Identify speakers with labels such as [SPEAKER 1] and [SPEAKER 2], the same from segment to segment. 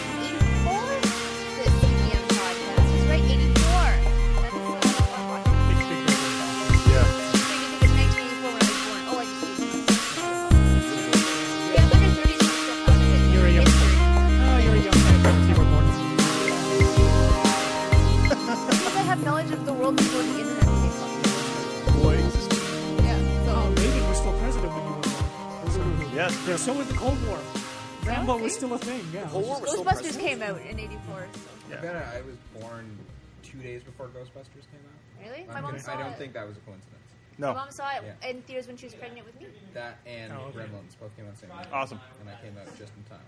[SPEAKER 1] uh, oh, Oh,
[SPEAKER 2] Oh,
[SPEAKER 1] world before the internet came
[SPEAKER 2] Boy, existed.
[SPEAKER 1] up. Yeah. So
[SPEAKER 2] Oh, Reagan was still president when you were born.
[SPEAKER 3] Yes.
[SPEAKER 2] Yeah, so was the Cold War. Rambo
[SPEAKER 1] Really?
[SPEAKER 2] was still a thing. Yeah.
[SPEAKER 3] Cold War was still
[SPEAKER 1] Ghostbusters
[SPEAKER 3] president.
[SPEAKER 1] came out in '84. So.
[SPEAKER 4] I bet I was born two days before Ghostbusters came out.
[SPEAKER 1] Really?
[SPEAKER 4] I'm
[SPEAKER 1] My mom
[SPEAKER 4] gonna-
[SPEAKER 1] saw
[SPEAKER 4] I don't
[SPEAKER 1] it. Mm.
[SPEAKER 4] think that was a coincidence.
[SPEAKER 1] My
[SPEAKER 3] No.
[SPEAKER 1] mom saw it
[SPEAKER 4] Yeah.
[SPEAKER 1] in theaters when she was pregnant with me,
[SPEAKER 4] That and
[SPEAKER 2] Oh, okay.
[SPEAKER 4] Gremlins both came out the same night.
[SPEAKER 3] Awesome.
[SPEAKER 4] And I came out just in time.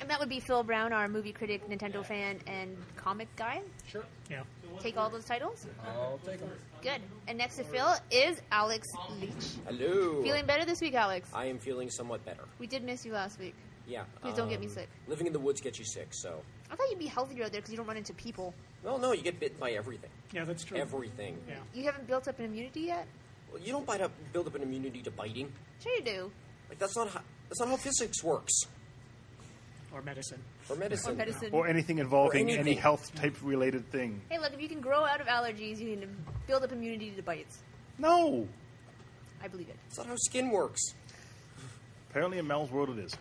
[SPEAKER 1] and that would be Phil Brown, our movie critic, Nintendo fan, and comic guy.
[SPEAKER 4] Sure.
[SPEAKER 2] Yeah.
[SPEAKER 1] Take all those titles.
[SPEAKER 4] I'll take them.
[SPEAKER 1] Good. And next to Phil is Alex Leach.
[SPEAKER 5] Hello.
[SPEAKER 1] Feeling better this week, Alex?
[SPEAKER 5] I am feeling somewhat better.
[SPEAKER 1] We did miss you last week.
[SPEAKER 5] Yeah. um,
[SPEAKER 1] Please don't get me sick.
[SPEAKER 5] Living in the woods gets you sick, so.
[SPEAKER 1] I thought you'd be healthier out there because you don't run into people.
[SPEAKER 5] Well, no, you get bit by everything.
[SPEAKER 2] Yeah, that's true.
[SPEAKER 5] Everything.
[SPEAKER 2] Yeah.
[SPEAKER 1] You haven't built up an immunity yet?
[SPEAKER 5] Well, you don't bite up, build up an immunity to biting.
[SPEAKER 1] Sure you do.
[SPEAKER 5] Like that's not how, that's not how physics works
[SPEAKER 2] Or medicine.
[SPEAKER 5] or medicine.
[SPEAKER 1] Or medicine.
[SPEAKER 6] Or anything involving
[SPEAKER 5] Or
[SPEAKER 6] any
[SPEAKER 5] anything.
[SPEAKER 6] health type related thing.
[SPEAKER 1] hey, look, if you can grow out of allergies, you need to build up immunity to bites.
[SPEAKER 6] No!
[SPEAKER 1] I believe it.
[SPEAKER 5] That's not how skin works.
[SPEAKER 6] Apparently in Mel's world it is.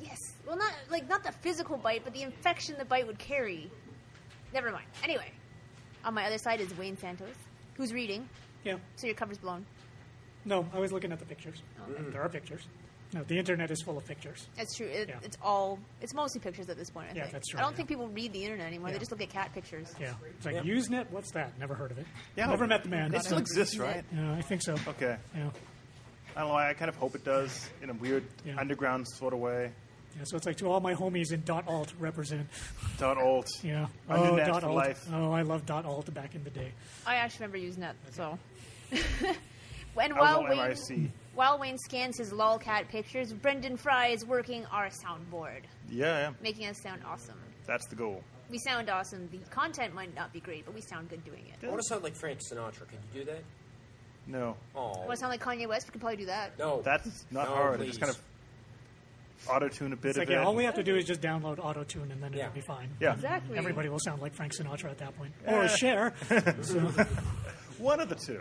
[SPEAKER 1] Yes. Well, not like not the physical bite, but the infection the bite would carry. Never mind. Anyway, on my other side is Wayne Santos, who's reading.
[SPEAKER 2] Yeah.
[SPEAKER 1] So your cover's blown.
[SPEAKER 2] No, I was looking at the pictures.
[SPEAKER 6] Mm-hmm.
[SPEAKER 2] There are pictures. No, the internet is full of pictures.
[SPEAKER 1] That's true. It,
[SPEAKER 2] Yeah.
[SPEAKER 1] It's all. It's mostly pictures at this point. I
[SPEAKER 2] Yeah,
[SPEAKER 1] think.
[SPEAKER 2] that's true,
[SPEAKER 1] I don't
[SPEAKER 2] yeah.
[SPEAKER 1] think people read the internet anymore. They
[SPEAKER 2] Yeah.
[SPEAKER 1] just look at cat pictures.
[SPEAKER 2] Yeah. It's like
[SPEAKER 5] Yeah.
[SPEAKER 2] Usenet. What's that? Never heard of it.
[SPEAKER 6] Yeah.
[SPEAKER 2] Never met the man.
[SPEAKER 6] It still exists, right?
[SPEAKER 2] Yeah, I think so.
[SPEAKER 6] Okay.
[SPEAKER 2] Yeah.
[SPEAKER 6] I don't know. I kind of hope it does in a weird
[SPEAKER 2] Yeah.
[SPEAKER 6] underground sort of way.
[SPEAKER 2] Yeah, so it's like to all my homies in dot alt represent.
[SPEAKER 6] Dot alt.
[SPEAKER 2] Yeah. Oh,
[SPEAKER 6] Undernet
[SPEAKER 2] dot
[SPEAKER 6] for
[SPEAKER 2] alt.
[SPEAKER 6] life.
[SPEAKER 2] Oh, I love dot alt back in the day.
[SPEAKER 1] I actually remember Usenet. So. and
[SPEAKER 6] I was
[SPEAKER 1] while
[SPEAKER 6] on
[SPEAKER 1] Wayne,
[SPEAKER 6] MIC.
[SPEAKER 1] while Wayne scans his lolcat pictures, Brendan Fry is working our soundboard,
[SPEAKER 6] Yeah, yeah.
[SPEAKER 1] making us sound awesome.
[SPEAKER 6] That's the goal.
[SPEAKER 1] We sound awesome. The content might not be great, but we sound good doing it.
[SPEAKER 5] I want to sound like Frank Sinatra. Can you do that?
[SPEAKER 6] No.
[SPEAKER 5] Oh.
[SPEAKER 1] Want to sound like Kanye West? We could probably do that.
[SPEAKER 5] no.
[SPEAKER 6] That's not
[SPEAKER 5] No,
[SPEAKER 6] hard. I
[SPEAKER 5] Please.
[SPEAKER 6] just kind of auto tune a bit
[SPEAKER 2] It's
[SPEAKER 6] of
[SPEAKER 2] like
[SPEAKER 6] it.
[SPEAKER 2] yeah, all we have to do is just download auto tune and then
[SPEAKER 5] Yeah.
[SPEAKER 2] it'll be fine.
[SPEAKER 6] Yeah.
[SPEAKER 1] Exactly.
[SPEAKER 2] Everybody will sound like Frank Sinatra at that point. Or Cher. so,
[SPEAKER 6] One of the two.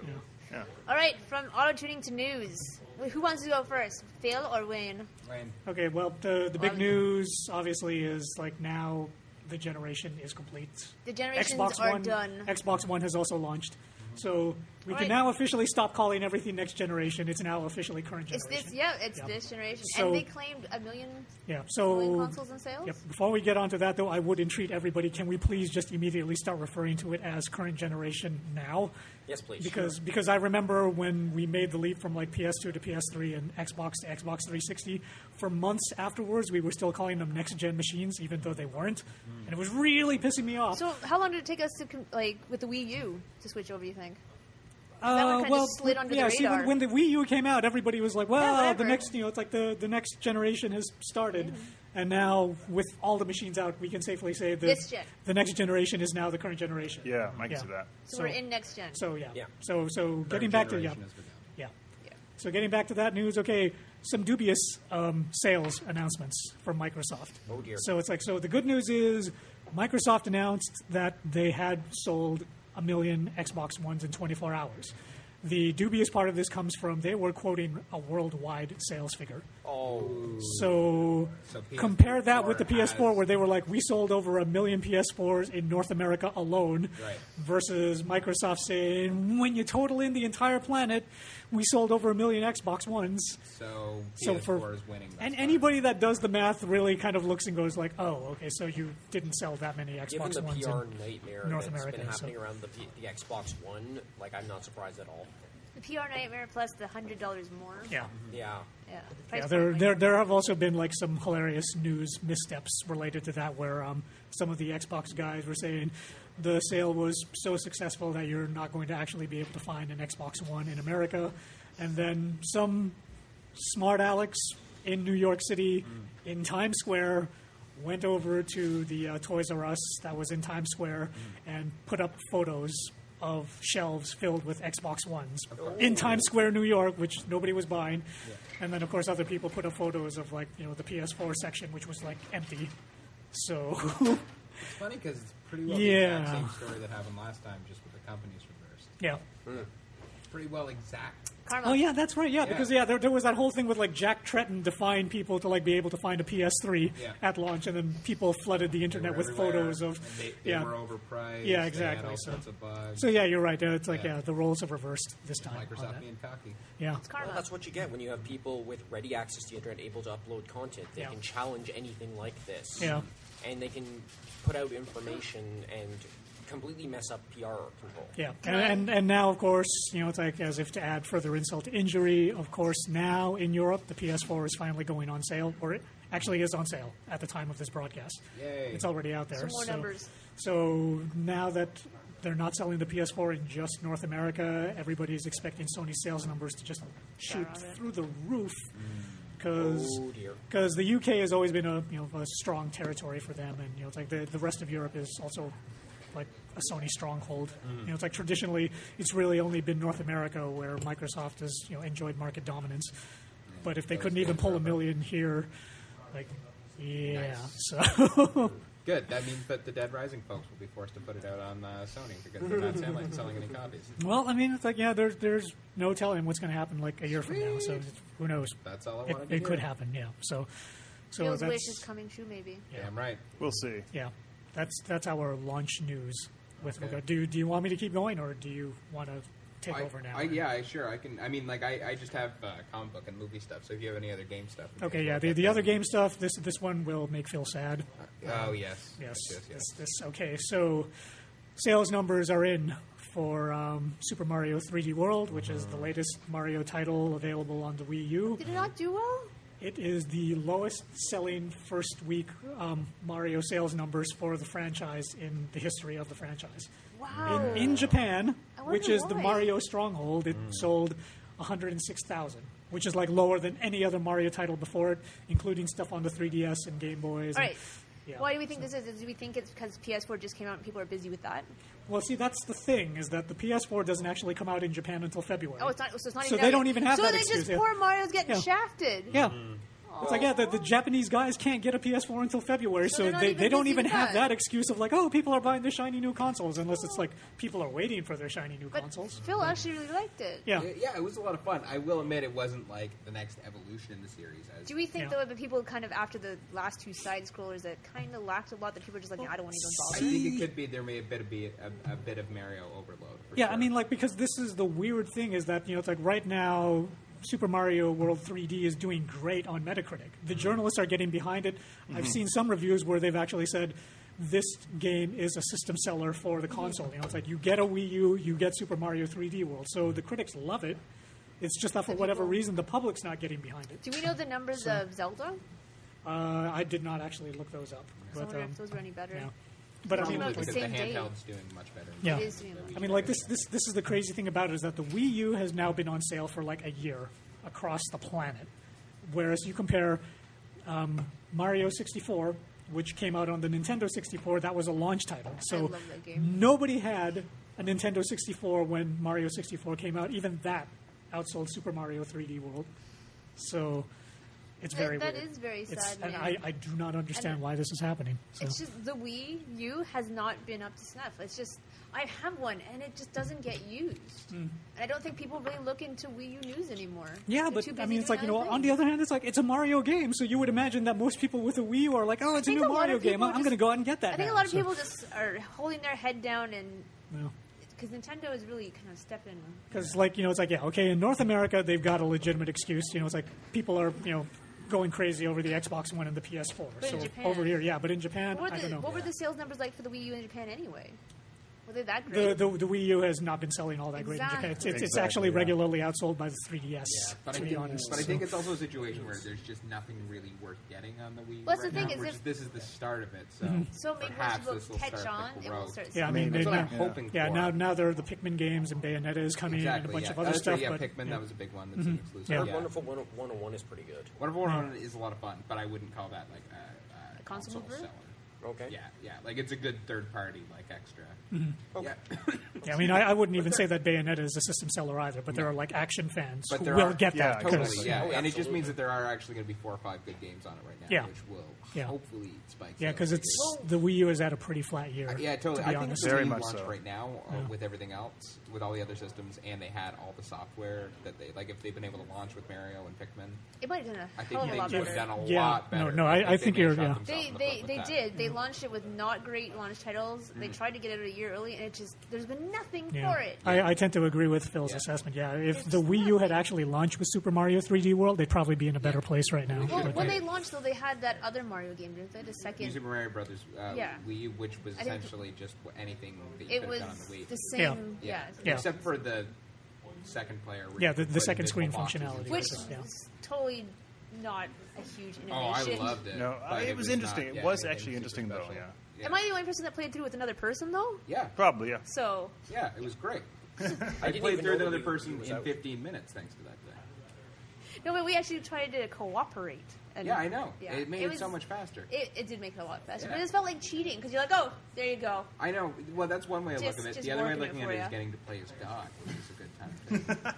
[SPEAKER 6] Yeah.
[SPEAKER 1] All right, from auto tuning to news. Wh- Who wants to go first, Phil or Wayne?
[SPEAKER 4] Wayne.
[SPEAKER 2] okay, well, the, the big
[SPEAKER 1] Um,
[SPEAKER 2] news, obviously, is like now the generation is complete.
[SPEAKER 1] The generations
[SPEAKER 2] Xbox
[SPEAKER 1] are
[SPEAKER 2] One,
[SPEAKER 1] done.
[SPEAKER 2] Xbox One has also launched. So we
[SPEAKER 1] All right.
[SPEAKER 2] can now officially stop calling everything next generation. It's now officially current
[SPEAKER 1] It's
[SPEAKER 2] generation.
[SPEAKER 1] this, yeah, it's
[SPEAKER 2] Yeah.
[SPEAKER 1] this generation,
[SPEAKER 2] So-
[SPEAKER 1] and they claimed a million
[SPEAKER 2] Yeah, so.
[SPEAKER 1] million consoles in sales.
[SPEAKER 2] Yep. Before we get onto that, though, I would entreat everybody: can we please just immediately start referring to it as current generation now?
[SPEAKER 5] Yes, please.
[SPEAKER 2] Because because I remember when we made the leap from like PS2 to PS3 and Xbox to Xbox 360. For months afterwards, we were still calling them next gen machines, even though they weren't,
[SPEAKER 5] Hmm.
[SPEAKER 2] and it was really pissing me off.
[SPEAKER 1] So, how long did it take us to com- like with the Wii U to switch over? You think? that one
[SPEAKER 2] Uh,
[SPEAKER 1] kinda
[SPEAKER 2] well,
[SPEAKER 1] just slid under the
[SPEAKER 2] yeah, see, when,
[SPEAKER 1] radar. Oh,
[SPEAKER 2] when the Wii U came out, everybody was like, "Well,
[SPEAKER 1] whatever.
[SPEAKER 2] the next, you know, it's like the, the next generation has started." And now, with all the machines out, we can safely say that
[SPEAKER 1] Mm-hmm. This gen.
[SPEAKER 2] the next generation is now the current generation.
[SPEAKER 6] Yeah, I can
[SPEAKER 2] Yeah.
[SPEAKER 6] see that.
[SPEAKER 1] So, we're in next gen.
[SPEAKER 2] So yeah.
[SPEAKER 5] Yeah.
[SPEAKER 2] So so getting
[SPEAKER 4] Current
[SPEAKER 2] back to yeah,
[SPEAKER 4] generation is begun.
[SPEAKER 2] yeah.
[SPEAKER 1] Yeah.
[SPEAKER 2] So getting back to that news, okay, some dubious um, sales announcements from Microsoft.
[SPEAKER 5] Oh, dear.
[SPEAKER 2] So it's like so the good news is Microsoft announced that they had sold a million Xbox Ones in 24 hours. The dubious part of this comes from they were quoting a worldwide sales figure.
[SPEAKER 5] oh.
[SPEAKER 2] So,
[SPEAKER 4] So PS4
[SPEAKER 2] compare that with the PS4,
[SPEAKER 4] has-
[SPEAKER 2] where they were like, we sold over a million PS4s in North America alone,
[SPEAKER 4] Right.
[SPEAKER 2] versus Microsoft saying, when you total in the entire planet, we sold over a million Xbox Ones.
[SPEAKER 4] So,
[SPEAKER 2] So
[SPEAKER 4] PS4
[SPEAKER 2] for
[SPEAKER 4] is winning. thus
[SPEAKER 2] and
[SPEAKER 4] far.
[SPEAKER 2] anybody that does the math really kind of looks and goes like, oh, okay, so you didn't sell that many
[SPEAKER 5] Given
[SPEAKER 2] Xbox
[SPEAKER 5] the
[SPEAKER 2] Ones.
[SPEAKER 5] PR
[SPEAKER 2] in-
[SPEAKER 5] nightmare
[SPEAKER 2] North
[SPEAKER 5] that's
[SPEAKER 2] America,
[SPEAKER 5] been
[SPEAKER 2] so-
[SPEAKER 5] happening around the, P- the Xbox One, like I'm not surprised at all.
[SPEAKER 1] the PR nightmare plus the hundred dollars more.
[SPEAKER 2] yeah.
[SPEAKER 5] Yeah.
[SPEAKER 1] Yeah.
[SPEAKER 2] Yeah,
[SPEAKER 1] Price
[SPEAKER 2] there,
[SPEAKER 1] point,
[SPEAKER 2] there, there have also been like some hilarious news missteps related to that, where um, some of the Xbox guys were saying the sale was so successful that you're not going to actually be able to find an Xbox One in America, and then some smart Alex in New York City, in Times Square, went over to the uh, Toys R Us that was in Times Square and put up photos of shelves filled with Xbox Ones in Times Square, New York, which nobody was buying. And then, of course, other people put up photos of like you know the PS4 section, which was like empty. So,
[SPEAKER 4] It's funny because it's pretty well the
[SPEAKER 2] Yeah.
[SPEAKER 4] exact same story that happened last time, just with the companies reversed.
[SPEAKER 2] yeah.
[SPEAKER 4] pretty well exact.
[SPEAKER 1] Karma.
[SPEAKER 2] Oh yeah, that's right. Yeah,
[SPEAKER 4] Yeah.
[SPEAKER 2] because yeah, there, there was that whole thing with like Jack Tretton defying people to like be able to find a PS3
[SPEAKER 4] Yeah.
[SPEAKER 2] at launch, and then people flooded the
[SPEAKER 4] They
[SPEAKER 2] internet
[SPEAKER 4] were
[SPEAKER 2] with
[SPEAKER 4] everywhere,
[SPEAKER 2] photos of
[SPEAKER 4] and They, they
[SPEAKER 2] yeah.
[SPEAKER 4] were overpriced.
[SPEAKER 2] Yeah,
[SPEAKER 4] They
[SPEAKER 2] exactly,
[SPEAKER 4] had all
[SPEAKER 2] so-
[SPEAKER 4] sorts of bugs.
[SPEAKER 2] So yeah, you're right. Uh, It's like yeah.
[SPEAKER 4] Yeah.
[SPEAKER 2] the roles have reversed this time. on
[SPEAKER 4] Microsoft
[SPEAKER 2] that.
[SPEAKER 4] being cocky.
[SPEAKER 2] Yeah,
[SPEAKER 1] It's karma.
[SPEAKER 5] Well, that's what you get when you have people with ready access to the internet able to upload content. They
[SPEAKER 2] Yeah.
[SPEAKER 5] can challenge anything like this.
[SPEAKER 2] Yeah.
[SPEAKER 5] And they can put out information and completely mess up PR control.
[SPEAKER 2] yeah.
[SPEAKER 1] Can
[SPEAKER 2] And,
[SPEAKER 1] I-
[SPEAKER 2] and and now of course you know it's like as if to add further insult to injury. Of course now in Europe the PS4 is finally going on sale, or it actually is on sale at the time of this broadcast.
[SPEAKER 4] Yay.
[SPEAKER 2] It's already out there.
[SPEAKER 1] Some more
[SPEAKER 2] so,
[SPEAKER 1] numbers.
[SPEAKER 2] So now that they're not selling the PS4 in just North America, everybody's expecting Sony's sales numbers to just shoot
[SPEAKER 1] Skyrocket.
[SPEAKER 2] through the roof because
[SPEAKER 5] Oh, dear.
[SPEAKER 2] the UK has always been a you know a strong territory for them, and you know it's like the the rest of Europe is also like a Sony stronghold.
[SPEAKER 4] Mm.
[SPEAKER 2] You know, it's like traditionally it's really only been North America where Microsoft has you know enjoyed market
[SPEAKER 4] Mm.
[SPEAKER 2] dominance, but if they couldn't even pull a million here, like. Yeah, so
[SPEAKER 4] Good. That means that the Dead Rising folks will be forced to put it out on uh, Sony because they're not selling, selling any copies.
[SPEAKER 2] Well, I mean, it's like yeah, there's there's no telling what's going to happen like a year from now. So
[SPEAKER 4] Sweet.
[SPEAKER 2] who knows?
[SPEAKER 4] That's all I
[SPEAKER 2] It,
[SPEAKER 4] wanted to
[SPEAKER 2] it could
[SPEAKER 4] hear.
[SPEAKER 2] happen. Yeah. So, so
[SPEAKER 1] Bill's
[SPEAKER 2] that's
[SPEAKER 1] wish is coming true, maybe.
[SPEAKER 2] Yeah.
[SPEAKER 4] Damn right.
[SPEAKER 6] We'll see.
[SPEAKER 2] yeah, that's that's our launch news. With
[SPEAKER 4] Okay.
[SPEAKER 2] regard, do do you want me to keep going or do you want to take
[SPEAKER 4] I,
[SPEAKER 2] over now?
[SPEAKER 4] I, yeah, I, sure. I can. I mean, like, I, I just have uh, comic book and movie stuff. So if you have any other game stuff, we
[SPEAKER 2] Okay.
[SPEAKER 4] can
[SPEAKER 2] Yeah.
[SPEAKER 4] work
[SPEAKER 2] The
[SPEAKER 4] that
[SPEAKER 2] the
[SPEAKER 4] down.
[SPEAKER 2] other game stuff. This this one will make Phil sad.
[SPEAKER 4] Oh yes.
[SPEAKER 2] Yes.
[SPEAKER 4] Yes. yes.
[SPEAKER 2] This, this okay. So, sales numbers are in for um, Super Mario 3D World, which is
[SPEAKER 4] Uh-huh.
[SPEAKER 2] the latest Mario title available on the Wii U.
[SPEAKER 1] Did it not do well?
[SPEAKER 2] It is the lowest selling first week um, Mario sales numbers for the franchise in the history of the franchise.
[SPEAKER 1] Wow.
[SPEAKER 2] In
[SPEAKER 1] Oh.
[SPEAKER 2] Japan,
[SPEAKER 1] I wonder
[SPEAKER 2] which is the
[SPEAKER 1] why.
[SPEAKER 2] Mario stronghold, it sold 106,000, which is like lower than any other Mario title before it, including stuff on the 3DS and Game Boys.
[SPEAKER 1] All
[SPEAKER 2] and-
[SPEAKER 1] right.
[SPEAKER 2] Yeah.
[SPEAKER 1] Why do we think this is? Do we think it's because PS4 just came out and people are busy with that?
[SPEAKER 2] Well, see, that's the thing is that the PS4 doesn't actually come out in Japan until February.
[SPEAKER 1] Oh, it's not. So it's not
[SPEAKER 2] So
[SPEAKER 1] even.
[SPEAKER 2] they
[SPEAKER 1] out
[SPEAKER 2] don't
[SPEAKER 1] yet.
[SPEAKER 2] even have
[SPEAKER 1] so
[SPEAKER 2] that
[SPEAKER 1] then
[SPEAKER 2] excuse,
[SPEAKER 1] just
[SPEAKER 2] yeah.
[SPEAKER 1] poor Mario's getting
[SPEAKER 2] Yeah.
[SPEAKER 1] shafted.
[SPEAKER 2] Yeah. It's like, yeah, the, the Japanese guys can't get a PS4 until February,
[SPEAKER 1] So
[SPEAKER 2] so,
[SPEAKER 1] they're not
[SPEAKER 2] they,
[SPEAKER 1] even
[SPEAKER 2] they don't
[SPEAKER 1] busy
[SPEAKER 2] even
[SPEAKER 1] with
[SPEAKER 2] have
[SPEAKER 1] that.
[SPEAKER 2] that excuse of like, oh, people are buying their shiny new consoles, unless it's like people are waiting for their shiny new
[SPEAKER 1] But
[SPEAKER 2] consoles.
[SPEAKER 1] Phil actually really liked it.
[SPEAKER 2] Yeah.
[SPEAKER 4] Uh, Yeah, yeah, it was a lot of fun. I will admit it wasn't like the next evolution in the series. As
[SPEAKER 1] Do we think
[SPEAKER 2] Yeah.
[SPEAKER 1] though that people kind of after the last two side scrollers that kind of lacked a lot that people are just like, nah, I don't want
[SPEAKER 4] I
[SPEAKER 1] to even bother.
[SPEAKER 4] think it could be there may a bit of be a, a bit of Mario overload. For
[SPEAKER 2] Yeah,
[SPEAKER 4] sure.
[SPEAKER 2] I mean, like, because this is the weird thing is that, you know, it's like right now, Super Mario World 3D is doing great on Metacritic.
[SPEAKER 4] Mm-hmm.
[SPEAKER 2] The journalists are getting behind it. I've seen some reviews where they've actually said, this game is a system seller for the
[SPEAKER 4] Mm-hmm.
[SPEAKER 2] console. You know, it's like you get a Wii U, you get Super Mario 3D World. So the critics love it. It's just that for whatever reason, the public's not getting behind it.
[SPEAKER 1] Do we know the numbers of Zelda?
[SPEAKER 2] Uh, I did not actually look those up,
[SPEAKER 1] I
[SPEAKER 2] but
[SPEAKER 1] wonder
[SPEAKER 2] um,
[SPEAKER 1] if those were any better.
[SPEAKER 2] yeah. But um, I
[SPEAKER 1] Well,
[SPEAKER 2] mean,
[SPEAKER 1] about
[SPEAKER 4] Probably
[SPEAKER 1] the
[SPEAKER 4] because
[SPEAKER 1] same
[SPEAKER 4] the
[SPEAKER 1] day.
[SPEAKER 4] handheld's doing much better.
[SPEAKER 2] Yeah.
[SPEAKER 1] It is doing much
[SPEAKER 2] I mean, like this, this, this is the crazy thing about it is that the Wii U has now been on sale for like a year across the planet, whereas you compare um, Mario 64, which came out on the Nintendo 64, that was a launch title. So
[SPEAKER 1] love that game.
[SPEAKER 2] nobody had a Nintendo 64 when Mario 64 came out. Even that outsold Super Mario 3D World. So it's
[SPEAKER 1] That-
[SPEAKER 2] very
[SPEAKER 1] that
[SPEAKER 2] weird.
[SPEAKER 1] is very
[SPEAKER 2] It's-
[SPEAKER 1] sad,
[SPEAKER 2] and
[SPEAKER 1] man.
[SPEAKER 2] I, I do not understand
[SPEAKER 1] And-
[SPEAKER 2] why this is happening. So.
[SPEAKER 1] It's just the Wii U has not been up to snuff. It's just I have one and it just doesn't get used. And I don't think people really look into Wii U news anymore.
[SPEAKER 2] Hmm. Yeah,
[SPEAKER 1] They're
[SPEAKER 2] but
[SPEAKER 1] too
[SPEAKER 2] I
[SPEAKER 1] busy
[SPEAKER 2] mean, it's
[SPEAKER 1] doing
[SPEAKER 2] like you know.
[SPEAKER 1] other
[SPEAKER 2] On the
[SPEAKER 1] things.
[SPEAKER 2] other hand, it's like it's a Mario game, so you would imagine that most people with a Wii U are like, "Oh, it's a
[SPEAKER 1] think
[SPEAKER 2] new
[SPEAKER 1] a lot of
[SPEAKER 2] Mario game.
[SPEAKER 1] people
[SPEAKER 2] I'm
[SPEAKER 1] just-
[SPEAKER 2] going to go out and get that."
[SPEAKER 1] I think a
[SPEAKER 2] now."
[SPEAKER 1] lot of
[SPEAKER 2] So,
[SPEAKER 1] people just are holding their head down and
[SPEAKER 2] you know.
[SPEAKER 1] because Nintendo is really kind of stepping.
[SPEAKER 2] Because, like, you know, it's like, yeah, okay, in North America, they've got a legitimate excuse. You know, it's like people are, you know, going crazy over the Xbox One and the PS4.
[SPEAKER 1] But
[SPEAKER 2] so
[SPEAKER 1] in Japan-
[SPEAKER 2] over here, yeah, but in Japan,
[SPEAKER 1] What were,
[SPEAKER 2] I
[SPEAKER 1] the,
[SPEAKER 2] don't know.
[SPEAKER 1] what were the sales numbers like for the Wii U in Japan anyway? Were they that
[SPEAKER 2] the,
[SPEAKER 1] great?
[SPEAKER 2] the, the Wii U has not been selling all that great in Japan. It's, it's, it's
[SPEAKER 6] Exactly.
[SPEAKER 2] actually
[SPEAKER 6] Exactly, yeah.
[SPEAKER 2] regularly outsold by the 3DS,
[SPEAKER 4] Yeah, but
[SPEAKER 2] to
[SPEAKER 4] I
[SPEAKER 2] be
[SPEAKER 4] think,
[SPEAKER 2] honest.
[SPEAKER 4] but I
[SPEAKER 2] so-
[SPEAKER 4] think it's also a situation where there's just nothing really worth getting on the Wii. U
[SPEAKER 1] Well, that's
[SPEAKER 4] right
[SPEAKER 1] the thing
[SPEAKER 4] now,
[SPEAKER 1] is
[SPEAKER 4] which
[SPEAKER 1] if-
[SPEAKER 4] this is the start of it. So,
[SPEAKER 1] so maybe once
[SPEAKER 4] perhaps this
[SPEAKER 1] people
[SPEAKER 4] will
[SPEAKER 1] catch
[SPEAKER 4] start
[SPEAKER 1] on,
[SPEAKER 4] the
[SPEAKER 1] it will
[SPEAKER 4] growth.
[SPEAKER 1] start.
[SPEAKER 2] yeah, I
[SPEAKER 1] selling.
[SPEAKER 2] mean, they,
[SPEAKER 4] that's what I'm
[SPEAKER 2] yeah.
[SPEAKER 4] hoping
[SPEAKER 2] yeah,
[SPEAKER 4] for.
[SPEAKER 2] now now there are the Pikmin games and Bayonetta is coming and a
[SPEAKER 4] exactly.
[SPEAKER 2] bunch
[SPEAKER 4] yeah.
[SPEAKER 2] of other
[SPEAKER 4] That's true,
[SPEAKER 2] stuff.
[SPEAKER 4] yeah,
[SPEAKER 2] but
[SPEAKER 4] Pikmin.
[SPEAKER 2] yeah.
[SPEAKER 4] That was a big one that's an exclusive.
[SPEAKER 2] Yeah.
[SPEAKER 5] Or
[SPEAKER 4] yeah.
[SPEAKER 5] Wonderful 101 101 is pretty good.
[SPEAKER 4] Wonderful 101 is a lot of fun, but I wouldn't call that like a, a
[SPEAKER 1] console mover?
[SPEAKER 4] seller.
[SPEAKER 5] Okay.
[SPEAKER 4] Yeah, yeah. Like it's a good third party, like extra.
[SPEAKER 2] Mm-hmm.
[SPEAKER 5] Okay.
[SPEAKER 2] Yeah, I mean, I, I wouldn't even say that Bayonetta is a system seller either, but there are like action fans
[SPEAKER 4] But
[SPEAKER 2] who
[SPEAKER 4] there
[SPEAKER 2] will
[SPEAKER 4] are-
[SPEAKER 2] get
[SPEAKER 6] yeah,
[SPEAKER 2] that.
[SPEAKER 4] Totally,
[SPEAKER 2] because-
[SPEAKER 4] yeah.
[SPEAKER 5] Oh,
[SPEAKER 4] and it just
[SPEAKER 5] absolutely.
[SPEAKER 4] means that there are actually going to be four or five good games on it right now,
[SPEAKER 2] Yeah.
[SPEAKER 4] which will
[SPEAKER 2] Yeah.
[SPEAKER 4] hopefully spike.
[SPEAKER 2] Yeah,
[SPEAKER 4] sales
[SPEAKER 2] because
[SPEAKER 4] figures.
[SPEAKER 2] it's the Wii U is at a pretty flat year.
[SPEAKER 4] yeah, totally.
[SPEAKER 2] To be
[SPEAKER 4] I think
[SPEAKER 2] honest,
[SPEAKER 4] it's
[SPEAKER 6] Very
[SPEAKER 4] really
[SPEAKER 6] much
[SPEAKER 4] launched
[SPEAKER 6] so.
[SPEAKER 4] right now uh, with everything else, with all the other systems, and they had all the software that they like. If they've been able to launch with Mario and Pikmin,
[SPEAKER 1] It might have done a
[SPEAKER 4] I
[SPEAKER 1] hell
[SPEAKER 4] think
[SPEAKER 1] of a lot
[SPEAKER 4] things would have
[SPEAKER 1] better.
[SPEAKER 4] done a
[SPEAKER 2] Yeah.
[SPEAKER 4] lot
[SPEAKER 2] No,
[SPEAKER 4] better.
[SPEAKER 2] no, I- I think
[SPEAKER 4] they may
[SPEAKER 2] you're-
[SPEAKER 4] have shot
[SPEAKER 2] yeah.
[SPEAKER 4] themselves
[SPEAKER 1] Oh, They
[SPEAKER 4] in the foot
[SPEAKER 1] they,
[SPEAKER 4] with
[SPEAKER 1] they
[SPEAKER 4] that. Mm.
[SPEAKER 1] did. They launched it with not great launch titles. They tried to get it a year early, and it just there's been nothing
[SPEAKER 2] Yeah.
[SPEAKER 1] for it.
[SPEAKER 2] I, I tend to agree with Phil's
[SPEAKER 4] Yeah.
[SPEAKER 2] assessment. Yeah, if
[SPEAKER 1] It's
[SPEAKER 2] the
[SPEAKER 1] just
[SPEAKER 2] Wii U had actually launched with Super Mario 3D World, they'd probably be in a better place right now.
[SPEAKER 1] well,
[SPEAKER 2] But,
[SPEAKER 1] when
[SPEAKER 2] yeah.
[SPEAKER 1] they launched, though, they had that other Mario game, didn't they? The
[SPEAKER 4] New
[SPEAKER 1] second.
[SPEAKER 4] Super Mario Brothers uh,
[SPEAKER 1] Yeah.
[SPEAKER 4] Wii U, which was
[SPEAKER 1] I think-
[SPEAKER 4] essentially just anything that you
[SPEAKER 1] It
[SPEAKER 4] could
[SPEAKER 1] was
[SPEAKER 4] have done on the Wii.
[SPEAKER 1] the same. Yeah.
[SPEAKER 2] Yeah.
[SPEAKER 4] Except for the second player. where
[SPEAKER 2] Yeah,
[SPEAKER 4] you
[SPEAKER 2] the-
[SPEAKER 4] could
[SPEAKER 2] the
[SPEAKER 4] put
[SPEAKER 2] second screen
[SPEAKER 4] individual boxes
[SPEAKER 2] functionality.
[SPEAKER 4] into
[SPEAKER 1] Which
[SPEAKER 4] it.
[SPEAKER 1] is
[SPEAKER 2] Yeah.
[SPEAKER 1] totally not a huge innovation.
[SPEAKER 4] Oh, I loved it.
[SPEAKER 6] No,
[SPEAKER 4] but
[SPEAKER 6] I- it was interesting.
[SPEAKER 4] not
[SPEAKER 6] It
[SPEAKER 4] yet
[SPEAKER 6] was
[SPEAKER 4] anything
[SPEAKER 6] actually
[SPEAKER 4] super
[SPEAKER 6] interesting, though,
[SPEAKER 4] special.
[SPEAKER 6] yeah.
[SPEAKER 4] Yeah.
[SPEAKER 1] Am I the only person that played through with another person though?
[SPEAKER 4] Yeah,
[SPEAKER 6] Probably, yeah.
[SPEAKER 1] So
[SPEAKER 4] yeah, it was great. I,
[SPEAKER 5] didn't
[SPEAKER 4] played
[SPEAKER 5] even know
[SPEAKER 4] through with
[SPEAKER 5] the
[SPEAKER 4] another
[SPEAKER 5] Wii
[SPEAKER 4] person
[SPEAKER 5] was
[SPEAKER 4] in
[SPEAKER 5] out.
[SPEAKER 4] 15 minutes thanks to that thing.
[SPEAKER 1] no, but we actually tried to cooperate. And
[SPEAKER 4] Yeah, I know.
[SPEAKER 1] Yeah.
[SPEAKER 4] It made
[SPEAKER 1] It
[SPEAKER 4] it,
[SPEAKER 1] was-
[SPEAKER 4] so much faster.
[SPEAKER 1] It, it did make it a lot faster,
[SPEAKER 4] Yeah.
[SPEAKER 1] but it just felt like cheating because you're like, oh, there you go.
[SPEAKER 4] I know. Well, that's one way of
[SPEAKER 1] Just-
[SPEAKER 4] looking at it.
[SPEAKER 1] just
[SPEAKER 4] The other way of
[SPEAKER 1] working it
[SPEAKER 4] looking at
[SPEAKER 1] for ya.
[SPEAKER 4] it is getting to play as God, which is a good time.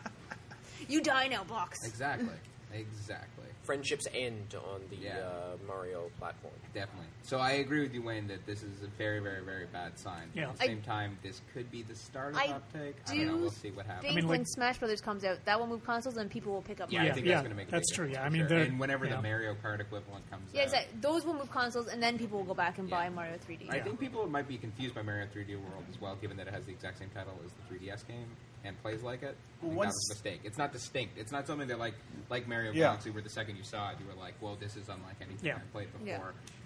[SPEAKER 4] too.
[SPEAKER 1] You die now, box.
[SPEAKER 4] exactly. Exactly.
[SPEAKER 5] Friendships end on the
[SPEAKER 4] Yeah.
[SPEAKER 5] uh, Mario platform.
[SPEAKER 4] Definitely. So I agree with you, Wayne, that this is a very, very, very bad sign.
[SPEAKER 2] Yeah.
[SPEAKER 4] At the
[SPEAKER 1] I-
[SPEAKER 4] same time, this could be the start of
[SPEAKER 1] I
[SPEAKER 4] uptake. I
[SPEAKER 1] do
[SPEAKER 4] don't know. We'll see what
[SPEAKER 1] think
[SPEAKER 4] happens.
[SPEAKER 2] I mean,
[SPEAKER 1] when
[SPEAKER 2] like-
[SPEAKER 1] Smash Brothers comes out, that will move consoles and people will pick up.
[SPEAKER 4] yeah,
[SPEAKER 1] Mario.
[SPEAKER 4] I think
[SPEAKER 2] Yeah,
[SPEAKER 4] that's going to make a
[SPEAKER 2] that's
[SPEAKER 4] big
[SPEAKER 2] true,
[SPEAKER 4] difference,
[SPEAKER 2] yeah. I
[SPEAKER 4] for
[SPEAKER 2] mean,
[SPEAKER 4] sure.
[SPEAKER 2] they're-
[SPEAKER 4] and whenever
[SPEAKER 2] yeah.
[SPEAKER 4] the Mario Kart equivalent comes
[SPEAKER 1] Yeah,
[SPEAKER 4] out,
[SPEAKER 1] exactly. Those will move consoles, and then people will go back and buy
[SPEAKER 4] Yeah.
[SPEAKER 1] Mario 3D.
[SPEAKER 4] I think people might be confused by Mario 3D World as well, given that it has the exact same title as the 3DS game and plays like it. I think that
[SPEAKER 6] Once-
[SPEAKER 4] was a mistake. It's not distinct. It's not something that like like Mario
[SPEAKER 6] Yeah.
[SPEAKER 4] Galaxy, where the second you saw it, you were like, "Whoa, this is unlike anything
[SPEAKER 2] Yeah.
[SPEAKER 4] I played before."
[SPEAKER 1] Yeah.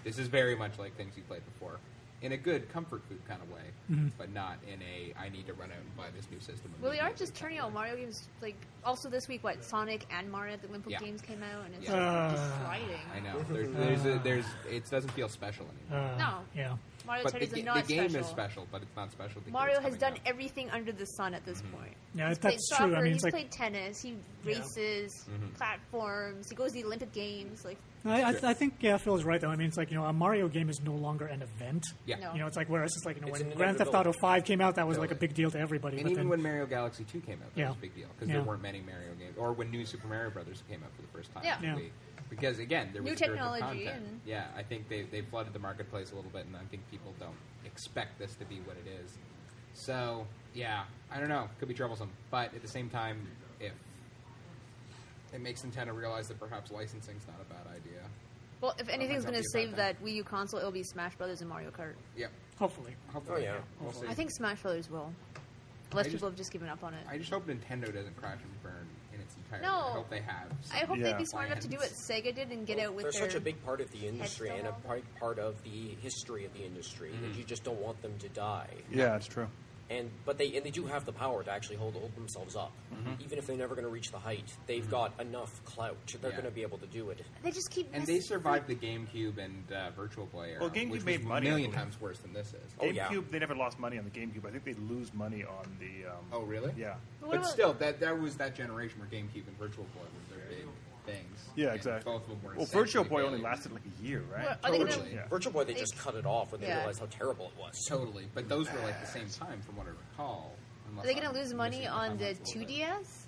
[SPEAKER 4] This is very much like things you played before, in a good comfort food kind of way, but not in a "I need to run out and buy this new system."
[SPEAKER 1] Well, they
[SPEAKER 4] immediately
[SPEAKER 1] are just turning out Mario games. Like also this week, what Sonic and Mario at the Olympic
[SPEAKER 4] Yeah.
[SPEAKER 1] Games came out, and it's
[SPEAKER 4] Yeah.
[SPEAKER 1] just sliding.
[SPEAKER 4] I know. There, there's a, there's it doesn't feel special anymore.
[SPEAKER 2] Uh,
[SPEAKER 1] No.
[SPEAKER 2] Yeah.
[SPEAKER 1] Mario
[SPEAKER 4] but the,
[SPEAKER 1] 3D is
[SPEAKER 4] ga-
[SPEAKER 1] not
[SPEAKER 4] the game
[SPEAKER 1] special.
[SPEAKER 4] is special, but it's not special. because
[SPEAKER 1] Mario
[SPEAKER 4] it's
[SPEAKER 1] has
[SPEAKER 4] coming
[SPEAKER 1] done
[SPEAKER 4] out.
[SPEAKER 1] everything under the sun at this point.
[SPEAKER 2] Yeah,
[SPEAKER 1] he's
[SPEAKER 2] that's
[SPEAKER 1] played
[SPEAKER 2] true. I
[SPEAKER 1] soccer,
[SPEAKER 2] mean,
[SPEAKER 1] he's
[SPEAKER 2] it's like-
[SPEAKER 1] played tennis, he
[SPEAKER 2] Yeah.
[SPEAKER 1] races, platforms, he goes to the Olympic Games. Like,
[SPEAKER 2] I, I, I think yeah, Phil's right though. I mean, it's like you know, a Mario game is no longer an event.
[SPEAKER 4] Yeah.
[SPEAKER 1] No.
[SPEAKER 2] You know, it's like whereas it's like you know,
[SPEAKER 5] It's
[SPEAKER 2] when
[SPEAKER 5] an
[SPEAKER 2] Grand Theft Auto
[SPEAKER 5] inevitable.
[SPEAKER 2] Five came out, that was like a
[SPEAKER 4] Totally.
[SPEAKER 2] big deal to everybody.
[SPEAKER 4] And
[SPEAKER 2] but
[SPEAKER 4] even
[SPEAKER 2] then,
[SPEAKER 4] when Mario Galaxy 2 came out, that
[SPEAKER 2] Yeah.
[SPEAKER 4] was a big deal because
[SPEAKER 2] Yeah.
[SPEAKER 4] there weren't many Mario games, or when New Super Mario Brothers came out for the first time.
[SPEAKER 1] Yeah.
[SPEAKER 2] Yeah.
[SPEAKER 4] we- Because again, there was
[SPEAKER 1] New
[SPEAKER 4] a dearth of
[SPEAKER 1] technology
[SPEAKER 4] content.
[SPEAKER 1] and-
[SPEAKER 4] Yeah, I think they they flooded the marketplace a little bit, and I think people don't expect this to be what it is. So yeah, I don't know, could be troublesome, but at the same time, if it makes Nintendo realize that perhaps licensing's not a bad idea.
[SPEAKER 1] well, if anything's going
[SPEAKER 4] might not
[SPEAKER 1] to
[SPEAKER 4] be a
[SPEAKER 1] save
[SPEAKER 4] bad
[SPEAKER 1] that Wii U console, it'll be Smash Brothers and Mario Kart.
[SPEAKER 4] Yep.
[SPEAKER 2] hopefully,
[SPEAKER 5] Oh
[SPEAKER 4] Hopefully,
[SPEAKER 5] yeah.
[SPEAKER 4] We'll see.
[SPEAKER 1] I think Smash Brothers will, unless
[SPEAKER 4] I just-
[SPEAKER 1] people have just given up on it.
[SPEAKER 4] I just hope Nintendo doesn't crash and burn in its entirety.
[SPEAKER 1] No.
[SPEAKER 4] I hope they have.
[SPEAKER 1] I hope
[SPEAKER 6] Yeah.
[SPEAKER 1] they'd be smart enough to do what
[SPEAKER 4] plans.
[SPEAKER 1] Sega did and get out with
[SPEAKER 5] They're
[SPEAKER 1] their.
[SPEAKER 5] such a big part of the industry and a
[SPEAKER 1] Headstone.
[SPEAKER 5] part, part of the history of the industry that
[SPEAKER 4] Mm-hmm.
[SPEAKER 5] you just don't want them to die.
[SPEAKER 6] Yeah, it's true.
[SPEAKER 5] And but they and they do have the power to actually hold, hold themselves up, even if they're never going to reach the height. They've got enough clout; they're
[SPEAKER 4] Yeah.
[SPEAKER 5] going to be able to do it.
[SPEAKER 1] They just keep.
[SPEAKER 4] And
[SPEAKER 1] messing-
[SPEAKER 4] they survived the GameCube and uh, Virtual Boy era,
[SPEAKER 6] Well, GameCube
[SPEAKER 4] which
[SPEAKER 6] made
[SPEAKER 4] was
[SPEAKER 6] money,
[SPEAKER 4] a million
[SPEAKER 6] I believe.
[SPEAKER 4] times worse than this is.
[SPEAKER 5] Oh, yeah.
[SPEAKER 6] GameCube, they never lost money on the GameCube. I think they lose money on the. Um,
[SPEAKER 4] Oh, really?
[SPEAKER 6] Yeah.
[SPEAKER 1] But
[SPEAKER 4] but,
[SPEAKER 1] what about-
[SPEAKER 4] still, that that was that generation where GameCube and Virtual Boy were their big things.
[SPEAKER 6] Yeah,
[SPEAKER 4] And
[SPEAKER 6] exactly.
[SPEAKER 4] Both of them were.
[SPEAKER 6] well, Virtual
[SPEAKER 4] essentially
[SPEAKER 6] Boy only
[SPEAKER 4] failures.
[SPEAKER 6] lasted like a year, right?
[SPEAKER 1] Well, are they gonna-
[SPEAKER 4] Totally.
[SPEAKER 6] Yeah.
[SPEAKER 5] Virtual Boy, they just cut it off when they
[SPEAKER 1] Yeah.
[SPEAKER 5] realized how terrible it was.
[SPEAKER 4] Totally, but those were like the same time, from what I recall.
[SPEAKER 1] Are
[SPEAKER 4] unless
[SPEAKER 1] they going
[SPEAKER 4] I'm
[SPEAKER 1] to lose money
[SPEAKER 4] missing
[SPEAKER 1] on the
[SPEAKER 4] timelines a little
[SPEAKER 1] 2DS?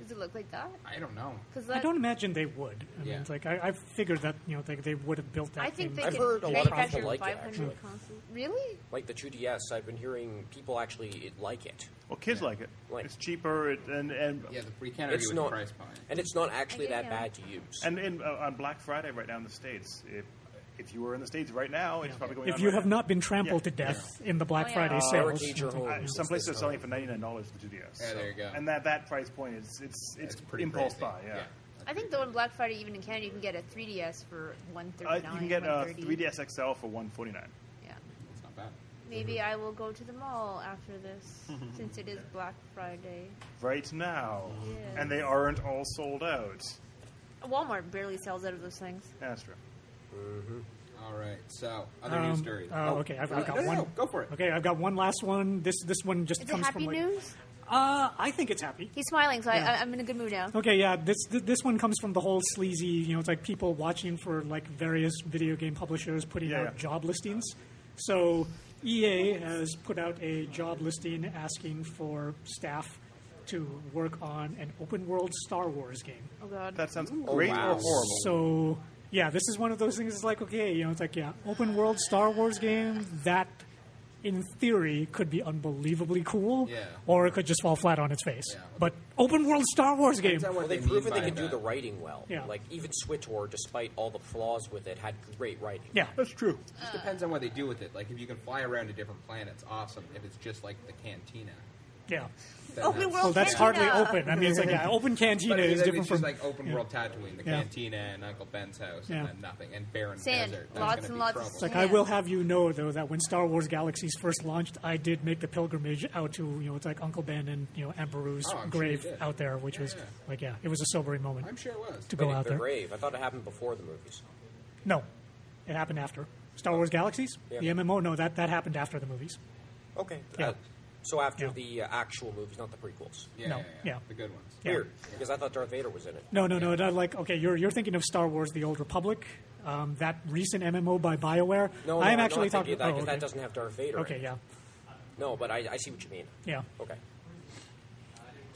[SPEAKER 1] Does it look like that?
[SPEAKER 4] bit. I don't know.
[SPEAKER 1] Because
[SPEAKER 2] I don't imagine they would. I mean,
[SPEAKER 4] Yeah.
[SPEAKER 2] it's like I, I figured that you know they, they would have built that.
[SPEAKER 1] I think
[SPEAKER 2] game
[SPEAKER 1] they
[SPEAKER 5] I've
[SPEAKER 1] could
[SPEAKER 5] heard a lot of people
[SPEAKER 1] manufacture
[SPEAKER 5] like it,
[SPEAKER 1] 500
[SPEAKER 5] actually.
[SPEAKER 1] consoles. Really?
[SPEAKER 5] Like the 2DS, I've been hearing people actually like it.
[SPEAKER 6] Well, kids like it.
[SPEAKER 5] Like-
[SPEAKER 6] it's cheaper, it, and and
[SPEAKER 4] Yeah, the, we can't argue
[SPEAKER 5] It's
[SPEAKER 4] with
[SPEAKER 5] not,
[SPEAKER 4] the price point.
[SPEAKER 5] and it's not actually
[SPEAKER 1] I
[SPEAKER 5] that
[SPEAKER 1] get you.
[SPEAKER 5] bad to use.
[SPEAKER 6] and, and uh, on Black Friday right now in the states, if if you were in the states right now, it's probably going.
[SPEAKER 2] if
[SPEAKER 6] on
[SPEAKER 2] you
[SPEAKER 6] right
[SPEAKER 2] have
[SPEAKER 6] now.
[SPEAKER 2] not been trampled
[SPEAKER 6] Yeah.
[SPEAKER 2] to death in the Black
[SPEAKER 1] Oh, yeah.
[SPEAKER 2] Friday
[SPEAKER 5] Uh,
[SPEAKER 2] sales,
[SPEAKER 5] Barricade your
[SPEAKER 2] it's like-
[SPEAKER 5] home.
[SPEAKER 6] Uh, some places are selling it for ninety nine dollars for the 2DS.
[SPEAKER 4] Yeah,
[SPEAKER 6] so-
[SPEAKER 4] there you go.
[SPEAKER 6] And that that price point is it's it's,
[SPEAKER 4] It's pretty
[SPEAKER 6] impulse
[SPEAKER 4] crazy.
[SPEAKER 6] buy. Yeah.
[SPEAKER 1] I think though on Black Friday, even in Canada, you can get a 3DS for 139
[SPEAKER 6] Uh, you can get a
[SPEAKER 1] 130.
[SPEAKER 6] 3DS XL for one forty nine.
[SPEAKER 1] Yeah.
[SPEAKER 4] it's not bad.
[SPEAKER 1] Maybe
[SPEAKER 6] Mm-hmm.
[SPEAKER 1] I will go to the mall after this, since it is Black Friday.
[SPEAKER 6] Right now,
[SPEAKER 1] Yes.
[SPEAKER 6] and they aren't all sold out.
[SPEAKER 1] Walmart barely sells out of those things.
[SPEAKER 6] Yeah, That's true.
[SPEAKER 4] All right, so other news
[SPEAKER 2] Um,
[SPEAKER 4] story.
[SPEAKER 2] oh, okay, I've- I've
[SPEAKER 4] no,
[SPEAKER 2] got
[SPEAKER 4] no, no,
[SPEAKER 2] one.
[SPEAKER 4] no, go for it.
[SPEAKER 2] Okay, I've got one last one. This this one just
[SPEAKER 1] Is it
[SPEAKER 2] comes
[SPEAKER 1] happy
[SPEAKER 2] from like,
[SPEAKER 1] news?
[SPEAKER 2] Uh, I think it's happy.
[SPEAKER 1] He's smiling, so
[SPEAKER 2] Yeah.
[SPEAKER 1] I, I'm in a good mood now.
[SPEAKER 2] Okay, yeah, this th- this one comes from the whole sleazy, you know, it's like people watching for like various video game publishers putting
[SPEAKER 6] Yeah,
[SPEAKER 2] out
[SPEAKER 6] yeah.
[SPEAKER 2] job listings. So EA has put out a job listing asking for staff to work on an open world Star Wars game.
[SPEAKER 1] Oh god.
[SPEAKER 6] That sounds great
[SPEAKER 4] wow.
[SPEAKER 6] or horrible.
[SPEAKER 2] So yeah, this is one of those things. It's like okay, you know, it's like yeah, open world Star Wars game that, in theory, could be unbelievably cool,
[SPEAKER 4] Yeah.
[SPEAKER 2] or it could just fall flat on its face.
[SPEAKER 4] Yeah.
[SPEAKER 2] But open world Star Wars game.
[SPEAKER 4] Is that what
[SPEAKER 5] Well, they've
[SPEAKER 4] mean
[SPEAKER 5] proven they
[SPEAKER 4] by
[SPEAKER 5] can do
[SPEAKER 4] that?
[SPEAKER 5] the writing well.
[SPEAKER 2] Yeah.
[SPEAKER 5] Like even Switor, despite all the flaws with it, had great writing.
[SPEAKER 2] Yeah,
[SPEAKER 6] That's true.
[SPEAKER 4] It depends on what they do with it. Like if you can fly around to different planets, awesome. If it's just like the cantina,
[SPEAKER 2] yeah.
[SPEAKER 4] then
[SPEAKER 1] Open
[SPEAKER 4] that's-
[SPEAKER 1] world
[SPEAKER 2] Well, that's
[SPEAKER 1] Cantina.
[SPEAKER 2] hardly open. I mean, it's like yeah, open cantina
[SPEAKER 4] But I mean,
[SPEAKER 2] is
[SPEAKER 4] it's
[SPEAKER 2] different
[SPEAKER 4] just
[SPEAKER 2] from
[SPEAKER 4] like open world Tatooine, the
[SPEAKER 2] Yeah.
[SPEAKER 4] cantina, and Uncle Ben's house,
[SPEAKER 2] Yeah.
[SPEAKER 4] and then nothing, and barren
[SPEAKER 1] Sand.
[SPEAKER 4] desert. That's
[SPEAKER 1] Lots
[SPEAKER 4] gonna
[SPEAKER 1] and
[SPEAKER 4] be
[SPEAKER 1] lots of
[SPEAKER 4] trouble.
[SPEAKER 2] It's like
[SPEAKER 1] Yeah.
[SPEAKER 2] I will have you know though that when Star Wars Galaxies first launched, I did make the pilgrimage out to you know it's like Uncle Ben and you know Emperor's
[SPEAKER 4] Oh, I'm sure you
[SPEAKER 2] grave
[SPEAKER 4] did.
[SPEAKER 2] out there, which was
[SPEAKER 4] Yeah.
[SPEAKER 2] like yeah, it was a sobering moment
[SPEAKER 4] I'm sure it was.
[SPEAKER 2] to
[SPEAKER 5] But
[SPEAKER 2] go out
[SPEAKER 5] the
[SPEAKER 2] there.
[SPEAKER 5] grave. I thought it happened before the movies.
[SPEAKER 2] No, it happened after Star Wars Galaxies,
[SPEAKER 5] Yeah.
[SPEAKER 2] the MMO. No, that that happened after the movies.
[SPEAKER 5] Okay.
[SPEAKER 2] Yeah.
[SPEAKER 5] Uh, so after
[SPEAKER 2] Yeah.
[SPEAKER 5] the uh, actual movies, not the prequels.
[SPEAKER 4] yeah,
[SPEAKER 2] no,
[SPEAKER 4] yeah,
[SPEAKER 2] yeah.
[SPEAKER 4] the good ones.
[SPEAKER 2] Yeah.
[SPEAKER 5] Weird, because I thought Darth Vader was in it.
[SPEAKER 2] No, no, no. Not like okay, you're you're thinking of Star Wars: The Old Republic, um, that recent MMO by Bioware.
[SPEAKER 5] No,
[SPEAKER 2] I'm
[SPEAKER 5] no,
[SPEAKER 2] actually
[SPEAKER 5] not thinking
[SPEAKER 2] talking
[SPEAKER 5] of that
[SPEAKER 2] oh,
[SPEAKER 5] because
[SPEAKER 2] okay.
[SPEAKER 5] that doesn't have Darth Vader.
[SPEAKER 2] Okay,
[SPEAKER 5] in it.
[SPEAKER 2] yeah,
[SPEAKER 5] No, but I, I see what you mean.
[SPEAKER 2] yeah.
[SPEAKER 5] Okay.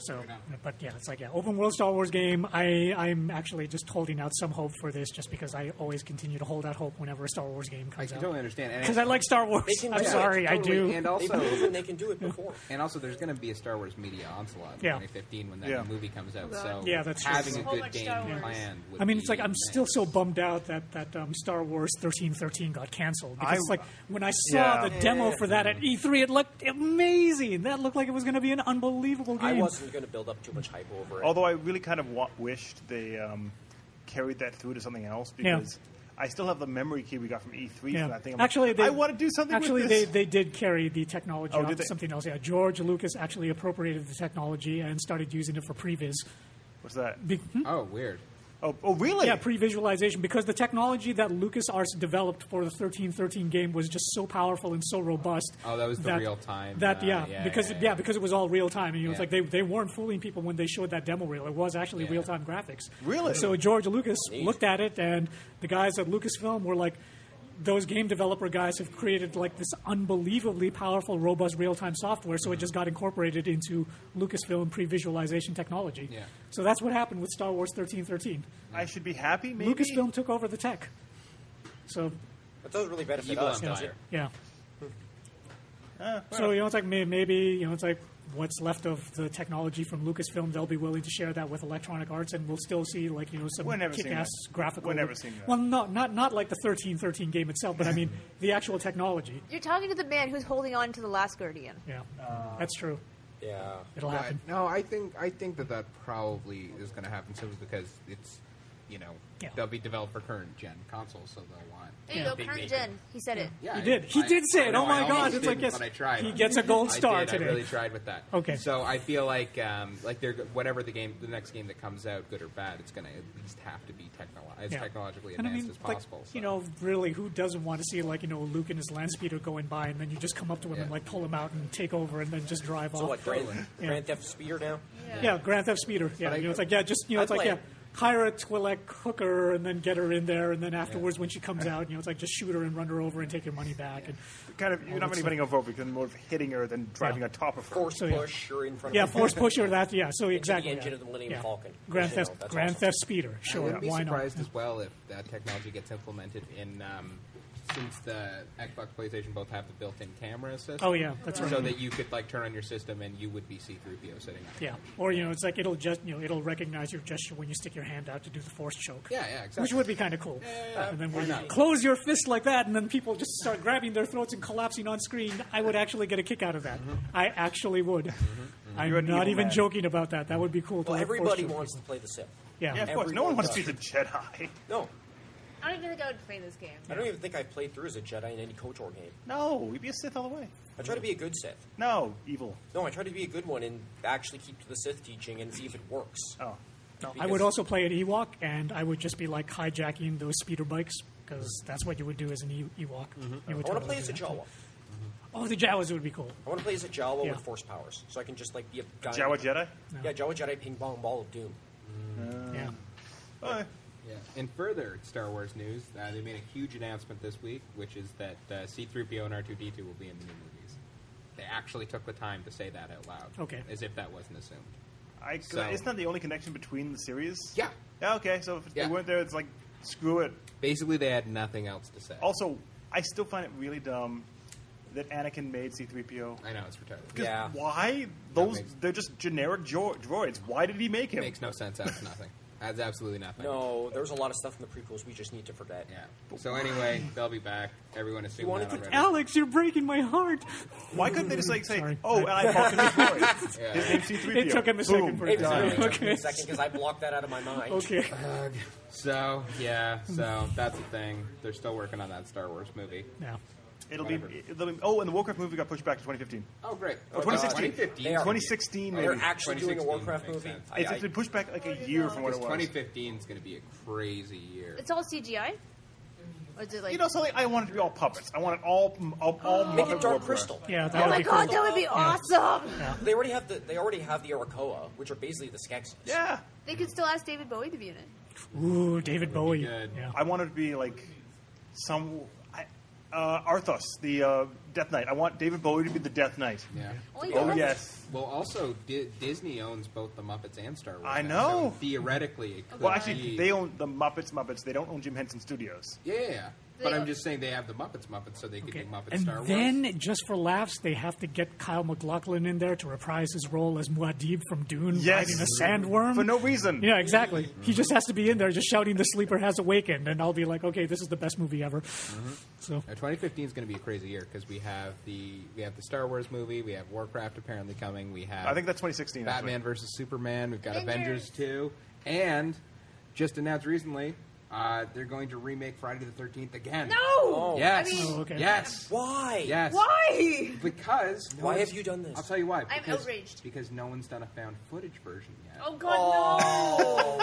[SPEAKER 2] So, but yeah, it's like yeah, open world Star Wars game. I I'm actually just holding out some hope for this, just because I always continue to hold out hope whenever a Star Wars game
[SPEAKER 4] I
[SPEAKER 2] comes
[SPEAKER 4] can
[SPEAKER 2] out.
[SPEAKER 4] totally understand. And
[SPEAKER 2] Because I like Star Wars.
[SPEAKER 5] They can
[SPEAKER 2] I'm
[SPEAKER 5] do it.
[SPEAKER 2] sorry, I
[SPEAKER 4] Totally.
[SPEAKER 2] do.
[SPEAKER 5] They've
[SPEAKER 4] And also,
[SPEAKER 5] proven they can do it before.
[SPEAKER 4] And also, there's going to be a Star Wars media onslaught in
[SPEAKER 2] Yeah.
[SPEAKER 4] 2015 when that
[SPEAKER 6] Yeah.
[SPEAKER 4] movie comes out.
[SPEAKER 1] Oh,
[SPEAKER 4] so
[SPEAKER 1] God.
[SPEAKER 2] Yeah, that's true.
[SPEAKER 4] having
[SPEAKER 2] So
[SPEAKER 4] a
[SPEAKER 1] much
[SPEAKER 4] good
[SPEAKER 1] Star
[SPEAKER 4] game
[SPEAKER 1] Wars.
[SPEAKER 4] plan. Would
[SPEAKER 2] I mean,
[SPEAKER 4] be
[SPEAKER 2] it's like I'm
[SPEAKER 4] nice.
[SPEAKER 2] still so bummed out that that um, Star Wars 1313 got canceled because
[SPEAKER 6] I-
[SPEAKER 2] it's like when I saw
[SPEAKER 6] Yeah.
[SPEAKER 2] the demo for that at E3, it looked amazing. That looked like it was going to be an unbelievable
[SPEAKER 5] I
[SPEAKER 2] game.
[SPEAKER 5] wasn't going to build up too much hype over it.
[SPEAKER 6] Although I really kind of wa- wished they um, carried that through to something else because I still have the memory key we got from E3.
[SPEAKER 2] Yeah.
[SPEAKER 6] From that thing. I'm like,
[SPEAKER 2] actually, they,
[SPEAKER 6] I want to do something.
[SPEAKER 2] Actually,
[SPEAKER 6] with this.
[SPEAKER 2] they they did carry the technology
[SPEAKER 6] Oh,
[SPEAKER 2] on
[SPEAKER 6] did
[SPEAKER 2] to
[SPEAKER 6] they?
[SPEAKER 2] something else. Yeah, George Lucas actually appropriated the technology and started using it for previs.
[SPEAKER 6] What's that?
[SPEAKER 2] Be- hmm?
[SPEAKER 4] Oh, weird.
[SPEAKER 6] Oh, oh really?
[SPEAKER 2] Yeah, pre-visualization because the technology that LucasArts developed for the 1313 game was just so powerful and so robust.
[SPEAKER 4] Oh, that was the real-time,
[SPEAKER 2] That
[SPEAKER 4] uh,
[SPEAKER 2] yeah,
[SPEAKER 4] yeah,
[SPEAKER 2] because
[SPEAKER 4] yeah,
[SPEAKER 2] yeah,
[SPEAKER 4] yeah.
[SPEAKER 2] because it was all real time. And you know, it's
[SPEAKER 4] Yeah.
[SPEAKER 2] like they, they weren't fooling people when they showed that demo reel. It was actually
[SPEAKER 4] Yeah.
[SPEAKER 2] real time graphics.
[SPEAKER 6] Really?
[SPEAKER 2] So George Lucas
[SPEAKER 5] Neat.
[SPEAKER 2] looked at it, and the guys at Lucasfilm were like. Those game developer guys have created like this unbelievably powerful, robust real-time software,
[SPEAKER 4] Mm-hmm.
[SPEAKER 2] so it just got incorporated into Lucasfilm pre-visualization technology.
[SPEAKER 4] Yeah.
[SPEAKER 2] So that's what happened with Star Wars 1313.
[SPEAKER 6] I should be happy. Maybe
[SPEAKER 2] Lucasfilm took over the tech. So
[SPEAKER 5] That doesn't really benefit
[SPEAKER 4] Evil
[SPEAKER 5] us, does it?
[SPEAKER 4] Empire.
[SPEAKER 2] yeah.
[SPEAKER 6] Hmm. Uh,
[SPEAKER 2] So you know, it's like may- maybe you know, it's like what's left of the technology from Lucasfilm. They'll be willing to share that with Electronic Arts, and we'll still see like you know some
[SPEAKER 6] We're never seeing
[SPEAKER 2] kick-ass
[SPEAKER 6] that.
[SPEAKER 2] graphical.
[SPEAKER 6] We're never seeing that.
[SPEAKER 2] Well, not not not like the thirteen thirteen game itself, but I mean the actual technology.
[SPEAKER 1] You're talking to the man who's holding on to the last guardian.
[SPEAKER 2] Yeah,
[SPEAKER 6] Uh,
[SPEAKER 2] that's true.
[SPEAKER 5] Yeah.
[SPEAKER 2] It'll
[SPEAKER 4] But,
[SPEAKER 2] happen.
[SPEAKER 4] no, I think I think that that probably is going to happen simply because it's you know
[SPEAKER 2] Yeah.
[SPEAKER 4] they'll be developed for current gen consoles, so they'll want.
[SPEAKER 1] There you
[SPEAKER 2] Yeah.
[SPEAKER 1] go,
[SPEAKER 4] Big
[SPEAKER 1] current
[SPEAKER 4] maker.
[SPEAKER 1] gen. He said it.
[SPEAKER 4] Yeah,
[SPEAKER 2] He
[SPEAKER 4] I-
[SPEAKER 2] did. He
[SPEAKER 4] I-
[SPEAKER 2] did say
[SPEAKER 4] I
[SPEAKER 2] it.
[SPEAKER 4] know,
[SPEAKER 2] Oh my
[SPEAKER 4] I
[SPEAKER 2] God.
[SPEAKER 4] almost
[SPEAKER 2] It's like,
[SPEAKER 4] didn't,
[SPEAKER 2] yes,
[SPEAKER 4] But I tried.
[SPEAKER 2] he gets a gold
[SPEAKER 4] I
[SPEAKER 2] star
[SPEAKER 4] did.
[SPEAKER 2] today.
[SPEAKER 4] I really tried with that.
[SPEAKER 2] Okay.
[SPEAKER 4] So I feel like um, like they're whatever the game, the next game that comes out, good or bad, it's going to at least have to be technolo- as
[SPEAKER 2] Yeah.
[SPEAKER 4] technologically
[SPEAKER 2] And
[SPEAKER 4] advanced
[SPEAKER 2] I mean,
[SPEAKER 4] as
[SPEAKER 2] like,
[SPEAKER 4] possible. so.
[SPEAKER 2] you know, really, who doesn't want to see like you know Luke and his land speeder going by, and then you just come up to him and
[SPEAKER 4] Yeah.
[SPEAKER 2] like pull him out and take over, and then just drive
[SPEAKER 5] So
[SPEAKER 2] off.
[SPEAKER 5] what, Grand,
[SPEAKER 4] Totally.
[SPEAKER 5] Grand Theft Speeder now?
[SPEAKER 2] Yeah, Grand Theft Speeder. Yeah,
[SPEAKER 4] But I-
[SPEAKER 2] you know, it's like yeah, just you know,
[SPEAKER 5] I'd
[SPEAKER 2] it's like
[SPEAKER 5] play
[SPEAKER 2] yeah,
[SPEAKER 5] it.
[SPEAKER 2] hire a Twi'lek hooker and then get her in there, and then afterwards when she comes out, you know, it's like just shoot her and run her over and take your money back. And
[SPEAKER 6] kind of, you're not
[SPEAKER 2] that's
[SPEAKER 6] really running over over because more of hitting her than driving
[SPEAKER 2] Yeah.
[SPEAKER 6] on top of her.
[SPEAKER 5] Force
[SPEAKER 2] So, yeah.
[SPEAKER 5] push, you're in front
[SPEAKER 2] yeah,
[SPEAKER 5] of
[SPEAKER 2] force pusher. That yeah, so exactly.
[SPEAKER 5] engine
[SPEAKER 2] yeah.
[SPEAKER 5] of the Millennium
[SPEAKER 2] Yeah.
[SPEAKER 5] Falcon.
[SPEAKER 2] Grand
[SPEAKER 5] You know,
[SPEAKER 2] Theft,
[SPEAKER 5] that's
[SPEAKER 2] Grand
[SPEAKER 5] awesome.
[SPEAKER 2] Theft Speeder.
[SPEAKER 4] I
[SPEAKER 2] Sure,
[SPEAKER 4] wouldn't be
[SPEAKER 2] why not?
[SPEAKER 4] surprised as well if that technology gets implemented in um, since the Xbox, PlayStation both have the built-in camera system.
[SPEAKER 2] Oh, yeah, that's right.
[SPEAKER 4] So that you could like turn on your system and you would be C-3PO sitting. on it.
[SPEAKER 2] Yeah, or you know, it's like it'll just you know it'll recognize your gesture when you stick your hand out to do the force choke.
[SPEAKER 4] Yeah, yeah, exactly.
[SPEAKER 2] Which would be kind of cool.
[SPEAKER 4] yeah,
[SPEAKER 2] And then
[SPEAKER 4] why
[SPEAKER 2] when you
[SPEAKER 4] not?
[SPEAKER 2] close your fist like that, and then people just start grabbing their throats and collapsing on screen, I would actually get a kick out of that. I actually would. I'm
[SPEAKER 6] You're an
[SPEAKER 2] not
[SPEAKER 6] evil
[SPEAKER 2] even
[SPEAKER 6] man.
[SPEAKER 2] joking about that. That would be cool. To
[SPEAKER 5] Well,
[SPEAKER 2] have force
[SPEAKER 5] everybody
[SPEAKER 2] choke.
[SPEAKER 5] wants to play the Sith.
[SPEAKER 2] Yeah.
[SPEAKER 6] Yeah, of course. No
[SPEAKER 5] Everyone
[SPEAKER 6] one wants to be
[SPEAKER 5] does.
[SPEAKER 6] the Jedi.
[SPEAKER 5] No,
[SPEAKER 1] I don't even think I would play this game.
[SPEAKER 5] I don't even think I played through as a Jedi in any KOTOR game.
[SPEAKER 6] No, you'd be a Sith all the way.
[SPEAKER 5] I try to be a good Sith.
[SPEAKER 6] No, evil.
[SPEAKER 5] No, I try to be a good one and actually keep to the Sith teaching and see if it works.
[SPEAKER 6] Oh,
[SPEAKER 2] No, I
[SPEAKER 5] because-
[SPEAKER 2] would also play an Ewok, and I would just be like hijacking those speeder bikes because that's what you would do as an e- Ewok. You would
[SPEAKER 5] I want
[SPEAKER 2] totally
[SPEAKER 5] to play
[SPEAKER 2] do
[SPEAKER 5] as a
[SPEAKER 2] that.
[SPEAKER 5] Jawa.
[SPEAKER 2] Oh, the Jawas would be cool.
[SPEAKER 5] I want to play as a Jawa
[SPEAKER 2] Yeah.
[SPEAKER 5] with force powers, so I can just like be a guy.
[SPEAKER 6] Jawa Jedi?
[SPEAKER 5] Yeah, Jawa Jedi ping pong ball of doom.
[SPEAKER 2] yeah.
[SPEAKER 6] Oh,
[SPEAKER 4] Yeah. And further Star Wars news, uh, they made a huge announcement this week, which is that uh, C-3PO and R2-D2 will be in the new movies. They actually took the time to say that out loud,
[SPEAKER 2] Okay.
[SPEAKER 4] as if that wasn't assumed.
[SPEAKER 6] I, cause
[SPEAKER 4] So-
[SPEAKER 6] Isn't that the only connection between the series?
[SPEAKER 4] Yeah.
[SPEAKER 6] Yeah, okay, so if
[SPEAKER 4] Yeah.
[SPEAKER 6] they weren't there, it's like, screw it.
[SPEAKER 4] Basically, they had nothing else to say.
[SPEAKER 6] Also, I still find it really dumb that Anakin made C3PO.
[SPEAKER 4] I know it's retarded.
[SPEAKER 6] Because
[SPEAKER 5] Yeah.
[SPEAKER 6] why? Those,
[SPEAKER 4] makes-
[SPEAKER 6] they're just generic jo- droids. Why did he make
[SPEAKER 4] It
[SPEAKER 6] him?
[SPEAKER 4] makes no sense. That's nothing. That's absolutely nothing.
[SPEAKER 5] No, there's a lot of stuff in the prequels we just need to forget.
[SPEAKER 4] Yeah. So anyway, they'll be back. Everyone assumed
[SPEAKER 5] wanted
[SPEAKER 4] that
[SPEAKER 5] to
[SPEAKER 4] already.
[SPEAKER 2] Alex, you're breaking my heart.
[SPEAKER 6] Why couldn't they just like say,
[SPEAKER 2] Sorry.
[SPEAKER 6] "Oh, and I bought him a droid.
[SPEAKER 4] Yeah.
[SPEAKER 6] His name's C3PO."
[SPEAKER 2] It took him
[SPEAKER 6] Boom.
[SPEAKER 2] a second for
[SPEAKER 5] It
[SPEAKER 2] it.
[SPEAKER 5] was
[SPEAKER 4] Done.
[SPEAKER 5] really took
[SPEAKER 2] Okay.
[SPEAKER 5] me a second because I blocked that out of my mind.
[SPEAKER 2] Okay.
[SPEAKER 4] So yeah. So that's the thing. They're still working on that Star Wars movie.
[SPEAKER 2] Yeah.
[SPEAKER 6] It'll
[SPEAKER 4] Whatever.
[SPEAKER 6] be, it'll be. Oh, and the Warcraft movie got pushed back to 2015.
[SPEAKER 4] Oh great.
[SPEAKER 6] Oh, 2016.
[SPEAKER 4] 2015.
[SPEAKER 5] They are-
[SPEAKER 6] 2016,
[SPEAKER 5] They're
[SPEAKER 6] maybe.
[SPEAKER 5] actually doing a
[SPEAKER 4] 2016
[SPEAKER 5] Warcraft
[SPEAKER 4] makes
[SPEAKER 5] movie.
[SPEAKER 4] sense.
[SPEAKER 5] I-
[SPEAKER 6] It's,
[SPEAKER 5] I-
[SPEAKER 6] it's been pushed back like
[SPEAKER 4] Oh,
[SPEAKER 6] a year from what it was.
[SPEAKER 4] 2015 is going to be a crazy year.
[SPEAKER 1] It's all CGI. Or is it like?
[SPEAKER 6] You know something? I want it to be all puppets. I want it all, all, all
[SPEAKER 4] Oh.
[SPEAKER 5] Make it
[SPEAKER 6] Muppet
[SPEAKER 5] Dark
[SPEAKER 6] Warcraft.
[SPEAKER 5] Crystal.
[SPEAKER 2] Yeah. That
[SPEAKER 1] oh
[SPEAKER 2] would
[SPEAKER 1] my
[SPEAKER 2] be
[SPEAKER 1] god,
[SPEAKER 2] cool.
[SPEAKER 1] that would be awesome.
[SPEAKER 5] They already have the they already have the Arakoa, which are basically the Skeksis.
[SPEAKER 6] Yeah,
[SPEAKER 1] They could still ask David Bowie to be in it.
[SPEAKER 2] Ooh, David Bowie.
[SPEAKER 4] good.
[SPEAKER 2] Yeah.
[SPEAKER 6] I want it to be like some I, uh, Arthos, the uh, Death Knight. I want David Bowie to be the Death Knight.
[SPEAKER 4] yeah.
[SPEAKER 1] Only
[SPEAKER 6] Oh
[SPEAKER 1] because-
[SPEAKER 6] yes.
[SPEAKER 4] Well, also Di- Disney owns both the Muppets and Star Wars.
[SPEAKER 6] I
[SPEAKER 4] now, so
[SPEAKER 6] know.
[SPEAKER 4] theoretically, it could
[SPEAKER 6] Well, actually,
[SPEAKER 4] be-
[SPEAKER 6] they own the Muppets. Muppets. They don't own Jim Henson Studios.
[SPEAKER 4] Yeah, yeah, yeah. But
[SPEAKER 1] They
[SPEAKER 4] I'm
[SPEAKER 1] own-
[SPEAKER 4] just saying they have the Muppets Muppets, so they could
[SPEAKER 2] Okay.
[SPEAKER 4] do Muppet
[SPEAKER 2] And
[SPEAKER 4] Star Wars.
[SPEAKER 2] then, just for laughs, they have to get Kyle MacLachlan in there to reprise his role as Muad'Dib from Dune,
[SPEAKER 6] Yes.
[SPEAKER 2] riding a sandworm.
[SPEAKER 6] For no reason.
[SPEAKER 2] Um, Yeah, exactly. He just has to be in there, just shouting, "The sleeper has awakened," and I'll be like, "Okay, this is the best movie ever."
[SPEAKER 6] Mm-hmm.
[SPEAKER 2] So,
[SPEAKER 4] Now, 2015 is going to be a crazy year because we have the we have the Star Wars movie, we have Warcraft apparently coming, we have
[SPEAKER 6] I think that's 2016. actually.
[SPEAKER 4] Batman versus Superman, we've got
[SPEAKER 1] Avengers.
[SPEAKER 4] Avengers, 2, and just announced recently uh, they're going to remake Friday the 13th again.
[SPEAKER 1] No.
[SPEAKER 4] Yes.
[SPEAKER 1] I mean,
[SPEAKER 2] Oh, okay.
[SPEAKER 4] Yes.
[SPEAKER 5] Why?
[SPEAKER 4] Yes.
[SPEAKER 1] why?
[SPEAKER 4] Because no
[SPEAKER 5] Why
[SPEAKER 4] one's-
[SPEAKER 5] have you done this?
[SPEAKER 4] I'll tell you why.
[SPEAKER 1] I'm
[SPEAKER 4] because,
[SPEAKER 1] outraged.
[SPEAKER 4] because no one's done a found footage version yet.
[SPEAKER 1] Oh god, no!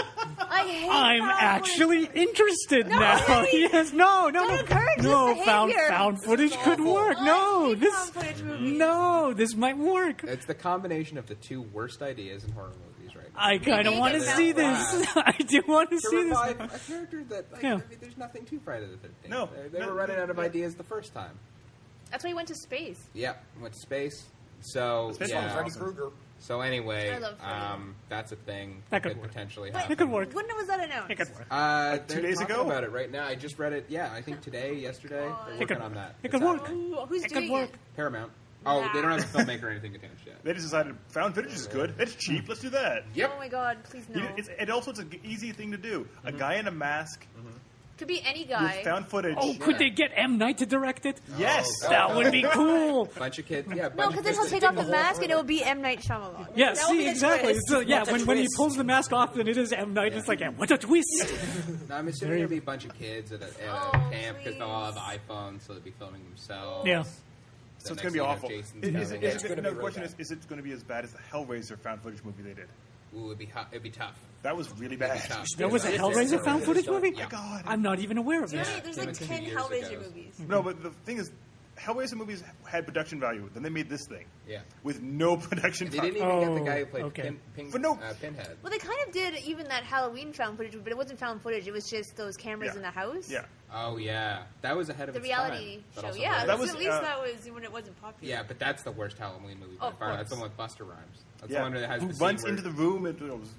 [SPEAKER 1] I hate.
[SPEAKER 2] I'm
[SPEAKER 1] PowerPoint.
[SPEAKER 2] actually interested
[SPEAKER 1] No,
[SPEAKER 2] now.
[SPEAKER 1] really?
[SPEAKER 2] yes, no, no,
[SPEAKER 1] Don't
[SPEAKER 2] no,
[SPEAKER 1] encourage
[SPEAKER 2] no.
[SPEAKER 1] this
[SPEAKER 2] Found
[SPEAKER 1] behavior.
[SPEAKER 2] found
[SPEAKER 1] This is
[SPEAKER 2] footage could
[SPEAKER 4] awful.
[SPEAKER 2] work.
[SPEAKER 1] I
[SPEAKER 2] No,
[SPEAKER 1] hate
[SPEAKER 2] this
[SPEAKER 1] found footage movies.
[SPEAKER 2] no, this might work.
[SPEAKER 4] It's the combination of the two worst ideas in horror movies right now.
[SPEAKER 2] I kind of
[SPEAKER 1] make
[SPEAKER 2] want to
[SPEAKER 1] it
[SPEAKER 2] see
[SPEAKER 4] about
[SPEAKER 2] this. I do want to
[SPEAKER 4] to
[SPEAKER 2] see this.
[SPEAKER 4] revive a character that, like,
[SPEAKER 2] Yeah.
[SPEAKER 4] I mean, there's nothing to Friday the 13th.
[SPEAKER 6] No.
[SPEAKER 4] They, they
[SPEAKER 6] No,
[SPEAKER 4] were running
[SPEAKER 6] no,
[SPEAKER 4] out of
[SPEAKER 6] no.
[SPEAKER 4] ideas the first time.
[SPEAKER 1] That's why he went to space.
[SPEAKER 4] Yep, went to space. So,
[SPEAKER 6] Space One's
[SPEAKER 4] yeah.
[SPEAKER 5] Freddy
[SPEAKER 6] already
[SPEAKER 5] Krueger.
[SPEAKER 4] So anyway,
[SPEAKER 1] I love Freddy.
[SPEAKER 4] um, that's a thing
[SPEAKER 2] That could work.
[SPEAKER 4] potentially
[SPEAKER 1] But
[SPEAKER 4] happen.
[SPEAKER 2] It could work.
[SPEAKER 1] When was that announced?
[SPEAKER 2] It could work.
[SPEAKER 4] Uh,
[SPEAKER 6] two
[SPEAKER 4] they're
[SPEAKER 6] days
[SPEAKER 4] talking
[SPEAKER 6] ago?
[SPEAKER 4] about it right now. I just read it. Yeah, I think today, yesterday.
[SPEAKER 1] God.
[SPEAKER 4] They're
[SPEAKER 1] It
[SPEAKER 2] could
[SPEAKER 4] working
[SPEAKER 2] work.
[SPEAKER 4] on that.
[SPEAKER 2] It
[SPEAKER 4] It's
[SPEAKER 2] could work.
[SPEAKER 4] happening.
[SPEAKER 1] Ooh, who's
[SPEAKER 2] It could
[SPEAKER 1] doing
[SPEAKER 2] work.
[SPEAKER 1] it?
[SPEAKER 4] Paramount. Oh, they don't have a filmmaker or anything attached yet.
[SPEAKER 6] They just decided found footage is good. It's cheap. Let's do that.
[SPEAKER 4] Yep.
[SPEAKER 1] Oh my god, please no.
[SPEAKER 6] You- It's, and also, it's an easy thing to do. A
[SPEAKER 4] Mm-hmm.
[SPEAKER 6] guy in a mask
[SPEAKER 1] Could be any
[SPEAKER 6] with
[SPEAKER 1] guy.
[SPEAKER 6] found footage.
[SPEAKER 2] Oh, could they get M Night to direct it?
[SPEAKER 6] yes.
[SPEAKER 4] Oh,
[SPEAKER 2] That would be cool.
[SPEAKER 4] Bunch of kids. Yeah.
[SPEAKER 1] no,
[SPEAKER 4] bunch
[SPEAKER 1] because then
[SPEAKER 4] of kids
[SPEAKER 1] he'll
[SPEAKER 4] that
[SPEAKER 1] take
[SPEAKER 4] didn't
[SPEAKER 1] off the mask and it will be M Night Shyamalan.
[SPEAKER 2] Yeah,
[SPEAKER 1] That would be
[SPEAKER 2] see,
[SPEAKER 1] the
[SPEAKER 2] exactly.
[SPEAKER 1] twist.
[SPEAKER 2] So, yeah,
[SPEAKER 5] What a
[SPEAKER 2] when, when he
[SPEAKER 5] twist.
[SPEAKER 2] pulls the mask off, then it is M Night. It's like, yeah, what a twist!
[SPEAKER 4] No, I'm assuming there'll be a bunch of kids at a, at a
[SPEAKER 1] Oh,
[SPEAKER 4] camp because they'll all have
[SPEAKER 1] please.
[SPEAKER 4] iPhones, so they'll be filming themselves.
[SPEAKER 2] Yeah.
[SPEAKER 6] So it's
[SPEAKER 4] going to
[SPEAKER 6] be awful. Is,
[SPEAKER 4] Jason's
[SPEAKER 6] is,
[SPEAKER 4] coming.
[SPEAKER 6] is
[SPEAKER 5] It's
[SPEAKER 6] it,
[SPEAKER 5] gonna
[SPEAKER 6] no,
[SPEAKER 5] be
[SPEAKER 6] the
[SPEAKER 5] really
[SPEAKER 6] question
[SPEAKER 5] bad.
[SPEAKER 6] is, is it going to be as bad as the Hellraiser found footage movie they did?
[SPEAKER 4] Ooh, it'd be, hu- it'd be tough.
[SPEAKER 6] That was really
[SPEAKER 4] It'd be
[SPEAKER 6] bad. Oh
[SPEAKER 4] tough.
[SPEAKER 2] There was a
[SPEAKER 5] Yeah,
[SPEAKER 2] Hellraiser
[SPEAKER 5] it's-
[SPEAKER 2] found
[SPEAKER 5] it's
[SPEAKER 2] footage
[SPEAKER 5] done.
[SPEAKER 2] movie?
[SPEAKER 4] Yeah.
[SPEAKER 6] God.
[SPEAKER 2] I'm not even aware of
[SPEAKER 1] There's
[SPEAKER 2] this.
[SPEAKER 1] only- There's like
[SPEAKER 4] Two
[SPEAKER 1] 10
[SPEAKER 4] years
[SPEAKER 1] Hellraiser
[SPEAKER 4] ago.
[SPEAKER 1] movies.
[SPEAKER 6] No, but the thing is, Hellraiser movies had production value. Then they made this thing.
[SPEAKER 4] Yeah.
[SPEAKER 6] With no production
[SPEAKER 4] They didn't
[SPEAKER 6] value.
[SPEAKER 4] even get the
[SPEAKER 2] Oh,
[SPEAKER 4] guy who played
[SPEAKER 2] okay.
[SPEAKER 4] pin, pin,
[SPEAKER 6] For no-
[SPEAKER 4] uh, Pinhead.
[SPEAKER 1] Well, they kind of did even that Halloween found footage, but it wasn't found footage. It was just those cameras
[SPEAKER 6] Yeah.
[SPEAKER 1] in the house.
[SPEAKER 6] Yeah.
[SPEAKER 4] Oh yeah, that was ahead of
[SPEAKER 1] The
[SPEAKER 4] its
[SPEAKER 1] reality
[SPEAKER 4] time, but
[SPEAKER 1] show.
[SPEAKER 4] also
[SPEAKER 1] Yeah,
[SPEAKER 4] very-
[SPEAKER 6] That
[SPEAKER 1] that
[SPEAKER 6] was,
[SPEAKER 1] was, at least
[SPEAKER 6] uh,
[SPEAKER 1] that was when it wasn't popular.
[SPEAKER 4] yeah, but that's the worst Halloween movie by
[SPEAKER 1] Of
[SPEAKER 4] far. That's
[SPEAKER 1] course.
[SPEAKER 4] the one with Buster Rhymes. That's
[SPEAKER 6] yeah.
[SPEAKER 4] the one that has
[SPEAKER 6] Who
[SPEAKER 4] the scene
[SPEAKER 6] runs
[SPEAKER 4] where-
[SPEAKER 6] into the room and goes,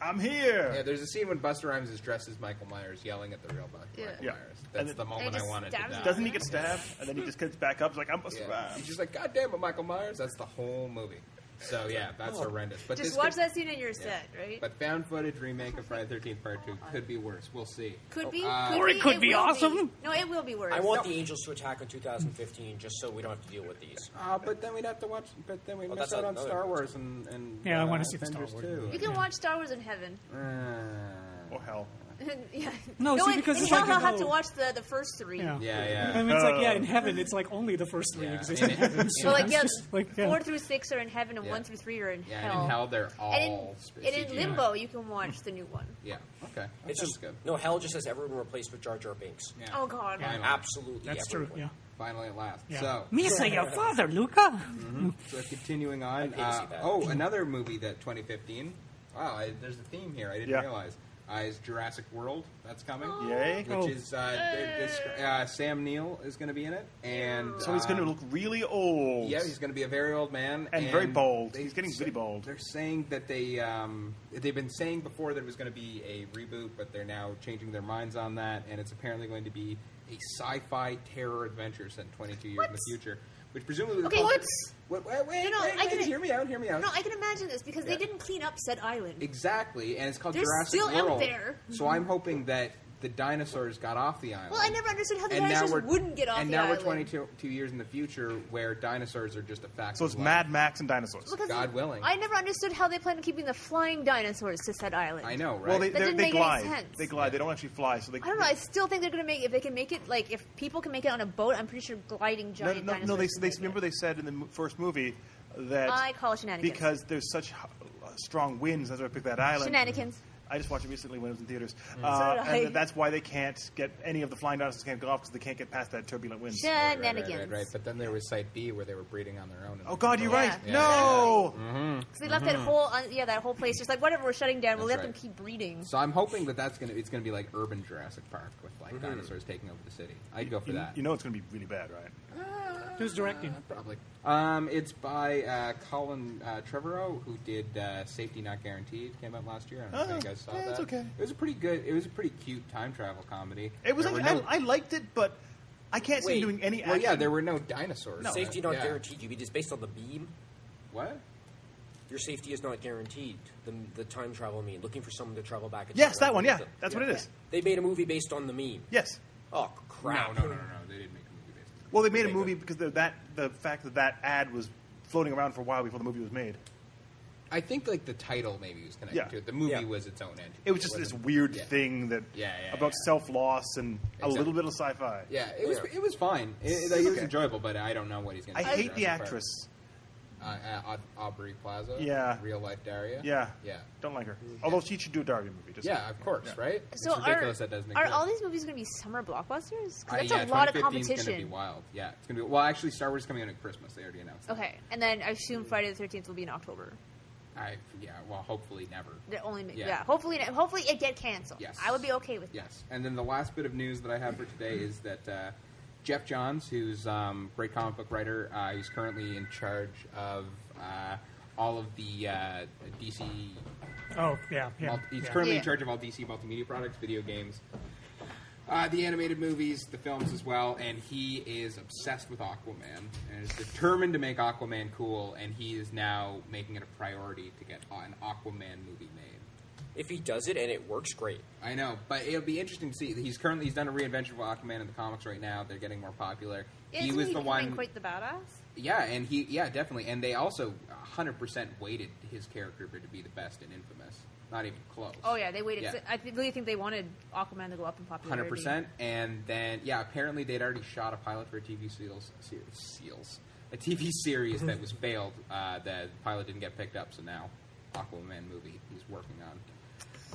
[SPEAKER 6] I'm here.
[SPEAKER 4] Yeah, there's a scene when Buster Rhymes is dressed as Michael Myers, yelling at the real Michael
[SPEAKER 1] Yeah.
[SPEAKER 4] Michael
[SPEAKER 6] Yeah.
[SPEAKER 4] Myers.
[SPEAKER 6] And
[SPEAKER 4] That's
[SPEAKER 6] it-
[SPEAKER 4] the moment
[SPEAKER 1] And it
[SPEAKER 4] I
[SPEAKER 1] just
[SPEAKER 4] wanted to
[SPEAKER 1] stabs
[SPEAKER 4] die.
[SPEAKER 1] him.
[SPEAKER 6] Doesn't he get stabbed? And then he just gets back up. He's like, I'm Buster
[SPEAKER 4] Yeah.
[SPEAKER 6] Rhymes.
[SPEAKER 4] He's just like, God damn it, Michael Myers. That's the whole movie. So yeah, Oh. that's horrendous. But
[SPEAKER 1] Just
[SPEAKER 4] this
[SPEAKER 1] watch
[SPEAKER 4] could-
[SPEAKER 1] that scene and you're
[SPEAKER 4] Yeah.
[SPEAKER 1] set, right?
[SPEAKER 4] But found footage remake of Friday Thirteenth Part Two could be worse. We'll see.
[SPEAKER 1] could be.
[SPEAKER 4] Uh,
[SPEAKER 1] could
[SPEAKER 2] Or it
[SPEAKER 1] be,
[SPEAKER 2] could be
[SPEAKER 1] will
[SPEAKER 2] awesome.
[SPEAKER 1] No, it will be worse.
[SPEAKER 5] I want the Angels to attack in 2015, just so we don't have to deal with these.
[SPEAKER 4] uh, but then we'd have to watch. But then we would miss
[SPEAKER 5] that's
[SPEAKER 4] out on
[SPEAKER 5] another-
[SPEAKER 4] Star Wars and, and
[SPEAKER 2] Yeah, I
[SPEAKER 4] uh,
[SPEAKER 2] wanna see the Star
[SPEAKER 4] Avengers
[SPEAKER 2] Wars
[SPEAKER 4] too.
[SPEAKER 2] movie.
[SPEAKER 1] you can watch Star Wars in heaven.
[SPEAKER 4] Uh,
[SPEAKER 6] Oh, hell.
[SPEAKER 1] yeah.
[SPEAKER 2] No, see,
[SPEAKER 1] in-
[SPEAKER 2] because
[SPEAKER 1] in
[SPEAKER 2] it's
[SPEAKER 1] hell
[SPEAKER 2] like,
[SPEAKER 1] I'll
[SPEAKER 2] you
[SPEAKER 1] have to
[SPEAKER 2] know-
[SPEAKER 1] watch the, the first three.
[SPEAKER 2] Yeah.
[SPEAKER 4] yeah,
[SPEAKER 2] I
[SPEAKER 4] yeah.
[SPEAKER 2] mean, it's like, yeah, in heaven, it's like only the first three
[SPEAKER 4] Yeah,
[SPEAKER 2] exist.
[SPEAKER 4] in heaven.
[SPEAKER 1] So like yeah,
[SPEAKER 2] Like, yeah.
[SPEAKER 1] four through six are in heaven and
[SPEAKER 4] Yeah.
[SPEAKER 1] one through three are in
[SPEAKER 4] Yeah,
[SPEAKER 1] hell.
[SPEAKER 4] and in hell they're all
[SPEAKER 1] And in,
[SPEAKER 4] sp-
[SPEAKER 1] and in
[SPEAKER 4] CGI.
[SPEAKER 1] limbo you can watch the new one.
[SPEAKER 4] Yeah, okay.
[SPEAKER 5] It's
[SPEAKER 4] That's
[SPEAKER 5] just
[SPEAKER 4] good.
[SPEAKER 5] no hell. Just has everyone replaced with Jar Jar Binks.
[SPEAKER 4] Yeah.
[SPEAKER 1] Oh god.
[SPEAKER 4] Yeah.
[SPEAKER 5] Absolutely,
[SPEAKER 2] That's true,
[SPEAKER 5] everyone.
[SPEAKER 2] yeah.
[SPEAKER 4] finally at last.
[SPEAKER 2] Yeah.
[SPEAKER 4] So,
[SPEAKER 3] Misa, your father, Luca.
[SPEAKER 4] so continuing on.
[SPEAKER 5] didn't see
[SPEAKER 4] uh,
[SPEAKER 5] that.
[SPEAKER 4] oh, another movie that 2015. Wow, I, there's a theme here. I didn't
[SPEAKER 6] Yeah.
[SPEAKER 4] realize. Uh, is Jurassic World that's coming?
[SPEAKER 6] Yay.
[SPEAKER 4] Which
[SPEAKER 2] Oh.
[SPEAKER 4] is uh, th- this, uh, Sam Neill is going to be in it, and
[SPEAKER 6] So he's going to
[SPEAKER 4] uh,
[SPEAKER 6] look really old.
[SPEAKER 4] Yeah, he's going to be a very old man
[SPEAKER 6] And very bald.
[SPEAKER 4] they
[SPEAKER 6] He's getting
[SPEAKER 4] say-
[SPEAKER 6] really bald.
[SPEAKER 4] They're saying that they um, they've been saying before that it was going to be a reboot, but they're now changing their minds on that, and it's apparently going to be a sci-fi terror adventure set 22 years in the
[SPEAKER 1] What?
[SPEAKER 4] future, which presumably
[SPEAKER 1] Okay,
[SPEAKER 4] what?
[SPEAKER 1] what's-
[SPEAKER 4] Wait, wait, wait,
[SPEAKER 1] No, no,
[SPEAKER 4] wait,
[SPEAKER 1] I
[SPEAKER 4] wait,
[SPEAKER 1] can-
[SPEAKER 4] hear me out, hear me out.
[SPEAKER 1] No, I can imagine this because
[SPEAKER 4] Yeah.
[SPEAKER 1] they didn't clean up said island.
[SPEAKER 4] Exactly, and it's called
[SPEAKER 1] They're
[SPEAKER 4] Jurassic
[SPEAKER 1] still out
[SPEAKER 4] World.
[SPEAKER 1] there.
[SPEAKER 4] So I'm hoping that the dinosaurs got off the island.
[SPEAKER 1] Well, I never understood how the
[SPEAKER 4] and now
[SPEAKER 1] dinosaurs
[SPEAKER 4] we're
[SPEAKER 1] wouldn't get off
[SPEAKER 4] and
[SPEAKER 1] the
[SPEAKER 4] now
[SPEAKER 1] island.
[SPEAKER 4] we're 22 two years in the future, where dinosaurs are just a fact.
[SPEAKER 6] So
[SPEAKER 4] of
[SPEAKER 6] it's
[SPEAKER 4] life.
[SPEAKER 6] Mad Max and dinosaurs.
[SPEAKER 1] Because
[SPEAKER 4] God willing.
[SPEAKER 1] I never understood how they plan on keeping the flying dinosaurs to said island.
[SPEAKER 4] I know, right?
[SPEAKER 6] Well, they,
[SPEAKER 1] That
[SPEAKER 6] they,
[SPEAKER 1] didn't
[SPEAKER 6] they
[SPEAKER 1] make any
[SPEAKER 6] glide.
[SPEAKER 1] sense.
[SPEAKER 6] They glide. They don't actually fly. So they.
[SPEAKER 1] I don't know. I still think they're going to make if they can make it like if people can make it on a boat. I'm pretty sure gliding
[SPEAKER 6] no,
[SPEAKER 1] giant
[SPEAKER 6] no, no,
[SPEAKER 1] dinosaurs.
[SPEAKER 6] They,
[SPEAKER 1] can
[SPEAKER 6] they
[SPEAKER 1] make it.
[SPEAKER 6] remember they said in the mo- first movie that
[SPEAKER 1] I call it shenanigans.
[SPEAKER 6] because there's such h- uh, strong winds. That's why I picked that island.
[SPEAKER 1] Shenanigans.
[SPEAKER 6] I just watched it recently when it was in theaters,
[SPEAKER 1] So
[SPEAKER 4] Mm.
[SPEAKER 6] uh,
[SPEAKER 1] did I.
[SPEAKER 6] and that's why they can't get any of the flying dinosaurs can't go off because they can't get past that turbulent wind.
[SPEAKER 4] Right, right,
[SPEAKER 1] shenanigans.
[SPEAKER 4] Right, right, But then there was Site B where they were breeding on their own.
[SPEAKER 6] Oh God, you're right.
[SPEAKER 1] Yeah. Mm-hmm.
[SPEAKER 6] No,
[SPEAKER 1] Because they left that whole uh, yeah that whole place just like whatever we're shutting down. We'll
[SPEAKER 4] Mm-hmm. That's
[SPEAKER 1] let them keep
[SPEAKER 4] right.
[SPEAKER 1] breeding.
[SPEAKER 4] So I'm hoping that that's gonna it's gonna be like urban Jurassic Park with like dinosaurs taking over the city. I'd go for
[SPEAKER 6] Mm-hmm. you,
[SPEAKER 4] that.
[SPEAKER 6] you know it's going to be really bad, right?
[SPEAKER 2] Who's directing?
[SPEAKER 4] Probably. Um, it's by uh, Colin uh, Trevorrow, who did uh, Safety Not Guaranteed. Came out last year. I don't know if
[SPEAKER 6] Oh,
[SPEAKER 4] you guys saw
[SPEAKER 6] yeah,
[SPEAKER 4] that.
[SPEAKER 6] it's okay.
[SPEAKER 4] It was a pretty good. It was a pretty cute time travel comedy.
[SPEAKER 6] It was.
[SPEAKER 4] There were
[SPEAKER 6] Like,
[SPEAKER 4] no-
[SPEAKER 6] I, I liked it, but I can't see him
[SPEAKER 5] Wait.
[SPEAKER 6] doing any action.
[SPEAKER 4] well, yeah, there were no dinosaurs. in
[SPEAKER 5] Safety
[SPEAKER 4] it.
[SPEAKER 5] not
[SPEAKER 4] Yeah.
[SPEAKER 5] guaranteed. You mean it's based on the beam?
[SPEAKER 4] What?
[SPEAKER 5] Your safety is not guaranteed. The, the time travel meme. Looking for someone to travel back. in time.
[SPEAKER 6] Yes, that one. Yeah, that's
[SPEAKER 5] Yeah.
[SPEAKER 6] what it is.
[SPEAKER 5] They made a movie based on the meme.
[SPEAKER 6] Yes.
[SPEAKER 5] Oh crap!
[SPEAKER 4] No, no, no, no, no. They didn't make a movie based. on
[SPEAKER 6] Well, they made a
[SPEAKER 4] They
[SPEAKER 6] movie
[SPEAKER 4] did.
[SPEAKER 6] because the, that the fact that that ad was floating around for a while before the movie was made.
[SPEAKER 4] it. I think like the title maybe was connected
[SPEAKER 6] Yeah.
[SPEAKER 4] to it. The movie
[SPEAKER 5] Yeah.
[SPEAKER 4] was its own entity.
[SPEAKER 6] It was just this
[SPEAKER 4] wasn't-
[SPEAKER 6] weird
[SPEAKER 4] Yeah.
[SPEAKER 6] thing that
[SPEAKER 4] Yeah, yeah,
[SPEAKER 6] about
[SPEAKER 4] yeah.
[SPEAKER 6] self loss and a
[SPEAKER 4] Exactly.
[SPEAKER 6] little bit of sci-fi.
[SPEAKER 4] Yeah, it was
[SPEAKER 5] Yeah.
[SPEAKER 4] it was fine. It, it- like, it was
[SPEAKER 6] Okay.
[SPEAKER 4] enjoyable, but I don't know what he's going
[SPEAKER 6] I
[SPEAKER 4] to.
[SPEAKER 6] hate the actress.
[SPEAKER 4] uh, uh, Au- Aubrey Plaza.
[SPEAKER 6] Yeah.
[SPEAKER 4] real life Daria.
[SPEAKER 6] Yeah.
[SPEAKER 4] yeah,
[SPEAKER 6] Don't like her. Although she should do a Daria movie. Just
[SPEAKER 4] yeah. Of course, right?
[SPEAKER 1] So
[SPEAKER 4] it's ridiculous
[SPEAKER 1] are,
[SPEAKER 4] that doesn't
[SPEAKER 1] are
[SPEAKER 4] exist.
[SPEAKER 1] all these movies going to be summer blockbusters? 'Cause
[SPEAKER 4] Uh,
[SPEAKER 1] that's
[SPEAKER 4] yeah,
[SPEAKER 1] a lot of
[SPEAKER 4] 2015 is Gonna
[SPEAKER 1] competition.
[SPEAKER 4] be wild. Yeah, it's gonna be well. Actually, Star Wars is coming out at Christmas. They already announced. that.
[SPEAKER 1] Okay, and then I assume Friday the Thirteenth will be in October.
[SPEAKER 4] I, yeah. Well, hopefully never.
[SPEAKER 1] That only ma-
[SPEAKER 4] Yeah.
[SPEAKER 1] yeah. Hopefully, hopefully it get canceled.
[SPEAKER 4] Yes.
[SPEAKER 1] I would be okay with
[SPEAKER 4] Yes. And then the last bit of news that I have for today is that uh, Jeff Johns, who's um, great comic book writer, uh, he's currently in charge of uh, all of the uh, DC.
[SPEAKER 2] Oh, yeah, yeah.
[SPEAKER 4] multi- he's
[SPEAKER 2] yeah.
[SPEAKER 4] currently in
[SPEAKER 1] Yeah.
[SPEAKER 4] charge of all DC multimedia products, video games. Uh, the animated movies, the films as well, and he is obsessed with Aquaman and is determined to make Aquaman cool. And he is now making it a priority to get an Aquaman movie made.
[SPEAKER 5] If he does it and it works, great.
[SPEAKER 4] I know, but it'll be interesting to see. He's currently he's done a reinvention of Aquaman in the comics right now. They're getting more popular.
[SPEAKER 1] it.
[SPEAKER 4] he
[SPEAKER 1] Isn't
[SPEAKER 4] was the
[SPEAKER 1] becoming
[SPEAKER 4] one,
[SPEAKER 1] quite the badass.
[SPEAKER 4] yeah, and he yeah definitely. And they also 100 percent weighted his character to be the best in Infamous. Not even close.
[SPEAKER 1] Oh yeah, they waited.
[SPEAKER 4] Yeah.
[SPEAKER 1] I th- really think they wanted Aquaman to go up in popularity.
[SPEAKER 4] Hundred percent, and then yeah, apparently they'd already shot a pilot for a TV seals, se- seals a TV series that was failed. Uh, the pilot didn't get picked up, so now Aquaman movie he's working on.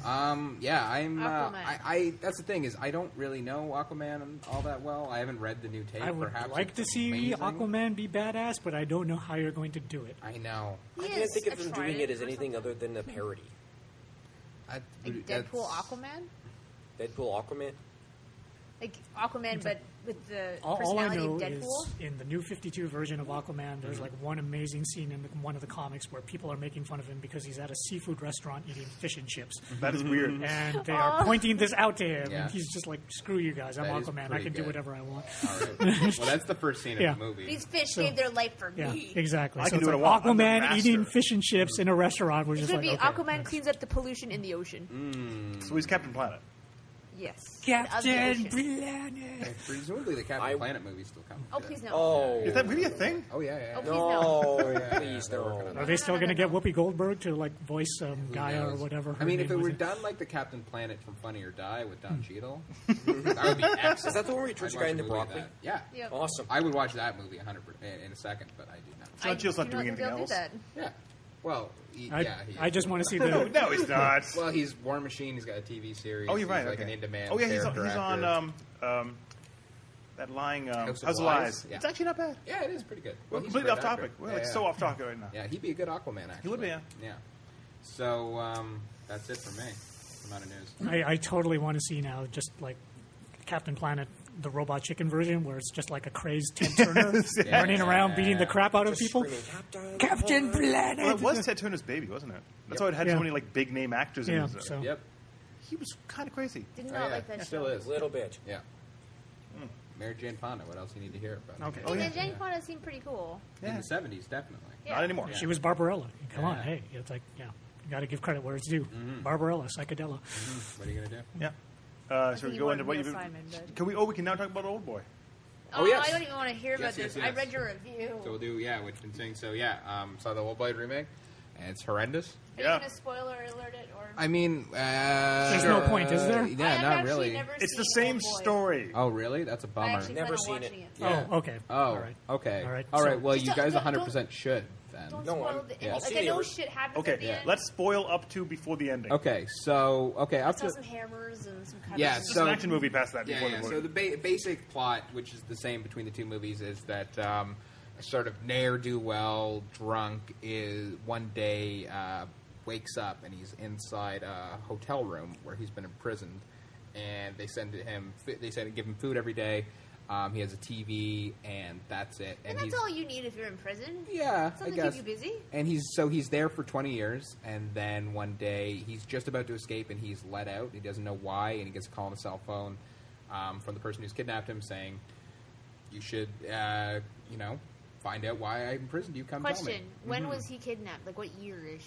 [SPEAKER 4] Um, yeah, I'm. Uh,
[SPEAKER 1] Aquaman.
[SPEAKER 4] I, I that's the thing is I don't really know Aquaman all that well. I haven't read the new tape.
[SPEAKER 2] I would
[SPEAKER 4] Perhaps
[SPEAKER 2] like
[SPEAKER 4] it's
[SPEAKER 2] to see
[SPEAKER 4] amazing.
[SPEAKER 2] Aquaman be badass, but I don't know how you're going to do it.
[SPEAKER 4] I know.
[SPEAKER 1] He
[SPEAKER 5] I
[SPEAKER 1] is
[SPEAKER 5] can't think
[SPEAKER 1] a
[SPEAKER 5] of them doing it
[SPEAKER 1] trident
[SPEAKER 5] as
[SPEAKER 1] or
[SPEAKER 5] anything
[SPEAKER 1] something.
[SPEAKER 5] other than a parody.
[SPEAKER 4] That-
[SPEAKER 1] Like
[SPEAKER 4] that's-
[SPEAKER 1] Deadpool, Aquaman,
[SPEAKER 5] Deadpool, Aquaman.
[SPEAKER 1] like Aquaman, but with the
[SPEAKER 2] All, all I
[SPEAKER 1] personality
[SPEAKER 2] know
[SPEAKER 1] of Deadpool.
[SPEAKER 2] is in the new 52 version of Aquaman, there's
[SPEAKER 4] Mm-hmm.
[SPEAKER 2] like one amazing scene in the, one of the comics where people are making fun of him because he's at a seafood restaurant eating fish and chips.
[SPEAKER 6] that is weird.
[SPEAKER 2] And they
[SPEAKER 1] Oh.
[SPEAKER 2] are pointing this out to him,
[SPEAKER 4] Mm-hmm. Yeah.
[SPEAKER 2] and he's just like, "Screw you guys! I'm
[SPEAKER 4] That is
[SPEAKER 2] Aquaman. I
[SPEAKER 4] pretty
[SPEAKER 2] can do
[SPEAKER 4] good.
[SPEAKER 2] whatever I want."
[SPEAKER 4] All right. well, that's the first scene
[SPEAKER 2] Yeah.
[SPEAKER 4] of the movie.
[SPEAKER 1] These fish
[SPEAKER 2] So-
[SPEAKER 1] gave their life for
[SPEAKER 2] Yeah,
[SPEAKER 1] me.
[SPEAKER 2] exactly.
[SPEAKER 6] I
[SPEAKER 2] so
[SPEAKER 6] can
[SPEAKER 2] it's
[SPEAKER 6] do what I
[SPEAKER 2] like
[SPEAKER 6] want. I'm the
[SPEAKER 2] Aquaman
[SPEAKER 6] master.
[SPEAKER 2] eating fish and chips in a restaurant. We're
[SPEAKER 1] It
[SPEAKER 2] just
[SPEAKER 1] would
[SPEAKER 2] like,
[SPEAKER 1] be
[SPEAKER 2] okay,
[SPEAKER 1] Aquaman
[SPEAKER 2] yeah.
[SPEAKER 1] cleans up the pollution in the ocean.
[SPEAKER 4] Mm.
[SPEAKER 6] So he's Captain Planet.
[SPEAKER 1] Yes, Of the
[SPEAKER 3] Captain
[SPEAKER 1] ocean.
[SPEAKER 3] Planet.
[SPEAKER 4] Presumably, the Captain
[SPEAKER 5] I-
[SPEAKER 4] Planet movie's still coming.
[SPEAKER 1] Oh please no.
[SPEAKER 5] Oh,
[SPEAKER 6] Is that really a thing?
[SPEAKER 4] Oh yeah, yeah.
[SPEAKER 1] Oh, please no.
[SPEAKER 5] no!
[SPEAKER 4] yeah. yeah,
[SPEAKER 5] Please
[SPEAKER 4] they're
[SPEAKER 5] no!
[SPEAKER 4] working on
[SPEAKER 2] Are they still
[SPEAKER 1] No, no,
[SPEAKER 2] going to
[SPEAKER 1] no,
[SPEAKER 2] get
[SPEAKER 1] no.
[SPEAKER 2] Whoopi Goldberg to like voice um,
[SPEAKER 4] Who
[SPEAKER 2] Gaia or
[SPEAKER 4] knows?
[SPEAKER 2] whatever?
[SPEAKER 4] I
[SPEAKER 2] her
[SPEAKER 4] mean, if
[SPEAKER 2] name was Hmm.
[SPEAKER 4] it were
[SPEAKER 2] in-
[SPEAKER 4] done like the Captain Planet from Funny or Die with Don Cheadle, that would be excellent.
[SPEAKER 5] Is that the one where he turns
[SPEAKER 4] I'd
[SPEAKER 5] the guy into
[SPEAKER 4] watch a movie of
[SPEAKER 5] broccoli?
[SPEAKER 4] that. Yeah.
[SPEAKER 1] Yep.
[SPEAKER 5] Awesome.
[SPEAKER 4] I would watch that movie 100 per- in in a second, but I do not.
[SPEAKER 6] John Cheadle's
[SPEAKER 1] I
[SPEAKER 6] not
[SPEAKER 1] do
[SPEAKER 6] doing
[SPEAKER 1] think
[SPEAKER 6] anything
[SPEAKER 1] they'll do
[SPEAKER 6] else.
[SPEAKER 1] that.
[SPEAKER 4] Yeah. Well, he,
[SPEAKER 2] I,
[SPEAKER 4] yeah. He
[SPEAKER 2] I
[SPEAKER 4] is.
[SPEAKER 2] just want to see
[SPEAKER 6] No,
[SPEAKER 2] the
[SPEAKER 6] no, he's not.
[SPEAKER 4] Well, he's War Machine. He's got a TV series.
[SPEAKER 6] Oh, you're right.
[SPEAKER 4] He's like
[SPEAKER 6] okay.
[SPEAKER 4] an in-demand.
[SPEAKER 6] Oh yeah, he's on,
[SPEAKER 4] character
[SPEAKER 6] he's on
[SPEAKER 4] actor.
[SPEAKER 6] um, um, that lying um,
[SPEAKER 4] House of
[SPEAKER 6] House of
[SPEAKER 4] Lies?
[SPEAKER 6] Lies.
[SPEAKER 4] Yeah.
[SPEAKER 6] It's actually not bad.
[SPEAKER 4] Yeah, it is pretty good.
[SPEAKER 6] We're
[SPEAKER 4] he's a
[SPEAKER 6] completely
[SPEAKER 4] great
[SPEAKER 6] off
[SPEAKER 4] actor.
[SPEAKER 6] topic. We're
[SPEAKER 4] Yeah,
[SPEAKER 6] like
[SPEAKER 4] yeah.
[SPEAKER 6] so off topic right now.
[SPEAKER 4] Yeah, he'd be a good Aquaman. Actually,
[SPEAKER 6] would be, yeah.
[SPEAKER 4] Yeah. So um, that's it for me. I'm out of news.
[SPEAKER 2] I, I totally want to see now just like Captain Planet, the robot chicken version, where it's just like a crazed Ted Turner
[SPEAKER 4] Yeah.
[SPEAKER 2] running around beating the crap out of people.
[SPEAKER 5] Screaming, Captain,
[SPEAKER 3] Captain
[SPEAKER 5] Planet."
[SPEAKER 3] Planet.
[SPEAKER 6] Well, it was Ted Turner's baby, wasn't it? That's why it had
[SPEAKER 2] Yeah.
[SPEAKER 6] so many like big name actors
[SPEAKER 2] Yeah,
[SPEAKER 6] in it.
[SPEAKER 2] so
[SPEAKER 4] Yep.
[SPEAKER 6] He was kind of crazy.
[SPEAKER 1] Did
[SPEAKER 4] Oh,
[SPEAKER 1] not
[SPEAKER 4] yeah.
[SPEAKER 1] like that
[SPEAKER 4] Still
[SPEAKER 1] show.
[SPEAKER 4] is.
[SPEAKER 5] Little bitch.
[SPEAKER 4] Yeah.
[SPEAKER 2] Hmm.
[SPEAKER 4] Mary Jane Fonda. What else you need to hear about?
[SPEAKER 6] Okay. Oh, yeah.
[SPEAKER 1] And Jane Fonda seemed pretty cool.
[SPEAKER 4] In
[SPEAKER 6] Yeah.
[SPEAKER 4] the '70s, definitely.
[SPEAKER 1] Yeah.
[SPEAKER 6] Not anymore.
[SPEAKER 2] she was Barbarella. Come on,
[SPEAKER 4] Yeah. Mm-hmm.
[SPEAKER 2] hey, it's like yeah, you got to give credit where it's due. Barbarella, psychedelic.
[SPEAKER 4] Hmm. What are you gonna do?
[SPEAKER 6] Yeah. Uh,
[SPEAKER 1] think
[SPEAKER 6] so we
[SPEAKER 1] you
[SPEAKER 6] go
[SPEAKER 1] wanted
[SPEAKER 6] into what
[SPEAKER 1] Neil
[SPEAKER 6] you've
[SPEAKER 1] Simon, but-
[SPEAKER 6] Can we? Oh, we can now talk about Old Boy.
[SPEAKER 4] Oh, yes.
[SPEAKER 1] I don't even want to hear about
[SPEAKER 4] Yes, yes,
[SPEAKER 1] this.
[SPEAKER 4] yes.
[SPEAKER 1] I read your review.
[SPEAKER 4] So we'll do yeah, what you've been saying. So yeah, um, saw the Old Blade remake, and it's horrendous.
[SPEAKER 1] Are you
[SPEAKER 6] Yeah.
[SPEAKER 1] gonna spoiler alert it or?
[SPEAKER 4] I mean, uh, there's
[SPEAKER 2] no point, is there?
[SPEAKER 1] I
[SPEAKER 4] Yeah,
[SPEAKER 1] have
[SPEAKER 4] not
[SPEAKER 1] actually
[SPEAKER 4] really.
[SPEAKER 1] never
[SPEAKER 6] It's the
[SPEAKER 1] seen
[SPEAKER 6] same
[SPEAKER 1] Old Boy.
[SPEAKER 6] story.
[SPEAKER 4] Oh, really? That's a
[SPEAKER 1] I
[SPEAKER 4] bummer.
[SPEAKER 1] actually
[SPEAKER 5] Never
[SPEAKER 1] plan on
[SPEAKER 5] seen it.
[SPEAKER 1] watching it.
[SPEAKER 4] Yeah.
[SPEAKER 2] Oh, okay.
[SPEAKER 4] Oh,
[SPEAKER 2] All right.
[SPEAKER 4] okay,
[SPEAKER 2] All right.
[SPEAKER 4] all right.
[SPEAKER 2] So-
[SPEAKER 4] Well,
[SPEAKER 1] Just
[SPEAKER 4] you
[SPEAKER 1] don't-
[SPEAKER 4] guys
[SPEAKER 1] don't-
[SPEAKER 4] 100
[SPEAKER 1] don't-
[SPEAKER 4] percent should then.
[SPEAKER 1] Don't
[SPEAKER 5] No,
[SPEAKER 1] spoil the
[SPEAKER 5] I- yeah. I'll
[SPEAKER 1] end. Like
[SPEAKER 5] see
[SPEAKER 1] I know
[SPEAKER 5] it.
[SPEAKER 1] shit happens
[SPEAKER 6] Okay.
[SPEAKER 1] at the end.
[SPEAKER 6] Let's spoil up to before the ending.
[SPEAKER 4] Okay, so okay,
[SPEAKER 1] I
[SPEAKER 4] up
[SPEAKER 1] saw
[SPEAKER 4] to
[SPEAKER 1] some hammers and some cutters.
[SPEAKER 4] Yeah,
[SPEAKER 1] and-
[SPEAKER 6] It's an
[SPEAKER 4] So-
[SPEAKER 6] action movie past that.
[SPEAKER 4] yeah,
[SPEAKER 6] before
[SPEAKER 4] yeah.
[SPEAKER 6] the
[SPEAKER 4] So the ba- basic plot, which is the same between the two movies, is that um, a sort of ne'er do well drunk is one day uh, wakes up and he's inside a hotel room where he's been imprisoned, and they send him fi- they send give him food every day. Um, he has a TV, and that's it.
[SPEAKER 1] and
[SPEAKER 4] he's-
[SPEAKER 1] that's all you need if you're in prison.
[SPEAKER 4] yeah,
[SPEAKER 1] Something
[SPEAKER 4] I guess.
[SPEAKER 1] keep you busy.
[SPEAKER 4] And he's so he's there for 20 years, and then one day he's just about to escape, and he's let out. He doesn't know why, and he gets a call on his cell phone um, from the person who's kidnapped him, saying, "You should, uh, you know, find out why I imprisoned you. Come tell me."
[SPEAKER 1] Question: When was he kidnapped? Like what year ish?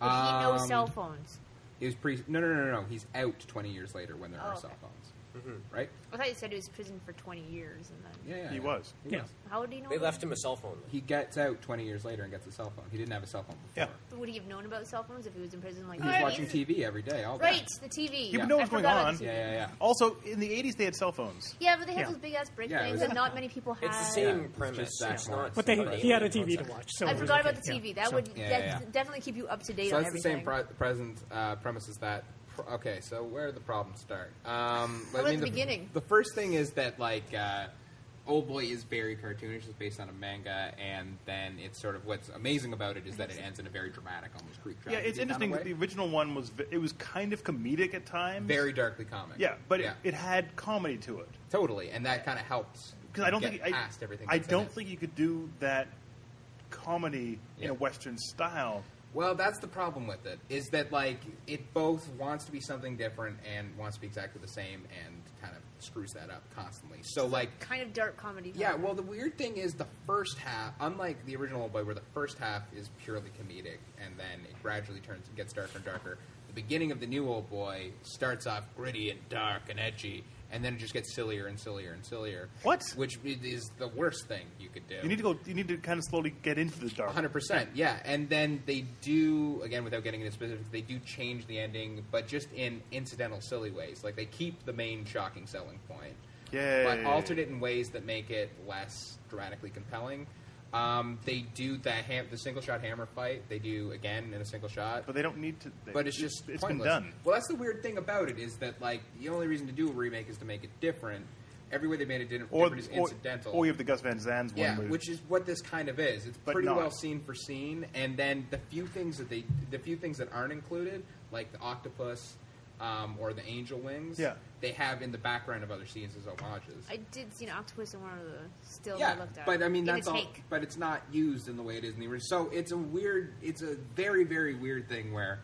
[SPEAKER 1] Did he know
[SPEAKER 4] Um,
[SPEAKER 1] cell phones?
[SPEAKER 4] It was pre. No, no, no, no, no. He's out 20 years later when there
[SPEAKER 1] Oh,
[SPEAKER 4] are
[SPEAKER 1] okay.
[SPEAKER 4] cell phones, right?
[SPEAKER 1] I thought you said he was prison for twenty years, and then
[SPEAKER 4] Yeah, yeah,
[SPEAKER 6] Mm-hmm. He
[SPEAKER 4] yeah.
[SPEAKER 6] was.
[SPEAKER 4] He
[SPEAKER 2] Yeah.
[SPEAKER 4] was.
[SPEAKER 1] how would he know?
[SPEAKER 5] They
[SPEAKER 1] about
[SPEAKER 5] left
[SPEAKER 1] it?
[SPEAKER 5] him a cell phone.
[SPEAKER 4] He gets out 20 years later and gets a cell phone. He didn't have a cell phone
[SPEAKER 6] Yeah.
[SPEAKER 4] before.
[SPEAKER 1] Would he have known about cell phones if he was in prison? Like
[SPEAKER 4] He was
[SPEAKER 1] that?
[SPEAKER 4] watching TV every day. All day.
[SPEAKER 1] Right, the TV.
[SPEAKER 6] He would know
[SPEAKER 1] I
[SPEAKER 6] what's going
[SPEAKER 1] forgot about
[SPEAKER 6] on.
[SPEAKER 1] the
[SPEAKER 4] Yeah,
[SPEAKER 1] TV.
[SPEAKER 4] yeah, yeah.
[SPEAKER 6] Also, in the '80s, they had cell phones.
[SPEAKER 1] Yeah, but they had
[SPEAKER 2] Yeah.
[SPEAKER 1] those big ass brake
[SPEAKER 4] Yeah, it
[SPEAKER 1] things
[SPEAKER 4] was-
[SPEAKER 1] that not many people had.
[SPEAKER 5] It's the
[SPEAKER 4] Yeah,
[SPEAKER 5] same
[SPEAKER 4] it's just
[SPEAKER 5] premise. It's
[SPEAKER 4] that one.
[SPEAKER 5] not.
[SPEAKER 2] But they,
[SPEAKER 5] an
[SPEAKER 2] he had a
[SPEAKER 5] alien
[SPEAKER 2] TV to
[SPEAKER 5] concept.
[SPEAKER 2] watch. So
[SPEAKER 1] I
[SPEAKER 2] it was
[SPEAKER 1] forgot
[SPEAKER 2] okay,
[SPEAKER 1] about the
[SPEAKER 2] yeah.
[SPEAKER 1] TV. That
[SPEAKER 2] So-
[SPEAKER 1] would
[SPEAKER 4] Yeah,
[SPEAKER 1] that
[SPEAKER 4] yeah, yeah.
[SPEAKER 1] definitely keep you up to date
[SPEAKER 4] So
[SPEAKER 1] on
[SPEAKER 4] that's the
[SPEAKER 1] everything.
[SPEAKER 4] same pre- present uh, premise as that. Pr- okay, so where did the problem start? Um,
[SPEAKER 1] How about the
[SPEAKER 4] f-
[SPEAKER 1] beginning?
[SPEAKER 4] The first thing is that like uh, Old Boy is very cartoonish. It's based on a manga, and then it's sort of what's amazing about it is that it ends in a very dramatic, almost Greek
[SPEAKER 6] Yeah,
[SPEAKER 4] tragedy.
[SPEAKER 6] it's interesting that
[SPEAKER 4] Kind
[SPEAKER 6] the
[SPEAKER 4] of way.
[SPEAKER 6] original one was v- it was kind of comedic at times.
[SPEAKER 4] Very darkly comic.
[SPEAKER 6] Yeah, but
[SPEAKER 4] yeah,
[SPEAKER 6] It, it had comedy to it
[SPEAKER 4] totally, and that kind of helps
[SPEAKER 6] because I don't
[SPEAKER 4] get
[SPEAKER 6] think I,
[SPEAKER 4] past everything.
[SPEAKER 6] I
[SPEAKER 4] that's in
[SPEAKER 6] don't
[SPEAKER 4] it.
[SPEAKER 6] think you could do that comedy in
[SPEAKER 4] Yeah.
[SPEAKER 6] a Western style.
[SPEAKER 4] Well, that's the problem with it is that like it both wants to be something different and wants to be exactly the same, and kind of screws that up constantly. So like
[SPEAKER 1] kind of dark comedy.
[SPEAKER 4] Yeah, well, the weird thing is the first half, unlike the original Old Boy, where the first half is purely comedic and then it gradually turns and gets darker and darker. The beginning of the new Old Boy starts off gritty and dark and edgy, and then it just gets sillier and sillier and sillier.
[SPEAKER 6] What?
[SPEAKER 4] Which i- is the worst thing you could do.
[SPEAKER 6] You need to go. You need to kind of slowly get into the dark.
[SPEAKER 4] 100%. Yeah, and then they do, again, without getting into specifics, they do change the ending, but just in incidental, silly ways. Like, they keep the main shocking selling point,
[SPEAKER 6] Yay.
[SPEAKER 4] but altered it in ways that make it less dramatically compelling. Um, they do the, ham- the single shot hammer fight, they do again in a single shot.
[SPEAKER 6] But they don't need to. They,
[SPEAKER 4] But it's just
[SPEAKER 6] it's
[SPEAKER 4] pointless.
[SPEAKER 6] been done.
[SPEAKER 4] Well, that's the weird thing about it is that like the only reason to do a remake is to make it different. Every way they made it di- different
[SPEAKER 6] Or,
[SPEAKER 4] is
[SPEAKER 6] or,
[SPEAKER 4] incidental.
[SPEAKER 6] or you have the Gus Van Zandt's
[SPEAKER 4] Yeah,
[SPEAKER 6] one,
[SPEAKER 4] which is what this kind of is. It's
[SPEAKER 6] But
[SPEAKER 4] pretty
[SPEAKER 6] not.
[SPEAKER 4] well scene for scene, and then the few things that they, the few things that aren't included, like the octopus um, or the angel wings,
[SPEAKER 6] Yeah.
[SPEAKER 4] they have in the background of other scenes as homages.
[SPEAKER 1] I did see an octopus in one of the stills
[SPEAKER 4] yeah,
[SPEAKER 1] I looked at.
[SPEAKER 4] but I mean
[SPEAKER 1] in
[SPEAKER 4] that's
[SPEAKER 1] a
[SPEAKER 4] all.
[SPEAKER 1] take.
[SPEAKER 4] But it's not used in the way it is in the original. So it's a weird, it's a very very weird thing where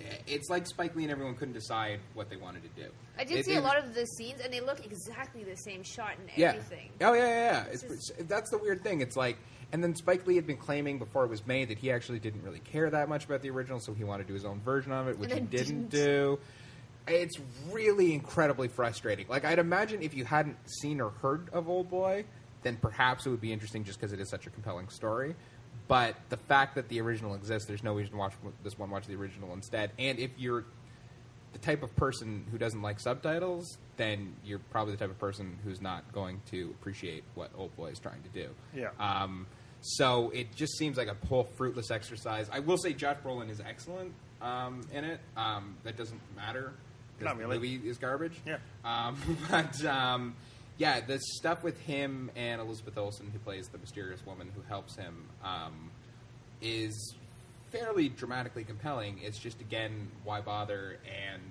[SPEAKER 4] eh, it's like Spike Lee and everyone couldn't decide what they wanted to do.
[SPEAKER 1] I did
[SPEAKER 4] It-
[SPEAKER 1] see a
[SPEAKER 4] it-
[SPEAKER 1] lot of the scenes, and they look exactly the same shot and
[SPEAKER 4] yeah.
[SPEAKER 1] everything.
[SPEAKER 4] Oh yeah, yeah, yeah. It's,
[SPEAKER 1] Just-
[SPEAKER 4] it's- that's the weird thing. It's like, and then Spike Lee had been claiming before it was made that he actually didn't really care that much about the original, so he wanted to do his own version of it, which he
[SPEAKER 1] And then
[SPEAKER 4] didn't,
[SPEAKER 1] didn't.
[SPEAKER 4] do. It's really incredibly frustrating. Like I'd imagine if you hadn't seen or heard of Old Boy, then perhaps it would be interesting just because it is such a compelling story. But the fact that the original exists, there's no reason to watch this one. Watch the original instead. And if you're the type of person who doesn't like subtitles, then you're probably the type of person who's not going to appreciate what Old Boy is trying to do.
[SPEAKER 6] Yeah.
[SPEAKER 4] Um, so it just seems like a whole fruitless exercise. I will say Josh Brolin is excellent um, in it. Um, that doesn't matter. 'cause
[SPEAKER 6] Not really.
[SPEAKER 4] The movie is garbage.
[SPEAKER 6] Yeah.
[SPEAKER 4] Um, but um, yeah, the stuff with him and Elizabeth Olsen, who plays the mysterious woman who helps him, um, is fairly dramatically compelling. It's just again, why bother? And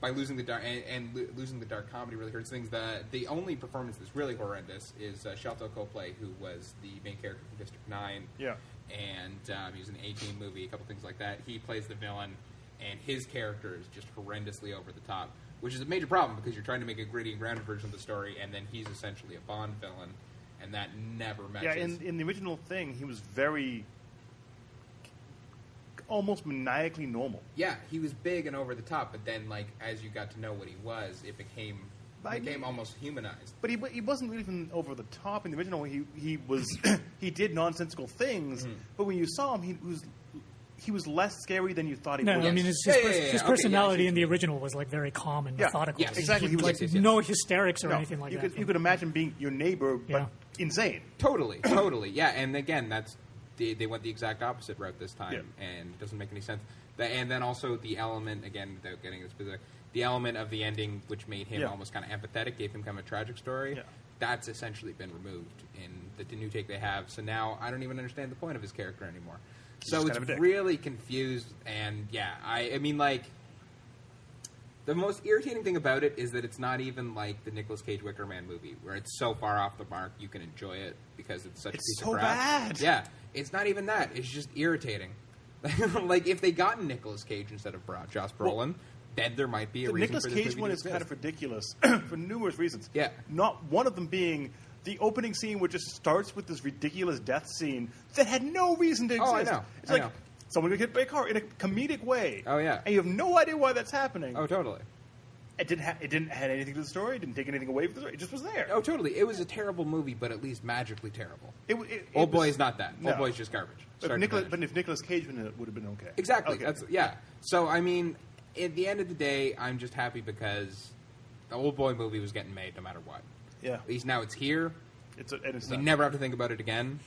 [SPEAKER 4] by losing the dark and, and lo- losing the dark comedy really hurts things. The the only performance that's really horrendous is uh, Shelto Copley, who was the main character from District Nine
[SPEAKER 6] Yeah.
[SPEAKER 4] and um, he was in an 18 movie, a couple things like that. He plays the villain, and his character is just horrendously over the top, which is a major problem because you're trying to make a gritty and grounded version of the story, and then he's essentially a Bond villain, and that never matches.
[SPEAKER 6] Yeah, in, in the original thing, he was very almost maniacally normal.
[SPEAKER 4] Yeah, he was big and over the top, but then like as you got to know what he was, it became
[SPEAKER 6] But I
[SPEAKER 4] became
[SPEAKER 6] mean-
[SPEAKER 4] almost humanized.
[SPEAKER 6] But he, wa- he wasn't even over the top in the original. He he was he did nonsensical
[SPEAKER 4] Mm-hmm.
[SPEAKER 6] things, but when you saw him, he was he was less scary than you thought he
[SPEAKER 2] No,
[SPEAKER 6] was.
[SPEAKER 2] I mean his, his,
[SPEAKER 4] Yeah,
[SPEAKER 2] pers-
[SPEAKER 4] yeah, yeah,
[SPEAKER 2] his
[SPEAKER 4] yeah. Okay, yeah,
[SPEAKER 2] personality
[SPEAKER 4] I see.
[SPEAKER 2] in the original was like very calm and
[SPEAKER 6] Yeah,
[SPEAKER 2] methodical.
[SPEAKER 4] yeah,
[SPEAKER 2] He-
[SPEAKER 6] exactly. He was-
[SPEAKER 2] like
[SPEAKER 6] yes, yes,
[SPEAKER 4] yes.
[SPEAKER 2] no hysterics or
[SPEAKER 6] No,
[SPEAKER 2] anything like
[SPEAKER 6] you
[SPEAKER 2] that.
[SPEAKER 6] Could, you could imagine being your neighbor,
[SPEAKER 2] Yeah.
[SPEAKER 6] but insane.
[SPEAKER 4] Totally, totally. Yeah, and again, that's they, they went the exact opposite route this time, and it doesn't make any sense. The, and then also the element again, without getting into specific, the element of the ending, which made him
[SPEAKER 6] Yeah.
[SPEAKER 4] almost kind of empathetic, gave him kind of a tragic story.
[SPEAKER 6] Yeah.
[SPEAKER 4] That's essentially been removed in the, the new take they have. So now I don't even understand the point of his character anymore. So
[SPEAKER 6] just kind
[SPEAKER 4] it's
[SPEAKER 6] of a dick.
[SPEAKER 4] really confused, and yeah, I, I mean, like, the most irritating thing about it is that it's not even like the Nicolas Cage Wicker Man movie, where it's so far off the mark you can enjoy it because it's such
[SPEAKER 6] It's
[SPEAKER 4] a piece
[SPEAKER 6] so
[SPEAKER 4] of crap.
[SPEAKER 6] bad.
[SPEAKER 4] Yeah, it's not even that. It's just irritating. like if they gotten Nicolas Cage instead of Bro- Josh Brolin, then there might be a
[SPEAKER 6] The
[SPEAKER 4] reason
[SPEAKER 6] Nicolas
[SPEAKER 4] for this
[SPEAKER 6] Cage
[SPEAKER 4] movie
[SPEAKER 6] one
[SPEAKER 4] to
[SPEAKER 6] is kind of
[SPEAKER 4] exist.
[SPEAKER 6] ridiculous for numerous reasons.
[SPEAKER 4] Yeah.
[SPEAKER 6] Not one of them being the opening scene, which just starts with this ridiculous death scene that had no reason to exist.
[SPEAKER 4] Oh, I know.
[SPEAKER 6] It's
[SPEAKER 4] I
[SPEAKER 6] like
[SPEAKER 4] know.
[SPEAKER 6] someone got hit by a car in a comedic way.
[SPEAKER 4] Oh, yeah.
[SPEAKER 6] And you have no idea why that's happening.
[SPEAKER 4] oh totally.
[SPEAKER 6] It didn't. Ha- it didn't add anything to the story. It didn't take anything away from the story. It just was there.
[SPEAKER 4] Oh totally. It was a terrible movie, but at least magically terrible.
[SPEAKER 6] It, w- it, it
[SPEAKER 4] Old boy
[SPEAKER 6] was-
[SPEAKER 4] is not that.
[SPEAKER 6] no.
[SPEAKER 4] Old boy is just garbage.
[SPEAKER 6] But if,
[SPEAKER 4] Start to
[SPEAKER 6] Nicolas,
[SPEAKER 4] finish.
[SPEAKER 6] but if Nicolas Cage would have would have been okay.
[SPEAKER 4] Exactly.
[SPEAKER 6] Okay.
[SPEAKER 4] That's yeah. So I mean, at the end of the day, I'm just happy because the old boy movie was getting made no matter what.
[SPEAKER 6] Yeah.
[SPEAKER 4] At least now it's here.
[SPEAKER 6] it's a, and it's
[SPEAKER 4] We
[SPEAKER 6] not-
[SPEAKER 4] never have to think about it again.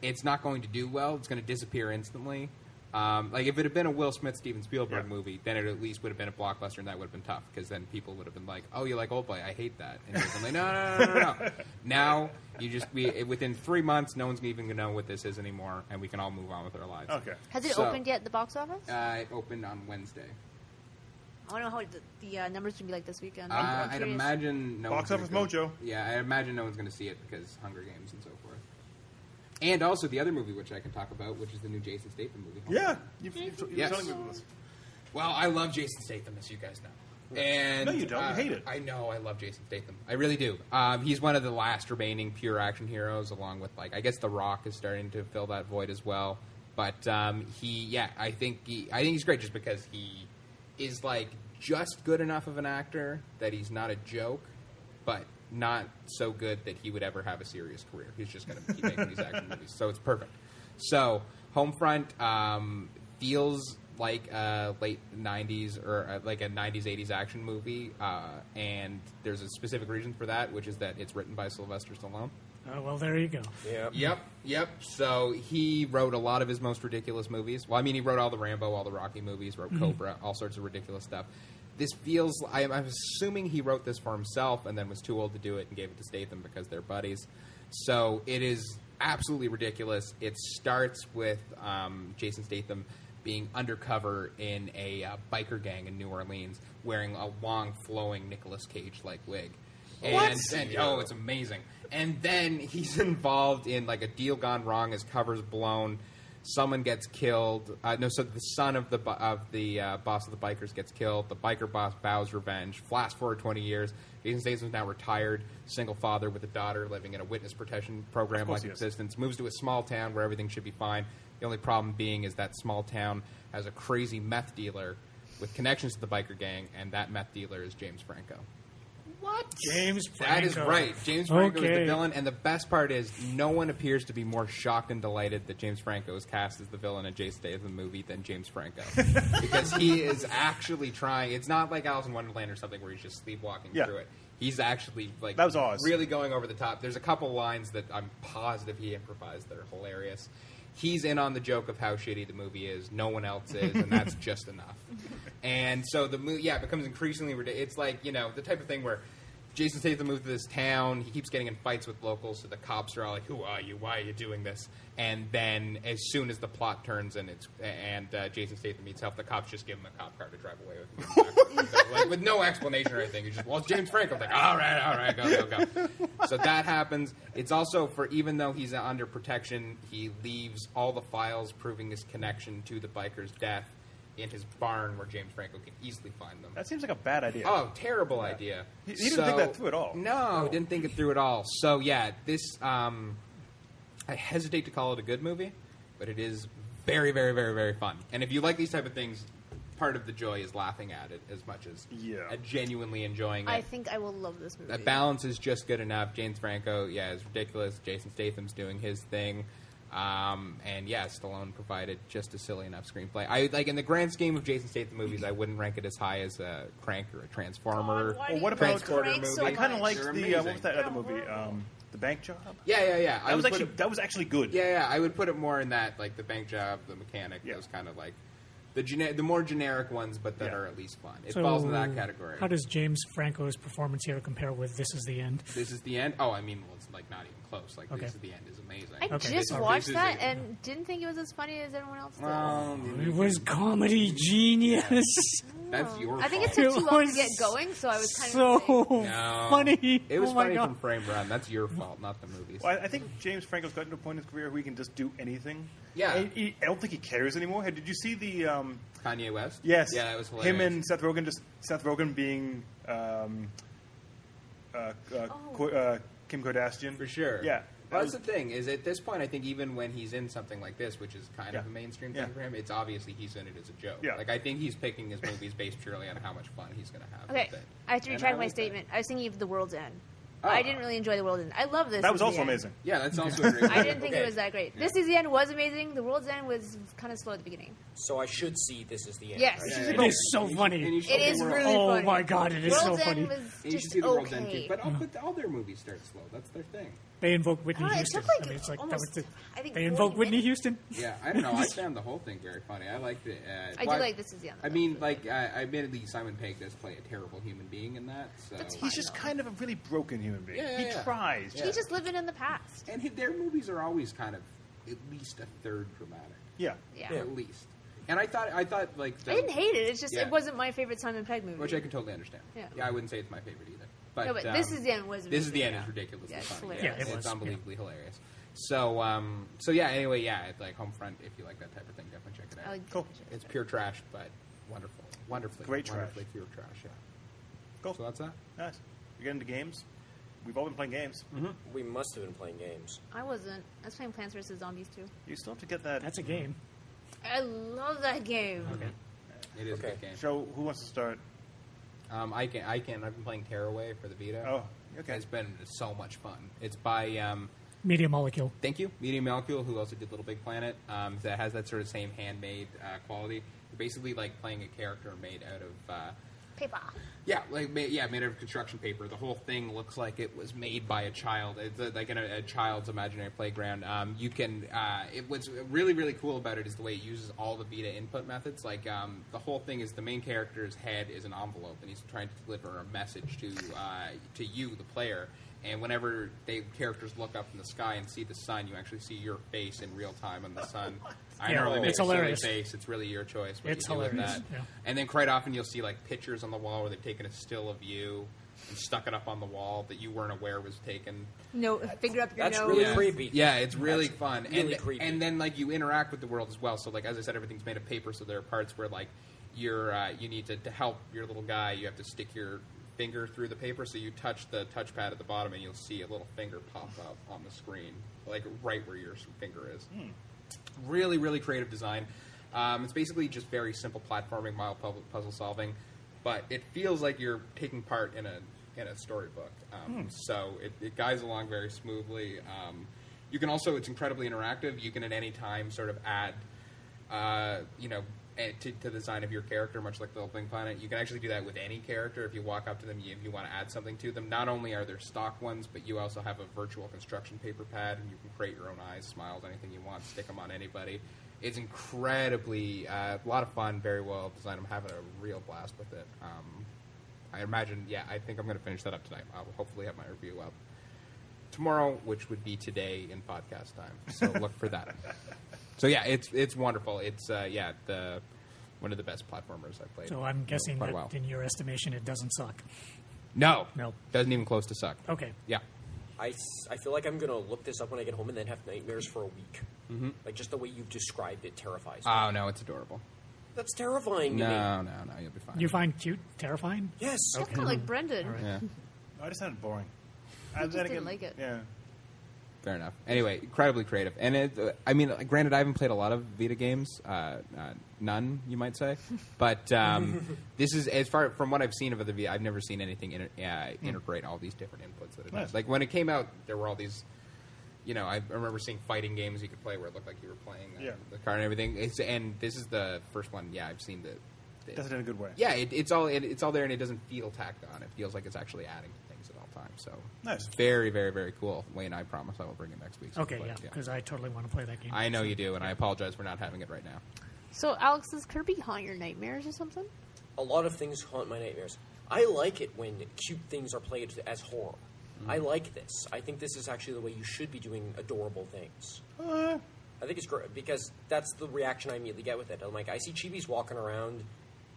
[SPEAKER 4] It's not going to do well. It's going to disappear instantly. Um, like if it had been a Will Smith Steven Spielberg
[SPEAKER 6] Yeah.
[SPEAKER 4] movie, then it at least would have been a blockbuster, and that would have been tough because then people would have been like, "Oh, you like Old Boy? I hate that." And they're like, "No, no, no, no, no." now you just we within three months, no one's even going to know what this is anymore, and we can all move on with our lives.
[SPEAKER 6] Okay.
[SPEAKER 1] Has it
[SPEAKER 4] So-
[SPEAKER 1] opened yet? at The box office?
[SPEAKER 4] Uh, it opened on Wednesday.
[SPEAKER 1] I don't know how the, the uh, numbers would be like this weekend.
[SPEAKER 4] Uh,
[SPEAKER 1] I'm- I'm
[SPEAKER 4] I'd
[SPEAKER 1] curious.
[SPEAKER 4] imagine no
[SPEAKER 6] Box
[SPEAKER 4] one's gonna
[SPEAKER 6] office
[SPEAKER 4] go-
[SPEAKER 6] mojo.
[SPEAKER 4] Yeah, I imagine no one's going to see it because Hunger Games and so forth. And also the other movie which I can talk about, which is the new Jason Statham movie.
[SPEAKER 6] Yeah. You've, you've, you've
[SPEAKER 4] Yes.
[SPEAKER 6] telling me about this.
[SPEAKER 4] Well, I love Jason Statham, as you guys know. And
[SPEAKER 6] No, you don't. You
[SPEAKER 4] uh,
[SPEAKER 6] hate it.
[SPEAKER 4] I know. I love Jason Statham. I really do. Um, he's one of the last remaining pure action heroes, along with like I guess The Rock is starting to fill that void as well. But um, he, yeah, I think he, I think he's great just because he is like just good enough of an actor that he's not a joke, but not so good that he would ever have a serious career. He's just going to keep making these action movies, so it's perfect. So Homefront um, feels like a late '90s or uh, like a '90s '80s action movie, uh, and there's a specific reason for that, which is that it's written by Sylvester Stallone.
[SPEAKER 2] Uh, well, there you go.
[SPEAKER 5] Yeah.
[SPEAKER 4] Yep, yep. So he wrote a lot of his most ridiculous movies. Well, I mean, he wrote all the Rambo, all the Rocky movies, wrote Cobra, all sorts of ridiculous stuff. This feels. I, I'm assuming he wrote this for himself and then was too old to do it and gave it to Statham because they're buddies. So it is absolutely ridiculous. It starts with um, Jason Statham being undercover in a uh, biker gang in New Orleans, wearing a long, flowing Nicolas Cage-like wig. And, and- oh, it's amazing. And then he's involved in like a deal gone wrong. His cover's blown. Someone gets killed. Uh, no, so the son of the bu- of the uh, boss of the bikers gets killed. The biker boss vows revenge. Flash forward twenty years. Jason Statham's now retired, single father with a daughter, living in a witness protection program
[SPEAKER 6] course
[SPEAKER 4] like
[SPEAKER 6] he is.
[SPEAKER 4] existence. Moves to a small town where everything should be fine. The only problem being is that small town has a crazy meth dealer with connections to the biker gang, and that meth dealer is James Franco.
[SPEAKER 2] James
[SPEAKER 4] That is
[SPEAKER 2] Franco.
[SPEAKER 4] right. James Franco is the
[SPEAKER 2] Okay.
[SPEAKER 4] villain, and the best part is no one appears to be more shocked and delighted that James Franco is cast as the villain in Jason Statham movie than James Franco, because he is actually trying. It's not like Alice in Wonderland or something where he's just sleepwalking
[SPEAKER 6] Yeah.
[SPEAKER 4] through it. He's actually like
[SPEAKER 6] That was Oz.
[SPEAKER 4] really going over the top. There's a couple lines that I'm positive he improvised that are hilarious. He's in on the joke of how shitty the movie is. No one else is, and that's just enough. And so the movie, yeah, it becomes increasingly ridiculous. It's like you know the type of thing where Jason Statham moved to this town. He keeps getting in fights with locals, so the cops are all like, "Who are you? Why are you doing this?" And then, as soon as the plot turns and it's and uh, Jason Statham meets help, the cops just give him a cop car to drive away with, him. like, with no explanation or anything. He's just, "Well, it's James Franco." I'm like, "All right, all right, go, go, go." So that happens. It's also for even though he's under protection, he leaves all the files proving his connection to the biker's death in his barn, where James Franco can easily find them.
[SPEAKER 6] That seems like a bad idea.
[SPEAKER 4] Oh, terrible idea.
[SPEAKER 6] He- he didn't think that through at all.
[SPEAKER 4] No, didn't think it through at all. So yeah, this um, I hesitate to call it a good movie, but it is very, very, very, very fun. And if you like these type of things, part of the joy is laughing at it as much as
[SPEAKER 6] Yeah.
[SPEAKER 4] uh, genuinely enjoying it.
[SPEAKER 1] I think I will love this movie.
[SPEAKER 4] That balance is just good enough. James Franco, yeah, is ridiculous. Jason Statham's doing his thing. Um, and yeah, Stallone provided just a silly enough screenplay. I like in the grand scheme of Jason Statham movies, I wouldn't rank it as high as a Crank or a Transformer.
[SPEAKER 1] God, why
[SPEAKER 6] Well,
[SPEAKER 1] do
[SPEAKER 6] what
[SPEAKER 1] you
[SPEAKER 6] about-
[SPEAKER 1] Transporter
[SPEAKER 4] Transporter
[SPEAKER 1] movie?
[SPEAKER 4] movie?
[SPEAKER 6] I kind
[SPEAKER 1] much?
[SPEAKER 6] of liked
[SPEAKER 4] They're
[SPEAKER 6] the uh, what was
[SPEAKER 4] amazing.
[SPEAKER 6] that
[SPEAKER 1] They're
[SPEAKER 6] other movie?
[SPEAKER 1] horrible.
[SPEAKER 6] Um, the Bank Job.
[SPEAKER 4] Yeah, yeah, yeah. I
[SPEAKER 6] That was
[SPEAKER 4] would
[SPEAKER 6] actually
[SPEAKER 4] put it-
[SPEAKER 6] that was actually good.
[SPEAKER 4] yeah, yeah. I would put it more in that like the bank job, the mechanic.
[SPEAKER 6] Yeah.
[SPEAKER 4] Those kind of like the gene- the more generic ones, but that
[SPEAKER 6] Yeah.
[SPEAKER 4] are at least fun. It
[SPEAKER 2] So,
[SPEAKER 4] falls in that category.
[SPEAKER 2] How does James Franco's performance here compare with This Is the End?
[SPEAKER 4] this is the end? Oh, I mean, well, it's like not even close. Like
[SPEAKER 2] Okay.
[SPEAKER 4] this is the end is amazing.
[SPEAKER 1] I
[SPEAKER 2] Okay.
[SPEAKER 1] just
[SPEAKER 4] This-
[SPEAKER 1] watched
[SPEAKER 4] this is
[SPEAKER 1] that
[SPEAKER 4] it.
[SPEAKER 1] and Oh. didn't think it was as funny as everyone else did.
[SPEAKER 4] Um,
[SPEAKER 2] It was comedy genius.
[SPEAKER 4] that's your.
[SPEAKER 1] Oh. I think it
[SPEAKER 4] fault.
[SPEAKER 1] took
[SPEAKER 2] It
[SPEAKER 1] too long to
[SPEAKER 2] was
[SPEAKER 1] get going, so I was kind
[SPEAKER 2] so
[SPEAKER 1] of like,
[SPEAKER 4] No.
[SPEAKER 2] funny.
[SPEAKER 4] It was
[SPEAKER 2] oh my
[SPEAKER 4] funny
[SPEAKER 2] God.
[SPEAKER 4] from frame run. That's your fault, not the movies.
[SPEAKER 6] Well, I, I think James Franco's gotten to a point in his career where he can just do anything.
[SPEAKER 4] Yeah.
[SPEAKER 6] And he- I don't think he cares anymore. Hey, Did you see the? Um,
[SPEAKER 4] Kanye West.
[SPEAKER 6] yes,
[SPEAKER 4] Yeah, it was hilarious.
[SPEAKER 6] Him and Seth Rogen, just Seth Rogen being um, uh, uh, Ko- uh, Kim Kardashian
[SPEAKER 4] for sure.
[SPEAKER 6] Yeah,
[SPEAKER 4] Well,
[SPEAKER 6] That
[SPEAKER 4] that's
[SPEAKER 6] was-
[SPEAKER 4] the thing is at this point, I think even when he's in something like this, which is kind of
[SPEAKER 6] Yeah.
[SPEAKER 4] a mainstream
[SPEAKER 6] Yeah.
[SPEAKER 4] thing for him, it's obviously he's in it as a joke.
[SPEAKER 6] Yeah.
[SPEAKER 4] Like I think he's picking his movies based purely on how much fun he's going to have.
[SPEAKER 1] Okay,
[SPEAKER 4] with it.
[SPEAKER 1] I have to
[SPEAKER 4] And
[SPEAKER 1] retract my
[SPEAKER 4] like that.
[SPEAKER 1] statement. I was thinking of The World's End.
[SPEAKER 4] Oh.
[SPEAKER 1] I didn't really enjoy The World's End. I love this.
[SPEAKER 6] that was
[SPEAKER 1] Is the
[SPEAKER 6] also
[SPEAKER 1] End.
[SPEAKER 6] amazing.
[SPEAKER 4] Yeah, that's also. a great
[SPEAKER 1] I didn't think
[SPEAKER 4] Okay.
[SPEAKER 1] it was that great. This is the end was amazing. The world's end was kind of slow at the beginning.
[SPEAKER 5] So I should see this is the end.
[SPEAKER 1] Yes.
[SPEAKER 5] right?
[SPEAKER 4] Yeah,
[SPEAKER 2] It is so funny.
[SPEAKER 4] And you should
[SPEAKER 1] It
[SPEAKER 4] see
[SPEAKER 1] is
[SPEAKER 4] the world-
[SPEAKER 1] really
[SPEAKER 2] oh
[SPEAKER 1] funny.
[SPEAKER 2] my God, it is so
[SPEAKER 1] World's
[SPEAKER 2] funny.
[SPEAKER 1] End was
[SPEAKER 4] and you should
[SPEAKER 1] just
[SPEAKER 4] see the world's end
[SPEAKER 1] okay.
[SPEAKER 4] too. But all, but all their movies start slow. That's their thing.
[SPEAKER 2] They invoke Whitney
[SPEAKER 1] God, it
[SPEAKER 2] Houston.
[SPEAKER 1] took, like,
[SPEAKER 2] I mean, it's like that
[SPEAKER 1] almost,
[SPEAKER 2] was the,
[SPEAKER 1] I think,
[SPEAKER 2] they
[SPEAKER 1] 40
[SPEAKER 2] invoke Whitney
[SPEAKER 1] minutes.
[SPEAKER 2] Houston.
[SPEAKER 4] Yeah, I don't know. I found the whole thing very funny. I liked it. Uh,
[SPEAKER 1] I do
[SPEAKER 4] why-
[SPEAKER 1] like This Is the End.
[SPEAKER 4] I mean, like, uh, admittedly, Simon Pegg does play a terrible human being in that. So
[SPEAKER 1] That's fine.
[SPEAKER 6] He's just kind of a really broken human being.
[SPEAKER 4] Yeah, yeah,
[SPEAKER 6] he
[SPEAKER 4] yeah.
[SPEAKER 6] tries.
[SPEAKER 4] Yeah.
[SPEAKER 1] He's just living in the past.
[SPEAKER 4] And hi- their movies are always kind of at least a third dramatic,
[SPEAKER 6] Yeah.
[SPEAKER 1] Yeah.
[SPEAKER 4] at least. And I thought, I thought like, the,
[SPEAKER 1] I didn't hate it. It's just
[SPEAKER 4] Yeah.
[SPEAKER 1] it wasn't my favorite Simon Pegg movie.
[SPEAKER 4] which I can totally understand.
[SPEAKER 1] Yeah.
[SPEAKER 4] I wouldn't say it's my favorite either. But,
[SPEAKER 1] no, but
[SPEAKER 4] um,
[SPEAKER 1] This Is the End was.
[SPEAKER 4] This is the end.
[SPEAKER 1] amazing,
[SPEAKER 4] It's ridiculously
[SPEAKER 1] Yeah, it's
[SPEAKER 4] funny.
[SPEAKER 1] hilarious.
[SPEAKER 2] Yeah, it
[SPEAKER 4] it's
[SPEAKER 2] was, yeah.
[SPEAKER 4] unbelievably hilarious. So, um, so yeah. Anyway, yeah. It's like Homefront. If you like that type of thing, definitely check it out.
[SPEAKER 1] I like
[SPEAKER 6] Cool.
[SPEAKER 1] that.
[SPEAKER 4] It's pure trash, but wonderful, wonderfully,
[SPEAKER 6] Great trash. Oh.
[SPEAKER 4] wonderfully pure trash. Yeah.
[SPEAKER 6] Cool.
[SPEAKER 4] So that's that.
[SPEAKER 6] nice. You get into games. We've all been playing games.
[SPEAKER 4] Mm-hmm.
[SPEAKER 5] We must have been playing games.
[SPEAKER 1] I wasn't. I was playing Plants vs Zombies too.
[SPEAKER 6] You still have to get that.
[SPEAKER 2] That's a game.
[SPEAKER 1] I love that game.
[SPEAKER 4] It is a
[SPEAKER 5] Okay.
[SPEAKER 4] good game.
[SPEAKER 6] So who wants to start?
[SPEAKER 4] Um, I can, I can. I've been playing Tearaway for the Vita.
[SPEAKER 6] Oh, okay.
[SPEAKER 4] It's been so much fun. It's by um,
[SPEAKER 2] Media molecule.
[SPEAKER 4] Thank you, Media Molecule, who also did Little Big Planet. Um, that has that sort of same handmade uh, quality. You're basically like playing a character made out of. Uh,
[SPEAKER 1] Paper.
[SPEAKER 4] yeah, like ma- yeah, made out of construction paper. The whole thing looks like it was made by a child. It's uh like in a, a child's imaginary playground. Um, you can. Uh, it, what's really really cool about it is the way it uses all the Vita input methods. Like um, the whole thing is the main character's head is an envelope, and he's trying to deliver a message to uh, to you, the player. And whenever they characters look up in the sky and see the sun, you actually see your face in real time on the sun. I
[SPEAKER 2] Yeah,
[SPEAKER 4] normally make
[SPEAKER 2] it's
[SPEAKER 4] a silly
[SPEAKER 2] hilarious.
[SPEAKER 4] face. It's really your choice. What
[SPEAKER 2] It's
[SPEAKER 4] you do with
[SPEAKER 2] hilarious,
[SPEAKER 4] that.
[SPEAKER 2] yeah.
[SPEAKER 4] And then quite often you'll see like pictures on the wall where they've taken a still of you and stuck it up on the wall that you weren't aware was taken.
[SPEAKER 1] No, finger up your
[SPEAKER 5] that's
[SPEAKER 1] nose.
[SPEAKER 5] really
[SPEAKER 4] yeah.
[SPEAKER 5] creepy.
[SPEAKER 4] Yeah, it's really
[SPEAKER 5] That's
[SPEAKER 4] fun.
[SPEAKER 5] really
[SPEAKER 4] and
[SPEAKER 5] creepy.
[SPEAKER 4] and then like you interact with the world as well. So like as I said, everything's made of paper. So there are parts where like you're uh, you need to, to help your little guy. You have to stick your finger through the paper. So you touch the touchpad at the bottom and you'll see a little finger pop up on the screen, like right where your finger
[SPEAKER 5] Hmm.
[SPEAKER 4] is really really creative design um, it's basically just very simple platforming mild pu- puzzle solving but it feels like you're taking part in a in a storybook um, so it, it guides along very smoothly um, you can also it's incredibly interactive you can at any time sort of add uh, you know eh, to, to the design of your character, much like the Little Big Planet, you can actually do that with any character. If you walk up to them, you, if you want to add something to them, not only are there stock ones, but you also have a virtual construction paper pad, and you can create your own eyes, smiles, anything you want, stick them on anybody. It's incredibly uh, a lot of fun, very well designed. I'm having a real blast with it. Um, I imagine, yeah, I think I'm going to finish that up tonight. I'll hopefully have my review up tomorrow, which would be today in podcast time. So look for that. So yeah, it's it's wonderful. It's uh, yeah the one of the best platformers I've played.
[SPEAKER 2] So I'm
[SPEAKER 4] in
[SPEAKER 2] guessing
[SPEAKER 4] quite a
[SPEAKER 2] that
[SPEAKER 4] while.
[SPEAKER 2] in your estimation it doesn't suck.
[SPEAKER 4] no,
[SPEAKER 2] No.
[SPEAKER 4] doesn't even close to suck.
[SPEAKER 2] Okay.
[SPEAKER 4] Yeah,
[SPEAKER 5] I, s- I feel like I'm gonna look this up when I get home and then have nightmares for a week. Mm-hmm. Like just the way you've described it terrifies me.
[SPEAKER 4] oh no, it's adorable.
[SPEAKER 5] That's terrifying to me.
[SPEAKER 4] No, no, no, you'll be fine.
[SPEAKER 2] You find cute, terrifying?
[SPEAKER 5] Yes.
[SPEAKER 1] That's kind of like Brendan.
[SPEAKER 4] Yeah,
[SPEAKER 6] I just sounded boring. I
[SPEAKER 1] just didn't like it.
[SPEAKER 6] Yeah.
[SPEAKER 4] fair enough. Anyway, incredibly creative, and it. Uh, I mean, granted, I haven't played a lot of Vita games, uh, uh, none, you might say, but um, this is as far from what I've seen of the Vita. I've never seen anything inter- uh, integrate all these different inputs that it
[SPEAKER 6] Hmm. Nice.
[SPEAKER 4] does. Like when it came out, there were all these. You know, I I remember seeing fighting games you could play where it looked like you were playing uh,
[SPEAKER 6] Yeah.
[SPEAKER 4] the car and everything. It's, and this is the first one. Yeah, I've seen the. the-
[SPEAKER 6] Does it in a good way.
[SPEAKER 4] yeah, it, it's all it, it's all there, and it doesn't feel tacked on. It feels like it's actually adding to things at all times. So
[SPEAKER 6] Nice.
[SPEAKER 4] very, very, very cool. Wayne, I promise I will bring it next week. so
[SPEAKER 2] Okay,
[SPEAKER 4] we'll
[SPEAKER 2] yeah,
[SPEAKER 4] play it,
[SPEAKER 2] because I totally want to play that game.
[SPEAKER 4] I know you do, and I apologize for not having it right now.
[SPEAKER 1] So, Alex, does Kirby haunt your nightmares or something?
[SPEAKER 5] a lot of things haunt my nightmares. I like it when cute things are played as horror.
[SPEAKER 2] Mm-hmm.
[SPEAKER 5] I like this. I think this is actually the way you should be doing adorable things.
[SPEAKER 2] Uh.
[SPEAKER 5] I think it's great because that's the reaction I immediately get with it. I'm like, I see chibis walking around,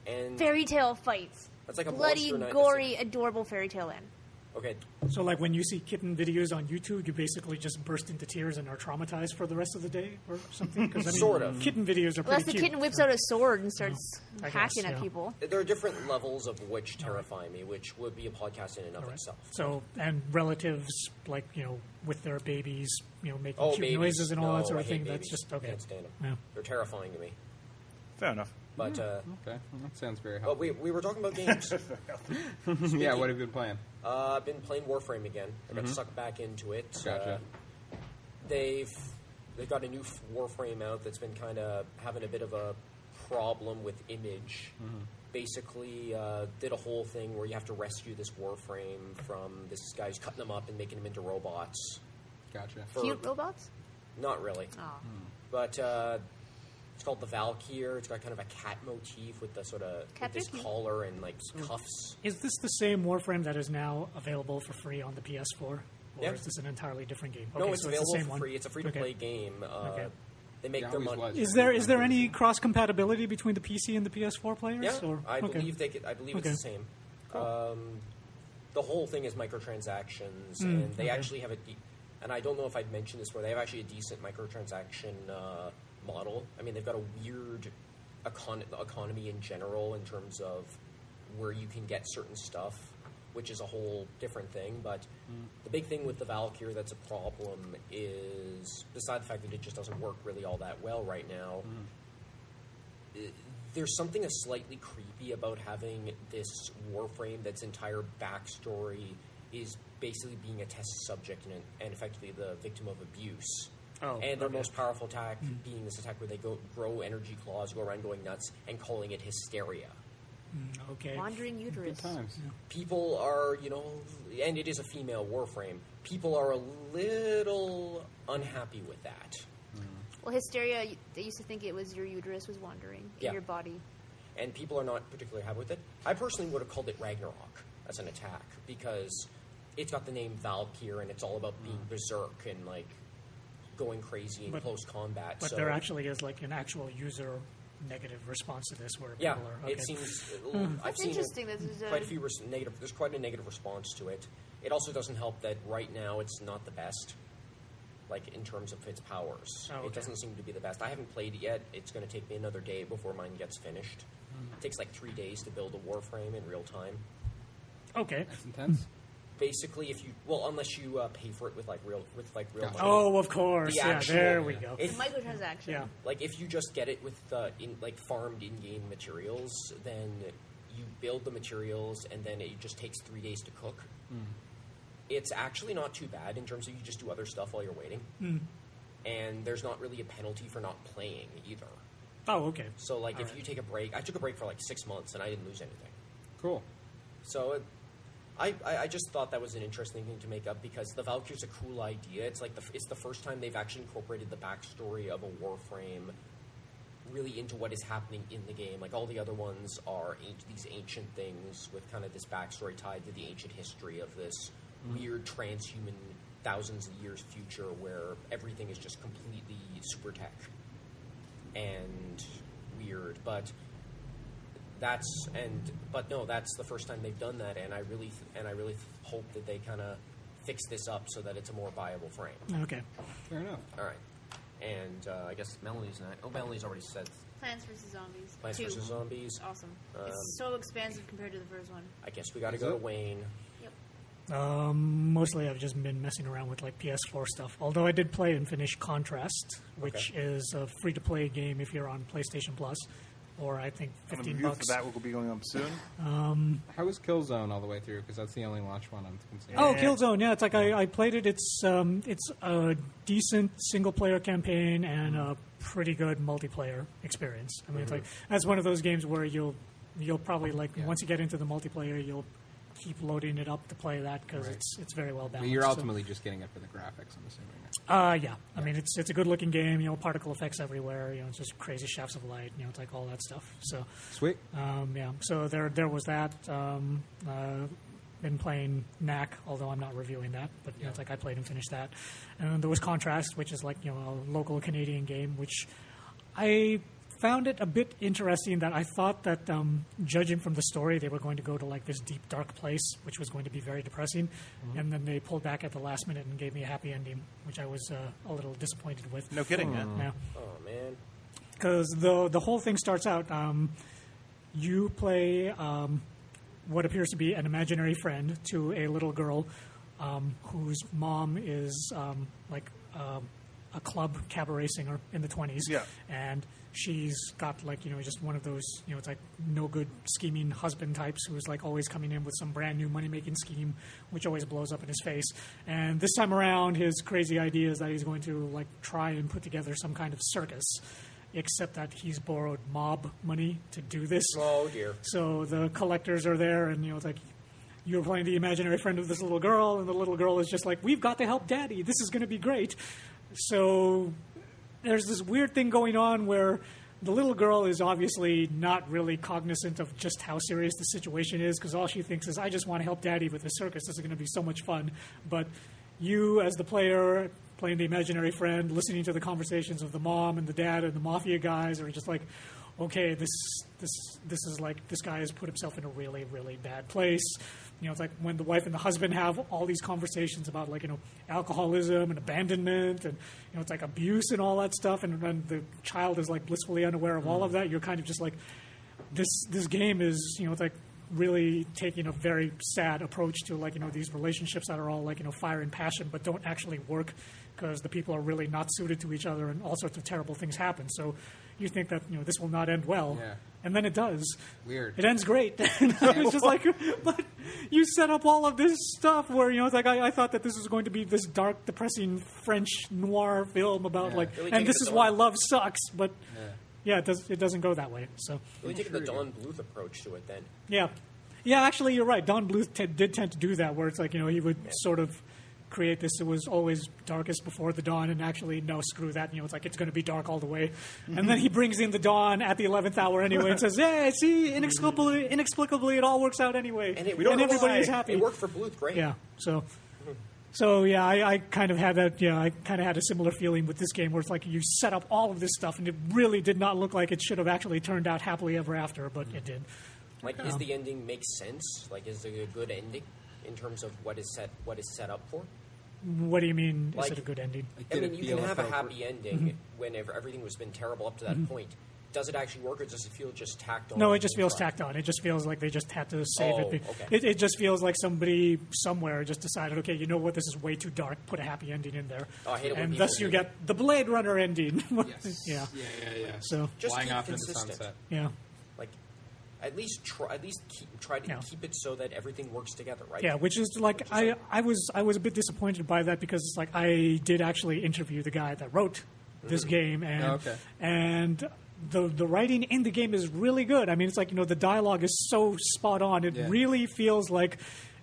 [SPEAKER 5] and
[SPEAKER 1] Fairy tale fights.
[SPEAKER 5] That's like a
[SPEAKER 1] bloody,
[SPEAKER 5] monster night
[SPEAKER 1] gory, adorable fairy tale land.
[SPEAKER 5] okay,
[SPEAKER 2] So, like when you see kitten videos on YouTube, you basically just burst into tears and are traumatized for the rest of the day or something? 'Cause, I mean,
[SPEAKER 5] Sort of.
[SPEAKER 2] Kitten videos are
[SPEAKER 1] Unless the
[SPEAKER 2] pretty cute. Mm-hmm.
[SPEAKER 1] kitten whips out a sword and starts
[SPEAKER 2] I guess,
[SPEAKER 1] hacking
[SPEAKER 2] yeah.
[SPEAKER 1] at people.
[SPEAKER 5] there are different levels of which terrify me, which would be a podcast in and of
[SPEAKER 2] Right.
[SPEAKER 5] itself.
[SPEAKER 2] So, and relatives, like, you know, with their babies, you know, making
[SPEAKER 5] Oh,
[SPEAKER 2] cute
[SPEAKER 5] babies.
[SPEAKER 2] noises and all
[SPEAKER 5] No,
[SPEAKER 2] that sort
[SPEAKER 5] I
[SPEAKER 2] of
[SPEAKER 5] hate
[SPEAKER 2] thing. That's
[SPEAKER 5] babies.
[SPEAKER 2] just, okay.
[SPEAKER 5] Can't stand 'em.
[SPEAKER 2] Yeah. Hmm.
[SPEAKER 5] They're terrifying to me.
[SPEAKER 6] Fair enough.
[SPEAKER 5] But uh,
[SPEAKER 4] Okay, well, that sounds very
[SPEAKER 5] but
[SPEAKER 4] helpful.
[SPEAKER 5] we we were talking about games.
[SPEAKER 4] yeah, what have you been playing?
[SPEAKER 5] Uh, I've been playing Warframe again. I got sucked back into it.
[SPEAKER 4] Gotcha.
[SPEAKER 5] Uh, they've they've got a new f- Warframe out that's been kind of having a bit of a problem with image. Basically, uh, did a whole thing where you have to rescue this Warframe from this guy's cutting them up and making them into robots.
[SPEAKER 4] Gotcha.
[SPEAKER 5] For-
[SPEAKER 1] Cute robots?
[SPEAKER 5] Not really,
[SPEAKER 1] Oh.
[SPEAKER 5] but. Uh, it's called the Valkyr. It's got kind of a cat motif with the sort of with
[SPEAKER 1] Cats are
[SPEAKER 5] this
[SPEAKER 1] cute.
[SPEAKER 5] collar and like cuffs.
[SPEAKER 2] Is this the same Warframe that is now available for free on the PS4? Or
[SPEAKER 5] Yep.
[SPEAKER 2] is this an entirely different game?
[SPEAKER 5] no,
[SPEAKER 2] Okay,
[SPEAKER 5] it's
[SPEAKER 2] so
[SPEAKER 5] available
[SPEAKER 2] it's the same
[SPEAKER 5] for
[SPEAKER 2] one.
[SPEAKER 5] free. It's a free to play
[SPEAKER 2] Okay.
[SPEAKER 5] game. Uh,
[SPEAKER 2] Okay.
[SPEAKER 5] They make
[SPEAKER 4] Yeah,
[SPEAKER 5] their
[SPEAKER 4] always
[SPEAKER 5] money.
[SPEAKER 4] was.
[SPEAKER 2] Is there is there any cross compatibility between the PC and the PS4 players?
[SPEAKER 5] Yeah,
[SPEAKER 2] or?
[SPEAKER 5] I
[SPEAKER 2] okay.
[SPEAKER 5] believe they. Could, I believe it's the same. Um, the whole thing is microtransactions,
[SPEAKER 2] Hmm,
[SPEAKER 5] and they actually have a. De- and I don't know if I'd mentioned this, where they have actually a decent microtransaction uh, model. I mean, they've got a weird econ- economy in general in terms of where you can get certain stuff, which is a whole different thing. But
[SPEAKER 2] Hmm.
[SPEAKER 5] the big thing with the Valkyr that's a problem is, besides the fact that it just doesn't work really all that well right now
[SPEAKER 2] Hmm.
[SPEAKER 5] there's something a slightly creepy about having this warframe that's entire backstory is basically being a test subject and, and effectively the victim of abuse
[SPEAKER 2] Oh,
[SPEAKER 5] and their
[SPEAKER 2] okay. Mm-hmm.
[SPEAKER 5] most powerful attack being this attack where they go grow energy claws go around going nuts and calling it hysteria
[SPEAKER 2] Okay.
[SPEAKER 1] Wandering uterus.
[SPEAKER 4] Times.
[SPEAKER 5] people are you know and it is a female warframe people are a little unhappy with that
[SPEAKER 1] Well, hysteria, y- they used to think it was your uterus was wandering
[SPEAKER 5] Yeah.
[SPEAKER 1] in your body.
[SPEAKER 5] and people are not particularly happy with it. I personally would have called it Ragnarok as an attack because it's got the name Valkyr and it's all about being berserk and like going crazy in
[SPEAKER 2] Hmm. But-
[SPEAKER 5] close combat.
[SPEAKER 2] But
[SPEAKER 5] so
[SPEAKER 2] there actually is like an actual user negative response to this where
[SPEAKER 5] yeah,
[SPEAKER 2] people are okay.
[SPEAKER 5] it seems. uh, I've
[SPEAKER 1] Hmm. That's
[SPEAKER 5] seen
[SPEAKER 1] interesting that there's a-
[SPEAKER 5] quite a few res- negative. There's quite a negative response to it. It also doesn't help that right now it's not the best. Like in terms of its powers,
[SPEAKER 2] Oh,
[SPEAKER 5] it
[SPEAKER 2] okay.
[SPEAKER 5] doesn't seem to be the best. I haven't played it yet. It's going to take me another day before mine gets finished.
[SPEAKER 2] Hmm.
[SPEAKER 5] It takes like three days to build a warframe in real time.
[SPEAKER 2] okay.
[SPEAKER 4] That's intense.
[SPEAKER 5] basically if you well unless you uh, pay for it with like real with like real money.
[SPEAKER 4] Gotcha.
[SPEAKER 2] Oh, of course.
[SPEAKER 5] The
[SPEAKER 2] yeah,
[SPEAKER 5] actual-
[SPEAKER 2] there we go.
[SPEAKER 5] If,
[SPEAKER 1] Microtransaction.
[SPEAKER 2] yeah.
[SPEAKER 5] like if you just get it with uh, in like farmed in-game materials, then you build the materials and then it just takes three days to cook. It's actually not too bad in terms of you just do other stuff while you're waiting, and there's not really a penalty for not playing either.
[SPEAKER 2] Oh, okay.
[SPEAKER 5] So like if
[SPEAKER 2] Alright.
[SPEAKER 5] you take a break, I took a break for like six months and I didn't lose anything.
[SPEAKER 4] Cool.
[SPEAKER 5] So it, I, I I just thought that was an interesting thing to make up because the Valkyr's a cool idea. It's like the f- it's the first time they've actually incorporated the backstory of a Warframe really into what is happening in the game. Like all the other ones are an- these ancient things with kind of this backstory tied to the ancient history of this weird transhuman thousands of years future where everything is just completely super tech and weird. But that's and but no, that's the first time they've done that, and I really th- and I really th- hope that they kind of fix this up so that it's a more viable frame.
[SPEAKER 2] Okay.
[SPEAKER 4] Fair enough.
[SPEAKER 5] All right. And uh, I guess Melanie's not. Oh, Melanie's already said
[SPEAKER 1] Plants vs. Zombies.
[SPEAKER 5] Plants
[SPEAKER 1] Two.
[SPEAKER 5] vs. Zombies.
[SPEAKER 1] It's awesome.
[SPEAKER 5] Um,
[SPEAKER 1] it's so expansive compared to the first one.
[SPEAKER 5] I guess we got to
[SPEAKER 4] Is
[SPEAKER 5] go to
[SPEAKER 4] it?
[SPEAKER 5] Wayne.
[SPEAKER 1] Yep.
[SPEAKER 2] Um, mostly I've just been messing around with like PS4 stuff. Although I did play and finish Contrast, which
[SPEAKER 5] Okay.
[SPEAKER 2] is a free to play game if you're on PlayStation Plus, or I think
[SPEAKER 6] And the
[SPEAKER 2] fifteen
[SPEAKER 6] review for
[SPEAKER 2] bucks.
[SPEAKER 6] that will be going up soon.
[SPEAKER 4] How is Killzone all the way through? Because that's the only launch one I'm considering.
[SPEAKER 2] Oh,
[SPEAKER 6] Yeah.
[SPEAKER 2] Killzone! Yeah, it's like I, I played it. It's um, it's a decent single player campaign and a pretty good multiplayer experience. I mean, it's like that's one of those games where you'll you'll probably like
[SPEAKER 4] Mm-hmm. Yeah.
[SPEAKER 2] once you get into the multiplayer, you'll keep loading it up to play that because
[SPEAKER 4] Right.
[SPEAKER 2] it's it's very well
[SPEAKER 4] But
[SPEAKER 2] balanced.
[SPEAKER 4] you're
[SPEAKER 2] so-
[SPEAKER 4] ultimately just getting it for the graphics, I'm assuming.
[SPEAKER 2] Uh, yeah. I mean, it's it's a good looking game. You know, particle effects everywhere. You know, it's just crazy shafts of light. You know, it's like all that stuff. So,
[SPEAKER 4] Sweet.
[SPEAKER 2] um, yeah. So there there was that. Um, uh, been playing Knack, although I'm not reviewing that. But you know, it's like I played and finished that. And then there was Contrast, which is like you know a local Canadian game, which I found it a bit interesting that I thought that um, judging from the story they were going to go to like this deep dark place which was going to be very depressing and then they pulled back at the last minute and gave me a happy ending which I was uh, a little disappointed with
[SPEAKER 6] No kidding, man.
[SPEAKER 2] yeah
[SPEAKER 5] Oh man,
[SPEAKER 2] because the the whole thing starts out. Um, you play um, what appears to be an imaginary friend to a little girl um, whose mom is um, like um a club cabaret singer in the twenties,
[SPEAKER 6] Yeah.
[SPEAKER 2] and she's got like you know just one of those you know it's like no good scheming husband types who's like always coming in with some brand new money making scheme, which always blows up in his face. And this time around, his crazy idea is that he's going to like try and put together some kind of circus, except that he's borrowed mob money to do this.
[SPEAKER 5] oh dear.
[SPEAKER 2] So the collectors are there, and you know, it's like you're playing the imaginary friend of this little girl, and the little girl is just like, "We've got to help Daddy. This is going to be great." So there's this weird thing going on where the little girl is obviously not really cognizant of just how serious the situation is because all she thinks is, "I just want to help Daddy with the circus. This is going to be so much fun." But you, as the player, playing the imaginary friend, listening to the conversations of the mom and the dad and the mafia guys, are just like, okay, this this this is like this guy has put himself in a really really bad place. You know, it's like when the wife and the husband have all these conversations about like you know alcoholism and abandonment and you know it's like abuse and all that stuff, and when the child is like blissfully unaware of all of that, you're kind of just like this this game is you know it's like really taking a very sad approach to like you know these relationships that are all like you know fire and passion but don't actually work because the people are really not suited to each other and all sorts of terrible things happen so you think that you know this will not end well
[SPEAKER 4] Yeah.
[SPEAKER 2] and then it does
[SPEAKER 4] Weird.
[SPEAKER 2] it ends great and i was just like but you set up all of this stuff where you know it's like i, I thought that this was going to be this dark depressing french noir film about
[SPEAKER 4] Yeah.
[SPEAKER 2] like
[SPEAKER 5] Really take
[SPEAKER 2] and
[SPEAKER 5] it
[SPEAKER 2] this
[SPEAKER 5] to
[SPEAKER 2] is
[SPEAKER 5] the-
[SPEAKER 2] why love sucks but
[SPEAKER 4] Yeah.
[SPEAKER 2] yeah it, does, it doesn't go that way so
[SPEAKER 5] Really taking the
[SPEAKER 4] sure
[SPEAKER 5] Don Bluth approach to it then.
[SPEAKER 2] yeah, yeah. Actually, you're right. Don Bluth t- did tend to do that, where it's like you know he would sort of create this. It was always darkest before the dawn, and actually, no, screw that. You know, it's like it's going to be dark all the way, and then he brings in the dawn at the eleventh hour anyway, and says, "Hey, see, inexplicably, inexplicably, it all works out anyway,
[SPEAKER 5] And it
[SPEAKER 6] We don't know
[SPEAKER 2] everybody's
[SPEAKER 6] why.
[SPEAKER 2] happy."
[SPEAKER 5] It worked for Bluth, great.
[SPEAKER 2] Yeah. So, so yeah, I, I kind of had that. Yeah, I kind of had a similar feeling with this game, where it's like you set up all of this stuff, and it really did not look like it should have actually turned out happily ever after, but it did.
[SPEAKER 5] Like, is the ending make sense? Like, is it a good ending in terms of what is set what is set up for?
[SPEAKER 2] What do you mean?
[SPEAKER 5] Like-
[SPEAKER 2] is it a good ending?
[SPEAKER 5] I
[SPEAKER 4] Did
[SPEAKER 5] mean,
[SPEAKER 4] it
[SPEAKER 5] you can
[SPEAKER 4] feel
[SPEAKER 5] have a happy
[SPEAKER 4] appropriate?
[SPEAKER 5] ending
[SPEAKER 2] Mm-hmm.
[SPEAKER 5] whenever everything has been terrible up to that point. Does it actually work, or does it feel just tacked on?
[SPEAKER 2] No, it just
[SPEAKER 5] and
[SPEAKER 2] feels
[SPEAKER 5] tried?
[SPEAKER 2] tacked on. It just feels like they just had to save
[SPEAKER 5] Oh,
[SPEAKER 2] it. Be-
[SPEAKER 5] okay.
[SPEAKER 2] it. It just feels like somebody somewhere just decided, okay, you know what, this is way too dark. Put a happy ending in there,
[SPEAKER 5] Oh, I hate it when
[SPEAKER 2] and
[SPEAKER 5] people
[SPEAKER 2] thus
[SPEAKER 5] do
[SPEAKER 2] you
[SPEAKER 5] that.
[SPEAKER 2] get the Blade Runner ending.
[SPEAKER 4] Yes.
[SPEAKER 2] yeah.
[SPEAKER 4] Yeah, yeah, yeah.
[SPEAKER 2] So
[SPEAKER 5] Just
[SPEAKER 4] Flying
[SPEAKER 5] keep
[SPEAKER 4] off into the
[SPEAKER 5] consistent.
[SPEAKER 4] sunset.
[SPEAKER 2] yeah,
[SPEAKER 5] Like, at least try. At least keep, try to
[SPEAKER 2] Yeah.
[SPEAKER 5] keep it so that everything works together, right?
[SPEAKER 2] yeah. Which is like I, I was I was a bit disappointed by that because it's like I did actually interview the guy that wrote this game and
[SPEAKER 4] Oh, okay.
[SPEAKER 2] and. The, the writing in the game is really good. I mean, it's like, you know, the dialogue is so spot on. It
[SPEAKER 4] Yeah.
[SPEAKER 2] really really feels like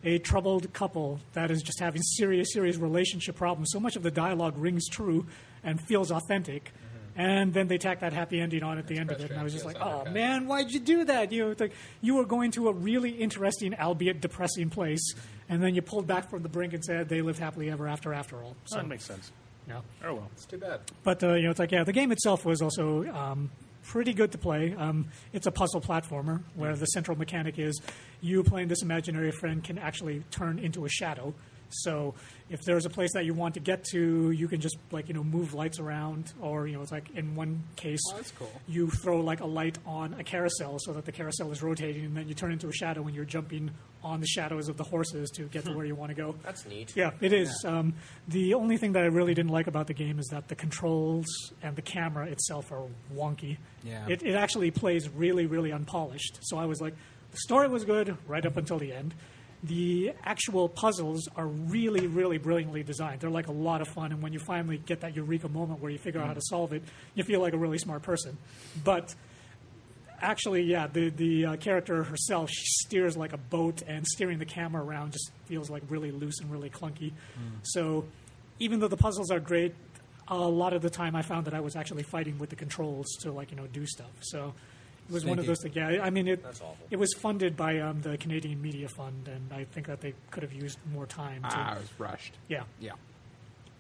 [SPEAKER 2] a troubled couple that is just having serious, serious relationship problems. So much of the dialogue rings true and feels authentic. And then they tacked that happy ending on at the end of it, and I was just like,
[SPEAKER 4] frustrating. Feels
[SPEAKER 2] "Oh
[SPEAKER 4] undercut."
[SPEAKER 2] man, why'd you do that? You know, it's like you were going to a really interesting, albeit depressing place, and then you pulled back from the brink and said they lived happily ever after. After all, so
[SPEAKER 6] that makes sense.
[SPEAKER 2] yeah.
[SPEAKER 6] Oh well.
[SPEAKER 4] It's too bad.
[SPEAKER 2] But uh, you know, it's like yeah, the game itself was also um, pretty good to play. Um, it's a puzzle platformer where the central mechanic is you playing this imaginary friend can actually turn into a shadow. So if there's a place that you want to get to, you can just like you know move lights around, or you know it's like in one case
[SPEAKER 4] Oh, that's cool.
[SPEAKER 2] you throw like a light on a carousel so that the carousel is rotating, and then you turn into a shadow and you're jumping on the shadows of the horses to
[SPEAKER 4] Hmm.
[SPEAKER 2] get to where you want to go.
[SPEAKER 5] That's neat.
[SPEAKER 2] Yeah, it is. Um, the only thing that I really didn't like about the game is that the controls and the camera itself are wonky.
[SPEAKER 4] Yeah.
[SPEAKER 2] It, it actually plays really, really unpolished. So I was like, the story was good right up until the end. The actual puzzles are really, really brilliantly designed. They're like a lot of fun, and when you finally get that eureka moment where you figure out how to solve it, you feel like a really smart person. But actually, yeah, the the uh, character herself she steers like a boat, and steering the camera around just feels like really loose and really clunky.
[SPEAKER 4] Hmm.
[SPEAKER 2] So, even though the puzzles are great, a lot of the time I found that I was actually fighting with the controls to like you know do stuff. So. It was one of
[SPEAKER 4] Sneaky.
[SPEAKER 2] those things. Yeah, I mean, it
[SPEAKER 5] That's awful.
[SPEAKER 2] it was funded by um, the Canadian Media Fund, and I think that they could have used more time. To,
[SPEAKER 4] Ah, I was rushed.
[SPEAKER 2] yeah,
[SPEAKER 4] Yeah.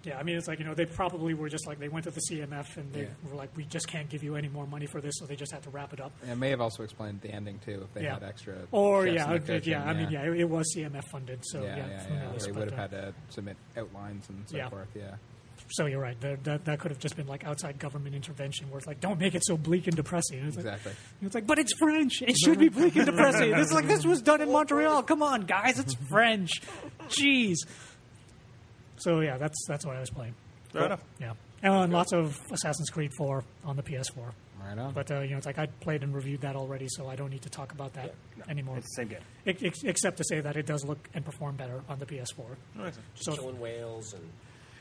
[SPEAKER 2] yeah, I mean, it's like, you know, they probably were just like, they went to the CMF and they
[SPEAKER 4] Yeah.
[SPEAKER 2] were like, we just can't give you any more money for this, so they just had to wrap it up.
[SPEAKER 4] And it may have also explained the ending too, if they
[SPEAKER 2] yeah.
[SPEAKER 4] had extra.
[SPEAKER 2] Or,
[SPEAKER 4] chefs
[SPEAKER 2] yeah,
[SPEAKER 4] in the
[SPEAKER 2] it did,
[SPEAKER 4] kitchen,
[SPEAKER 2] yeah, I mean, yeah, it, it was CMF funded, so yeah.
[SPEAKER 4] yeah, yeah,
[SPEAKER 2] who
[SPEAKER 4] yeah.
[SPEAKER 2] knows,
[SPEAKER 4] They
[SPEAKER 2] but,
[SPEAKER 4] would have
[SPEAKER 2] uh,
[SPEAKER 4] had to submit outlines and so
[SPEAKER 2] Yeah.
[SPEAKER 4] forth. Yeah.
[SPEAKER 2] So you're right. That, that, that could have just been like outside government intervention where it's like, don't make it so bleak and depressing. And it's like-
[SPEAKER 4] Exactly.
[SPEAKER 2] and it's like, but it's French. It should be bleak and depressing. This is like, this was done in Montreal. Come on, guys, it's French. Jeez. So yeah, that's that's what I was playing.
[SPEAKER 6] Fair enough.
[SPEAKER 2] Yeah, and lots of Assassin's Creed 4 on the PS4.
[SPEAKER 4] Right on.
[SPEAKER 2] But uh, you know, it's like I played and reviewed that already, so I don't need to talk about that anymore.
[SPEAKER 6] It's the same game.
[SPEAKER 2] Ex- ex- except to say that it does look and perform better on the PS4.
[SPEAKER 5] Just
[SPEAKER 2] So
[SPEAKER 5] killing whales and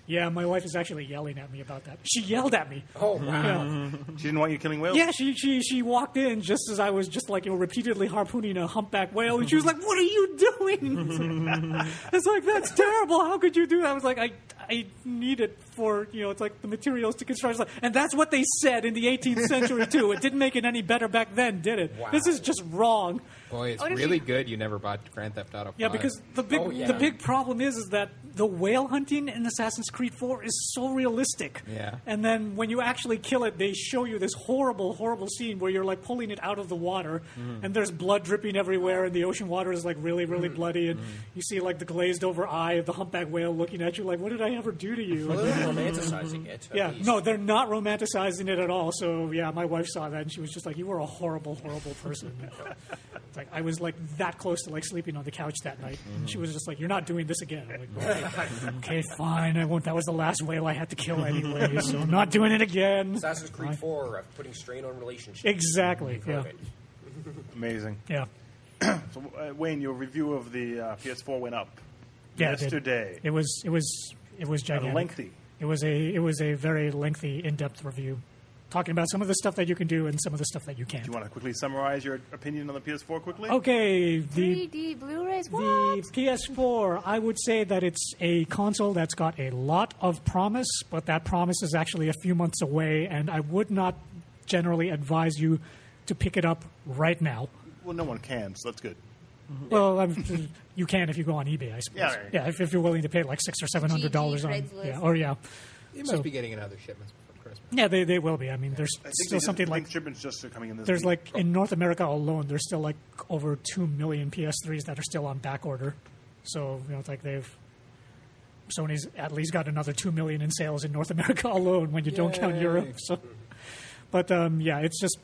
[SPEAKER 2] yeah, my wife is actually yelling at me about that. She yelled at me.
[SPEAKER 5] oh wow.
[SPEAKER 6] She didn't want you killing whales.
[SPEAKER 2] Yeah, she, she she walked in just as I was just like you know, repeatedly harpooning a humpback whale, and she was like, "What are you doing?" it's like that's terrible. How could you do that? I was like, I I need it for you know, it's like the materials to construct. It's like- And that's what they said in the 18th century too. It didn't make it any better back then, did it?
[SPEAKER 5] Wow.
[SPEAKER 2] This is just wrong.
[SPEAKER 4] Boy, it's
[SPEAKER 1] Oh, did
[SPEAKER 4] really
[SPEAKER 1] you-
[SPEAKER 4] good. You never bought Grand Theft Auto.
[SPEAKER 2] Yeah,
[SPEAKER 4] 5.
[SPEAKER 2] because the big
[SPEAKER 5] Oh, yeah.
[SPEAKER 2] the big problem is is that the whale hunting in Assassin's Creed 4 is so realistic.
[SPEAKER 4] Yeah.
[SPEAKER 2] And then when you actually kill it, they show you this horrible, horrible scene where you're like pulling it out of the water,
[SPEAKER 5] Mm.
[SPEAKER 2] and there's blood dripping everywhere, and the ocean water is like really, really bloody,
[SPEAKER 5] Mm.
[SPEAKER 2] and you see like the glazed over eye of the humpback whale looking at you, like, what did I ever do to you?
[SPEAKER 5] Well, they're romanticizing it. at
[SPEAKER 2] Yeah,
[SPEAKER 5] least.
[SPEAKER 2] no, they're not romanticizing it at all. So yeah, my wife saw that and she was just like, "You were a horrible, horrible person." It's like I was like that close to like sleeping on the couch that night. And she was just like, "You're not doing this again." I'm like, okay, okay, fine, I won't. That was the last whale I had to kill anyway, so I'm not doing it again.
[SPEAKER 5] Assassin's Creed Four uh, putting strain on relationships.
[SPEAKER 2] Exactly. Yeah.
[SPEAKER 5] Perfect.
[SPEAKER 6] Amazing.
[SPEAKER 2] Yeah.
[SPEAKER 6] So, uh, Wayne, your review of the uh, PS4 went up
[SPEAKER 2] Yeah. it did.
[SPEAKER 6] yesterday.
[SPEAKER 2] It was. It was. It was gigantic.
[SPEAKER 6] And lengthy.
[SPEAKER 2] It was a. It was a very lengthy, in-depth review, talking about some of the stuff that you can do and some of the stuff that you can't.
[SPEAKER 6] Do you want to quickly summarize your opinion on the PS4 quickly?
[SPEAKER 2] Oh. okay. The
[SPEAKER 1] 3D Blu-rays. What?
[SPEAKER 2] The PS4, I would say that it's a console that's got a lot of promise, but that promise is actually a few months away, and I would not generally advise you to pick it up right now.
[SPEAKER 6] Well, no one can, so that's good.
[SPEAKER 2] Well, I'm, you can if you go on eBay, I suppose.
[SPEAKER 6] Mm-hmm. Yeah, right.
[SPEAKER 2] if, if you're willing to pay like six or seven hundred dollars on,
[SPEAKER 1] Craigslist.
[SPEAKER 2] yeah, or yeah,
[SPEAKER 4] you must
[SPEAKER 2] so-
[SPEAKER 4] be getting another shipments before Christmas.
[SPEAKER 2] yeah, they, they will be. I mean, there's
[SPEAKER 6] I think they
[SPEAKER 2] still
[SPEAKER 6] just-
[SPEAKER 2] something
[SPEAKER 6] I
[SPEAKER 2] like
[SPEAKER 6] think shipments just are coming in this.
[SPEAKER 2] there's
[SPEAKER 6] week.
[SPEAKER 2] like in North America alone, there's still like over two million PS3s that are still on back order. So you know, it's like they've Sony's at least got another two million in sales in North America alone when you don't count
[SPEAKER 4] Yay.
[SPEAKER 2] Europe. So, but um, yeah, it's just.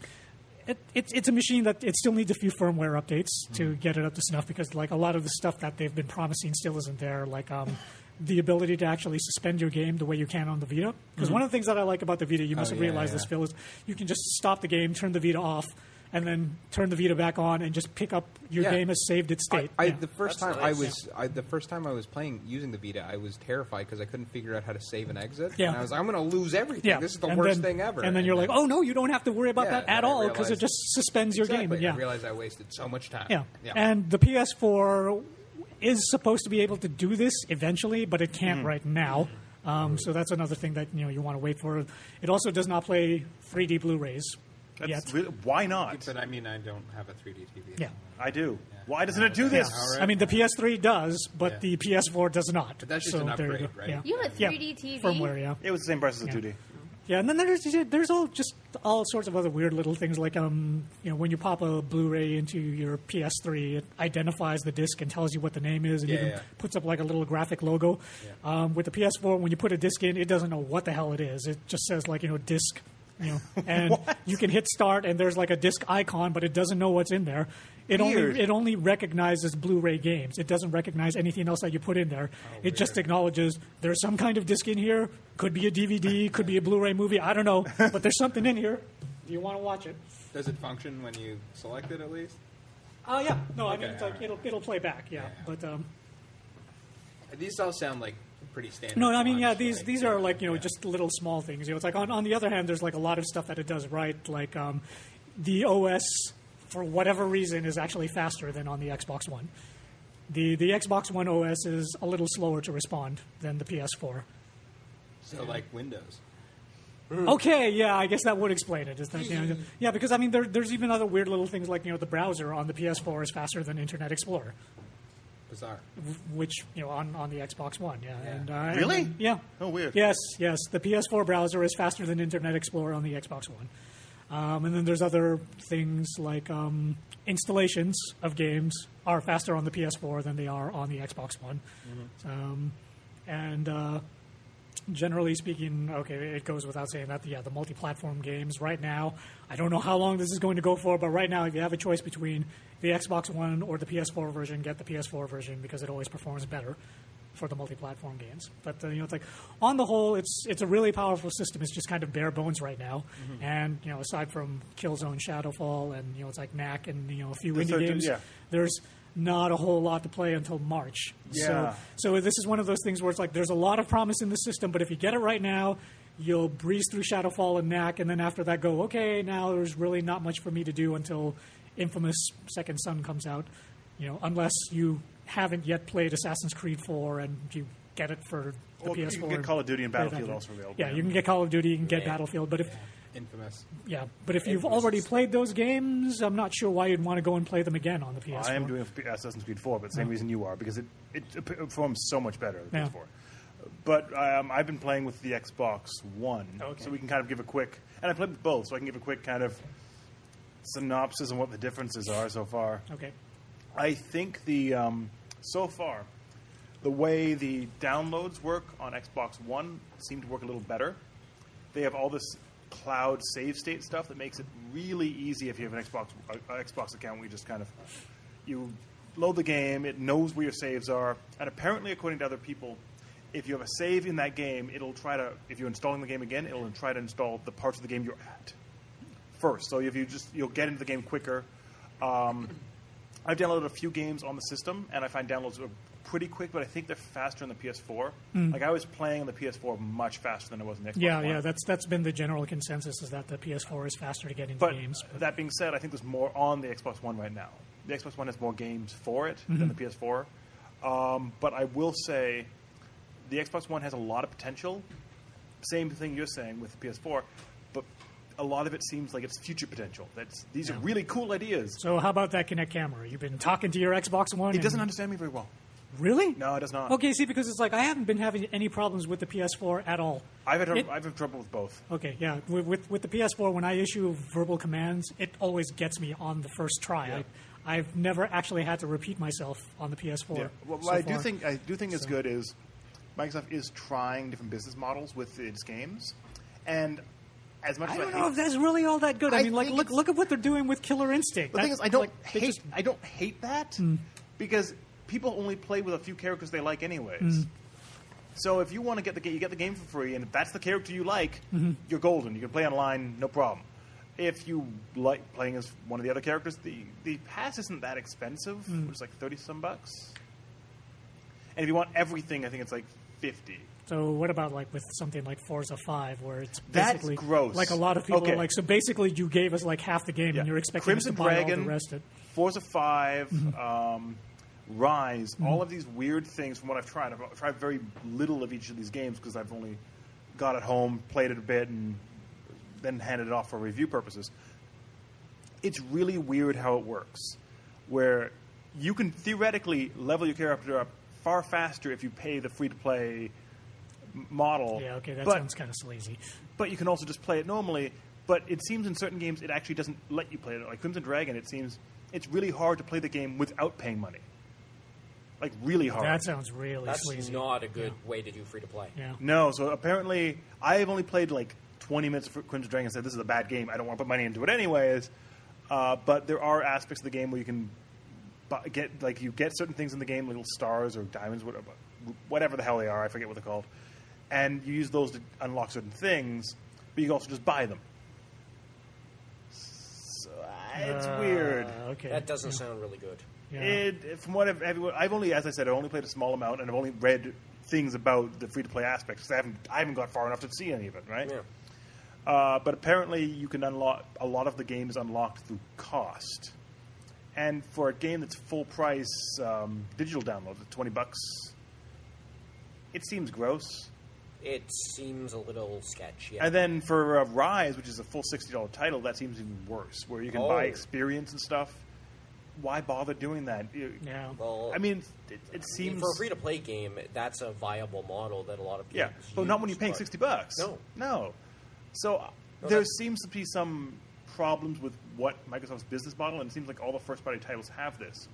[SPEAKER 2] It, it's it's a machine that it still needs a few firmware updates to get it up to snuff because like a lot of the stuff that they've been promising still isn't there like um, the ability to actually suspend your game the way you can on the Vita because one of the things that I like about the Vita you must have
[SPEAKER 4] yeah,
[SPEAKER 2] realized this
[SPEAKER 4] yeah.
[SPEAKER 2] Phil is you can just stop the game turn the Vita off and then turn the Vita back on and just pick up your
[SPEAKER 4] Yeah.
[SPEAKER 2] game has saved its state
[SPEAKER 4] I,
[SPEAKER 2] Yeah.
[SPEAKER 4] the first
[SPEAKER 5] That's
[SPEAKER 4] time
[SPEAKER 5] nice.
[SPEAKER 4] I was I, the first time I was playing using the Vita, I was terrified because I couldn't figure out how to save and exit.
[SPEAKER 2] Yeah.
[SPEAKER 4] and I was like, I'm going to lose everything. This is the
[SPEAKER 2] and
[SPEAKER 4] worst
[SPEAKER 2] then-
[SPEAKER 4] thing ever.
[SPEAKER 2] And then you're like, oh no, you don't have to worry about
[SPEAKER 4] Yeah,
[SPEAKER 2] that
[SPEAKER 4] and
[SPEAKER 2] at
[SPEAKER 4] I
[SPEAKER 2] all because it
[SPEAKER 4] realized-
[SPEAKER 2] just suspends your
[SPEAKER 4] Exactly.
[SPEAKER 2] game. Yeah,
[SPEAKER 4] I realized I wasted so much time.
[SPEAKER 2] yeah. And the
[SPEAKER 4] Mm.
[SPEAKER 2] PS4 is supposed to be able to do this eventually, but it can't right now. Um, so that's another thing that you know you want to wait for. It also does not play 3D Blu-rays
[SPEAKER 6] That's
[SPEAKER 2] yet.
[SPEAKER 6] really, why not?
[SPEAKER 4] But I mean, I don't have a 3D TV.
[SPEAKER 2] Yeah.
[SPEAKER 6] I do. Why doesn't it do
[SPEAKER 4] Yeah.
[SPEAKER 6] this?
[SPEAKER 4] All right.
[SPEAKER 2] I mean, the PS3 does, but
[SPEAKER 4] Yeah.
[SPEAKER 2] the PS4 does not.
[SPEAKER 4] But that's just
[SPEAKER 2] so
[SPEAKER 4] an
[SPEAKER 2] there you
[SPEAKER 4] upgrade,
[SPEAKER 2] go.
[SPEAKER 4] right?
[SPEAKER 2] Yeah.
[SPEAKER 1] You have a
[SPEAKER 2] Yeah.
[SPEAKER 1] 3D TV.
[SPEAKER 2] Firmware, yeah.
[SPEAKER 6] It was the same price as the 2D.
[SPEAKER 2] Yeah, and then there's there's all just all sorts of other weird little things like um you know when you pop a Blu-ray into your PS3, it identifies the disc and tells you what the name is, and
[SPEAKER 4] Yeah,
[SPEAKER 2] even
[SPEAKER 4] yeah.
[SPEAKER 2] puts up like a little graphic logo. Um, with the PS4, when you put a disc in, it doesn't know what the hell it is. It just says like you know disc, you know, and you can hit start, and there's like a disc icon, but it doesn't know what's in there. It
[SPEAKER 6] Weird.
[SPEAKER 2] only it only recognizes Blu-ray games. It doesn't recognize anything else that you put in there. it just acknowledges there's some kind of disc in here. Could be a DVD. Could be a Blu-ray movie. I don't know, but there's something in here. Do you want to watch it?
[SPEAKER 4] Does it function when you select it at least?
[SPEAKER 2] Oh yeah. No, I
[SPEAKER 4] Okay,
[SPEAKER 2] mean it's like
[SPEAKER 4] alright.
[SPEAKER 2] it'll it'll play back. Yeah,
[SPEAKER 4] Yeah.
[SPEAKER 2] but um,
[SPEAKER 4] These all sound like pretty standard.
[SPEAKER 2] No, I mean, yeah,
[SPEAKER 4] fonts,
[SPEAKER 2] these
[SPEAKER 4] like,
[SPEAKER 2] these are like you know just little small things. You know, it's like on on the other hand, there's like a lot of stuff that it does right. Like um, the OS, for whatever reason, is actually faster than on the Xbox One. The the Xbox One OS is a little slower to respond than the PS4.
[SPEAKER 4] so like Windows.
[SPEAKER 2] Okay, yeah, I guess that would explain it. Is that, you know, yeah, because I mean, there, there's even other weird little things like you know the browser on the PS4 is faster than Internet Explorer,
[SPEAKER 4] Bizarre.
[SPEAKER 2] which you know on, on the Xbox One. Yeah,
[SPEAKER 4] Yeah.
[SPEAKER 2] and uh,
[SPEAKER 6] Really?
[SPEAKER 2] and- yeah.
[SPEAKER 6] Oh, weird.
[SPEAKER 2] Yes, yes. The PS4 browser is faster than Internet Explorer on the Xbox One. Um, and then there's other things like um, installations of games are faster on the PS4 than they are on the Xbox One. Um, and uh, generally speaking, okay, it goes without saying that yeah, the multi-platform games right now. I don't know how long this is going to go for, but right now, if you have a choice between the Xbox One or the PS4 version, get the PS4 version because it always performs better for the multi-platform games. But uh, you know, it's like on the whole, it's it's a really powerful system. It's just kind of bare bones right now, and you know, aside from Killzone, Shadowfall, and you know, it's like Knack and you know a few
[SPEAKER 6] Those
[SPEAKER 2] indie
[SPEAKER 6] are-
[SPEAKER 2] games.
[SPEAKER 6] yeah.
[SPEAKER 2] There's not a whole lot to play until March.
[SPEAKER 6] Yeah.
[SPEAKER 2] So so this is one of those things where it's like there's a lot of promise in the system, but if you get it right now, you'll breeze through Shadowfall and Knack, and then after that go, okay, now there's really not much for me to do until Infamous Second Son comes out, you know, unless you haven't yet played Assassin's Creed 4 and you get it for the
[SPEAKER 6] Well, you
[SPEAKER 2] PS4.
[SPEAKER 6] can get Call of Duty and
[SPEAKER 2] play
[SPEAKER 6] Battlefield
[SPEAKER 2] that.
[SPEAKER 6] also available,
[SPEAKER 2] Yeah,
[SPEAKER 6] yeah.
[SPEAKER 2] you can get Call of Duty, you can get
[SPEAKER 5] Yeah.
[SPEAKER 2] Battlefield, but if
[SPEAKER 4] Infamous.
[SPEAKER 2] yeah, but if you've
[SPEAKER 5] Infamous
[SPEAKER 2] already
[SPEAKER 5] is-
[SPEAKER 2] played those games, I'm not sure why you'd want to go and play them again on the PS4.
[SPEAKER 6] I am doing Assassin's Creed 4, but same reason you are because it, it performs so much better than
[SPEAKER 2] Yeah.
[SPEAKER 6] PS4. But um, I've been playing with the Xbox One,
[SPEAKER 2] Okay.
[SPEAKER 6] so we can kind of give a quick. And I played with both, so I can give a quick kind of synopsis on what the differences are so far.
[SPEAKER 2] Okay.
[SPEAKER 6] I think the um, so far the way the downloads work on Xbox One seem to work a little better. They have all this cloud save state stuff that makes it really easy if you have an Xbox a, a Xbox account. We just kind of you load the game, it knows where your saves are, and apparently, according to other people, if you have a save in that game, it'll try to if you're installing the game again, it'll try to install the parts of the game you're at first. So if you just you'll get into the game quicker. Um, I've downloaded a few games on the system, and I find downloads are pretty quick, but I think they're faster on the PS4. Like I was playing on the PS4 much faster than I was on the Xbox
[SPEAKER 2] Mm. Yeah,
[SPEAKER 6] One.
[SPEAKER 2] yeah, that's that's been the general consensus is that the PS4 is faster to get into
[SPEAKER 6] But
[SPEAKER 2] games.
[SPEAKER 6] that being said, I think there's more on the Xbox One right now. The Xbox One has more games for it
[SPEAKER 2] Mm-hmm.
[SPEAKER 6] than the PS4. Um, but I will say, the Xbox One has a lot of potential. Same thing you're saying with the PS4, but a lot of it seems like it's future potential. That's these are really cool ideas.
[SPEAKER 2] So how about that Kinect camera? You've been talking to your Xbox One.
[SPEAKER 6] It
[SPEAKER 2] and-
[SPEAKER 6] doesn't understand me very well.
[SPEAKER 2] really.
[SPEAKER 6] No, it does not.
[SPEAKER 2] Okay, see, because it's like I haven't been having any problems with the PS4 at all.
[SPEAKER 6] I've had,
[SPEAKER 2] It-
[SPEAKER 6] I've had trouble with both.
[SPEAKER 2] Okay, yeah, with, with with the PS4, when I issue verbal commands, it always gets me on the first try. I, I've never actually had to repeat myself on the PS4.
[SPEAKER 6] Yeah. Well,
[SPEAKER 2] so
[SPEAKER 6] what I do
[SPEAKER 2] far.
[SPEAKER 6] think I do think is good is Microsoft is trying different business models with its games, and as much
[SPEAKER 2] I
[SPEAKER 6] as
[SPEAKER 2] don't
[SPEAKER 6] I
[SPEAKER 2] know
[SPEAKER 6] hate,
[SPEAKER 2] if that's really all that good. I,
[SPEAKER 6] I
[SPEAKER 2] mean, like,
[SPEAKER 6] think
[SPEAKER 2] look
[SPEAKER 6] it's-
[SPEAKER 2] look at what they're doing with Killer Instinct.
[SPEAKER 6] the thing
[SPEAKER 2] That-
[SPEAKER 6] is I don't
[SPEAKER 2] like, they
[SPEAKER 6] hate
[SPEAKER 2] just- Mm.
[SPEAKER 6] I don't hate that because people only play with a few characters they like anyways.
[SPEAKER 2] Mm.
[SPEAKER 6] So if you want to get the game, you get the game for free, and if that's the character you like,
[SPEAKER 2] Mm-hmm.
[SPEAKER 6] you're golden. You can play online, no problem. If you like playing as one of the other characters, the the pass isn't that expensive.
[SPEAKER 2] Mm.
[SPEAKER 6] It's like thirty some bucks. And if you want everything, I think it's like fifty.
[SPEAKER 2] So what about like with something like Forza Five, where it's
[SPEAKER 6] That's
[SPEAKER 2] basically
[SPEAKER 6] gross.
[SPEAKER 2] Like a lot of people
[SPEAKER 6] Okay.
[SPEAKER 2] are like, so basically you gave us like half the game,
[SPEAKER 6] Yeah.
[SPEAKER 2] and you're expecting
[SPEAKER 6] Crimson
[SPEAKER 2] us to buy
[SPEAKER 6] Dragon,
[SPEAKER 2] all the rest. Of,
[SPEAKER 6] Forza 5, um, Rise,
[SPEAKER 2] Mm-hmm.
[SPEAKER 6] all of these weird things from what I've tried. I've tried very little of each of these games because I've only got it home, played it a bit, and then handed it off for review purposes. It's really weird how it works, where you can theoretically level your character up far faster if you pay the free to play model.
[SPEAKER 2] Yeah, okay, that
[SPEAKER 6] but
[SPEAKER 2] sounds kind of sleazy.
[SPEAKER 6] but you can also just play it normally. But it seems in certain games it actually doesn't let you play it. Like Crimson Dragon, it seems it's really hard to play the game without paying money. Like really hard.
[SPEAKER 2] That sounds really
[SPEAKER 5] That's
[SPEAKER 2] sleazy.
[SPEAKER 5] not a good way to do free to play.
[SPEAKER 2] yeah.
[SPEAKER 6] no, so apparently I have only played like 20 minutes of Crimson Dragon and said this is a bad game. I don't want to put money into it anyways. Uh, but there are aspects of the game where you can bu- get like you get certain things in the game, little stars or diamonds, whatever, whatever the hell they are. I forget what they're called, and you use those to unlock certain things. But you can also just buy them. So, uh, it's
[SPEAKER 2] Uh,
[SPEAKER 6] weird.
[SPEAKER 2] Okay.
[SPEAKER 5] That doesn't sound really good.
[SPEAKER 2] yeah.
[SPEAKER 6] It, from what I've, everyone, I've only, as I said, I've only played a small amount, and I've only read things about the free to play aspects. 'cause I haven't, I haven't got far enough to see any of it, right?
[SPEAKER 5] Yeah.
[SPEAKER 6] Uh, but apparently, you can unlock a lot of the game is unlocked through cost. And for a game that's full price um, digital download, at twenty bucks, it seems gross.
[SPEAKER 5] It seems a little sketchy.
[SPEAKER 6] And then for uh, Rise, which is a full sixty dollar title, that seems even worse, where you can buy
[SPEAKER 5] Oh.
[SPEAKER 6] experience and stuff. Why bother doing that? You-
[SPEAKER 2] Yeah.
[SPEAKER 5] well,
[SPEAKER 6] I mean, it, it seems
[SPEAKER 5] for a free to play game, that's a viable model that a lot of
[SPEAKER 6] Yeah,
[SPEAKER 5] people
[SPEAKER 6] but not when
[SPEAKER 5] use,
[SPEAKER 6] you're paying
[SPEAKER 5] but-
[SPEAKER 6] sixty bucks.
[SPEAKER 5] No.
[SPEAKER 6] no. So uh,
[SPEAKER 5] No,
[SPEAKER 6] there
[SPEAKER 5] that's-
[SPEAKER 6] seems to be some problems with what Microsoft's business model, and it seems like all the first-party titles have this.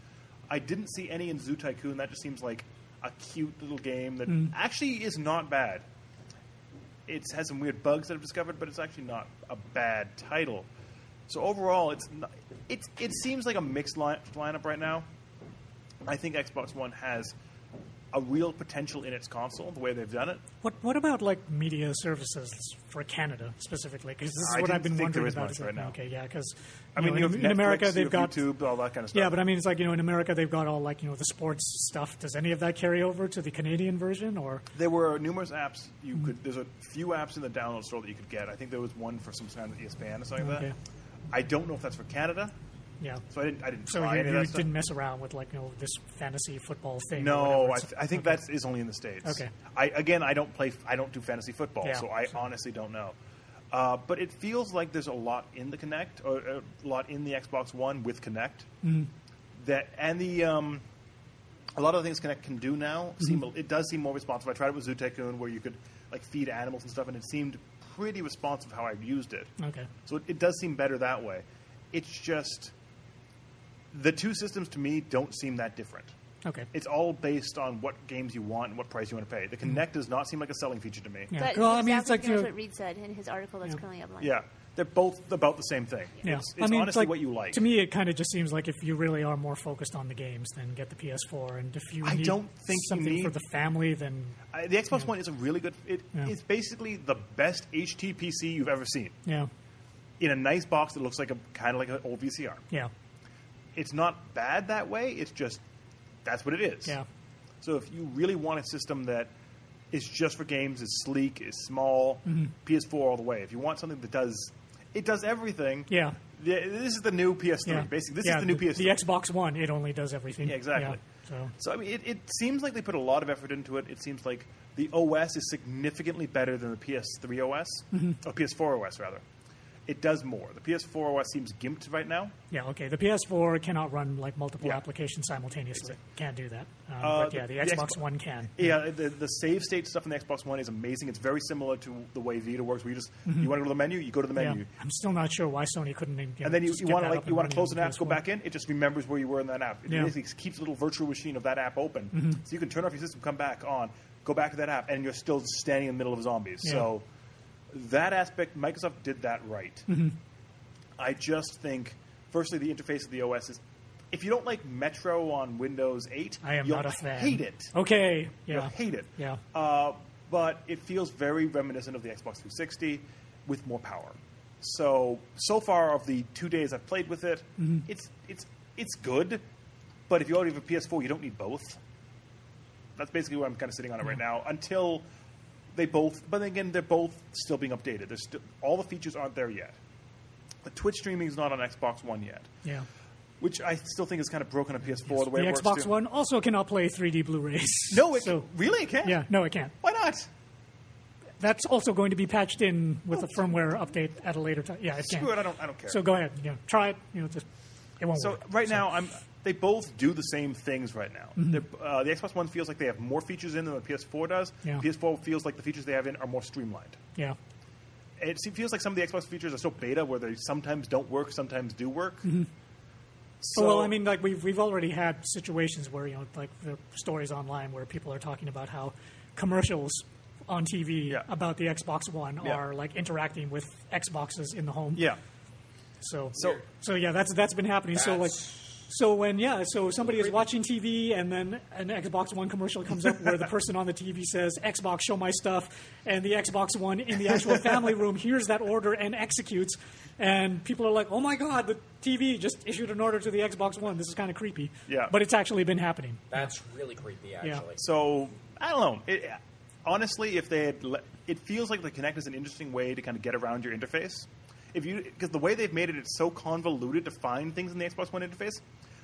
[SPEAKER 6] I didn't see any in Zoo Tycoon. That just seems like a cute little game that actually is not bad. It has some weird bugs that I've discovered, but it's actually not a bad title. So overall, it's not, it's it seems like a mixed line, lineup right now. I think Xbox One has a real potential in its console, the way they've done it.
[SPEAKER 2] What What about like media services for Canada specifically? Because this is
[SPEAKER 6] I
[SPEAKER 2] what I've
[SPEAKER 6] didn't
[SPEAKER 2] been
[SPEAKER 6] think there
[SPEAKER 2] wondering
[SPEAKER 6] was
[SPEAKER 2] about.
[SPEAKER 6] much
[SPEAKER 2] is that-
[SPEAKER 6] right now.
[SPEAKER 2] Okay, yeah, because
[SPEAKER 6] I mean, you
[SPEAKER 2] in,
[SPEAKER 6] have
[SPEAKER 2] in America
[SPEAKER 6] Netflix, you
[SPEAKER 2] they've
[SPEAKER 6] have
[SPEAKER 2] got
[SPEAKER 6] YouTube, all that kind of stuff.
[SPEAKER 2] Yeah, but I mean, it's like you know, in America they've got all like you know the sports stuff. Does any of that carry over to the Canadian version? Or
[SPEAKER 6] there were numerous apps you
[SPEAKER 2] Mm-hmm.
[SPEAKER 6] could. There's a few apps in the download store that you could get. I think there was one for some kind of ESPN or something like that. E
[SPEAKER 2] Okay.
[SPEAKER 6] I don't know if that's for Canada,
[SPEAKER 2] yeah,
[SPEAKER 6] so I didn't. I didn't
[SPEAKER 2] so
[SPEAKER 6] try
[SPEAKER 2] you,
[SPEAKER 6] any
[SPEAKER 2] you
[SPEAKER 6] of that stuff.
[SPEAKER 2] didn't mess around with like you know this fantasy football thing. or
[SPEAKER 6] no,
[SPEAKER 2] whatever.
[SPEAKER 6] I,
[SPEAKER 2] It's-
[SPEAKER 6] th- I think
[SPEAKER 2] okay.
[SPEAKER 6] that's is only in the states.
[SPEAKER 2] Okay.
[SPEAKER 6] I again, I don't play. f- I don't do fantasy football,
[SPEAKER 2] Yeah.
[SPEAKER 6] so I honestly don't know. Uh, but it feels like there's a lot in the Connect, or uh, a lot in the Xbox One with Connect.
[SPEAKER 2] Mm.
[SPEAKER 6] That and the um, a lot of the things Connect can do now
[SPEAKER 2] Mm-hmm.
[SPEAKER 6] seem it does seem more responsive. I tried it with Zoo Tycoon, where you could like feed animals and stuff, and it seemed pretty responsive how I used it.
[SPEAKER 2] okay.
[SPEAKER 6] So it, it does seem better that way. It's just the two systems to me don't seem that different
[SPEAKER 2] Okay.
[SPEAKER 6] it's all based on what games you want and what price you want to pay. The Kinect does not seem like a selling feature to me.
[SPEAKER 2] Mm-hmm. Yeah.
[SPEAKER 1] That,
[SPEAKER 2] Well, I
[SPEAKER 1] that's
[SPEAKER 2] mean, it's like
[SPEAKER 1] pretty
[SPEAKER 2] you
[SPEAKER 1] much
[SPEAKER 2] know,
[SPEAKER 1] what Reed said in his article that's
[SPEAKER 2] Yeah.
[SPEAKER 1] currently online.
[SPEAKER 6] Yeah. they're both about the same thing.
[SPEAKER 2] Yeah.
[SPEAKER 6] It's,
[SPEAKER 2] I
[SPEAKER 6] it's
[SPEAKER 2] mean, it's
[SPEAKER 6] honestly
[SPEAKER 2] like,
[SPEAKER 6] what you like.
[SPEAKER 2] To me, it kind of just seems like if you really are more focused on the games, then get the PS4. And if you
[SPEAKER 6] I
[SPEAKER 2] need
[SPEAKER 6] don't think you
[SPEAKER 2] something
[SPEAKER 6] need-
[SPEAKER 2] for the family, then
[SPEAKER 6] I, the Xbox One is a really good. It,
[SPEAKER 2] Yeah.
[SPEAKER 6] It's basically the best HTPC you've ever seen
[SPEAKER 2] yeah,
[SPEAKER 6] in a nice box that looks like a kind of like an old VCR.
[SPEAKER 2] yeah,
[SPEAKER 6] It's not bad that way. It's just that's what it is.
[SPEAKER 2] yeah.
[SPEAKER 6] So if you really want a system that is just for games, is sleek, is small,
[SPEAKER 2] Mm-hmm.
[SPEAKER 6] PS4 all the way. If you want something that does it does everything.
[SPEAKER 2] Yeah.
[SPEAKER 6] Yeah, this is the new PS3.
[SPEAKER 2] Yeah.
[SPEAKER 6] Basically, this
[SPEAKER 2] Yeah,
[SPEAKER 6] is the new PS3.
[SPEAKER 2] The Xbox One, it only does everything.
[SPEAKER 6] Yeah, exactly.
[SPEAKER 2] Yeah, so
[SPEAKER 6] So I mean, it, it seems like they put a lot of effort into it. It seems like the OS is significantly better than the PS3 OS or PS4 OS rather. It does more. The PS4 OS seems gimped right now.
[SPEAKER 2] yeah, okay. The PS4 cannot run like multiple
[SPEAKER 6] Yeah.
[SPEAKER 2] applications simultaneously. Can't do that. Um,
[SPEAKER 6] Uh,
[SPEAKER 2] but yeah,
[SPEAKER 6] the-
[SPEAKER 2] the,
[SPEAKER 6] the
[SPEAKER 2] Xbox
[SPEAKER 6] Xbox-
[SPEAKER 2] One can.
[SPEAKER 6] Yeah, the, the save state stuff in the Xbox One is amazing. It's very similar to the way Vita works, where you just you want to go to the menu, you go to the
[SPEAKER 2] Yeah.
[SPEAKER 6] menu,
[SPEAKER 2] I'm still not sure why Sony couldn't. You know,
[SPEAKER 6] and then you,
[SPEAKER 2] just
[SPEAKER 6] you
[SPEAKER 2] get
[SPEAKER 6] want to
[SPEAKER 2] that
[SPEAKER 6] like
[SPEAKER 2] up
[SPEAKER 6] you
[SPEAKER 2] and
[SPEAKER 6] want to
[SPEAKER 2] running
[SPEAKER 6] close
[SPEAKER 2] on
[SPEAKER 6] an app, go
[SPEAKER 2] PS4.
[SPEAKER 6] back in. It just remembers where you were in that app. It
[SPEAKER 2] Yeah. Mm-hmm.
[SPEAKER 6] basically keeps a little virtual machine of that app open, so you can turn off your system, come back on, go back to that app, and you're still standing in the middle of zombies.
[SPEAKER 2] Yeah.
[SPEAKER 6] So that aspect, Microsoft did that right.
[SPEAKER 2] Mm-hmm.
[SPEAKER 6] I just think, firstly, the interface of the OS is. If you don't like Metro on Windows 8,
[SPEAKER 2] I am
[SPEAKER 6] you'll
[SPEAKER 2] not a fan.
[SPEAKER 6] hate it.
[SPEAKER 2] Okay. Yeah.
[SPEAKER 6] You'll hate it.
[SPEAKER 2] Yeah.
[SPEAKER 6] Uh, but it feels very reminiscent of the Xbox 360 with more power. So so far of the two days I've played with it,
[SPEAKER 2] Mm-hmm.
[SPEAKER 6] it's it's it's good. But if you already have a PS4, you don't need both. That's basically where I'm kind of sitting on it right now. Until they both, but then again, they're both still being updated. There's still all the features aren't there yet. The Twitch streaming is not on Xbox One yet
[SPEAKER 2] Yeah.
[SPEAKER 6] which I still think is kind of broken on PS4 the
[SPEAKER 2] The
[SPEAKER 6] way it works.
[SPEAKER 2] Xbox
[SPEAKER 6] too.
[SPEAKER 2] One also cannot play 3D Blu-rays.
[SPEAKER 6] No, it
[SPEAKER 2] so
[SPEAKER 6] really it can.
[SPEAKER 2] yeah, no, it can't.
[SPEAKER 6] Why not?
[SPEAKER 2] That's also going to be patched in with a firmware update at a later time. Yeah, it can't.
[SPEAKER 6] Screw it. I don't. I don't care.
[SPEAKER 2] So go ahead, you know, try it. You know, just it won't
[SPEAKER 6] So
[SPEAKER 2] work.
[SPEAKER 6] right now, I'm. They both do the same things right now.
[SPEAKER 2] Mm-hmm.
[SPEAKER 6] They're Uh, the Xbox One feels like they have more features in than the PS4 does.
[SPEAKER 2] Yeah.
[SPEAKER 6] PS4 feels like the features they have in are more streamlined.
[SPEAKER 2] yeah,
[SPEAKER 6] It se- feels like some of the Xbox features are so beta where they sometimes don't work, sometimes do work. So,
[SPEAKER 2] Oh, Mm-hmm. well, I mean, like we've we've already had situations where you know, like the stories online where people are talking about how commercials on TV
[SPEAKER 6] Yeah.
[SPEAKER 2] about the Xbox One
[SPEAKER 6] Yeah.
[SPEAKER 2] are like interacting with Xboxes in the home.
[SPEAKER 6] yeah.
[SPEAKER 2] So
[SPEAKER 6] So
[SPEAKER 2] so yeah, that's that's been happening. So like. So when yeah, so somebody is watching TV and then an Xbox One commercial comes up where the person on the TV says Xbox show my stuff and the Xbox One in the actual family room hears that order and executes and people are like, "Oh my god, the TV just issued an order to the Xbox One. This is kind of creepy."
[SPEAKER 6] Yeah.
[SPEAKER 2] But it's actually been happening.
[SPEAKER 5] That's really creepy, actually.
[SPEAKER 6] so I don't know. It, honestly, if they had, let, it feels like the Kinect is an interesting way to kind of get around your interface. If you because the way they've made it, it's so convoluted to find things in the Xbox One interface.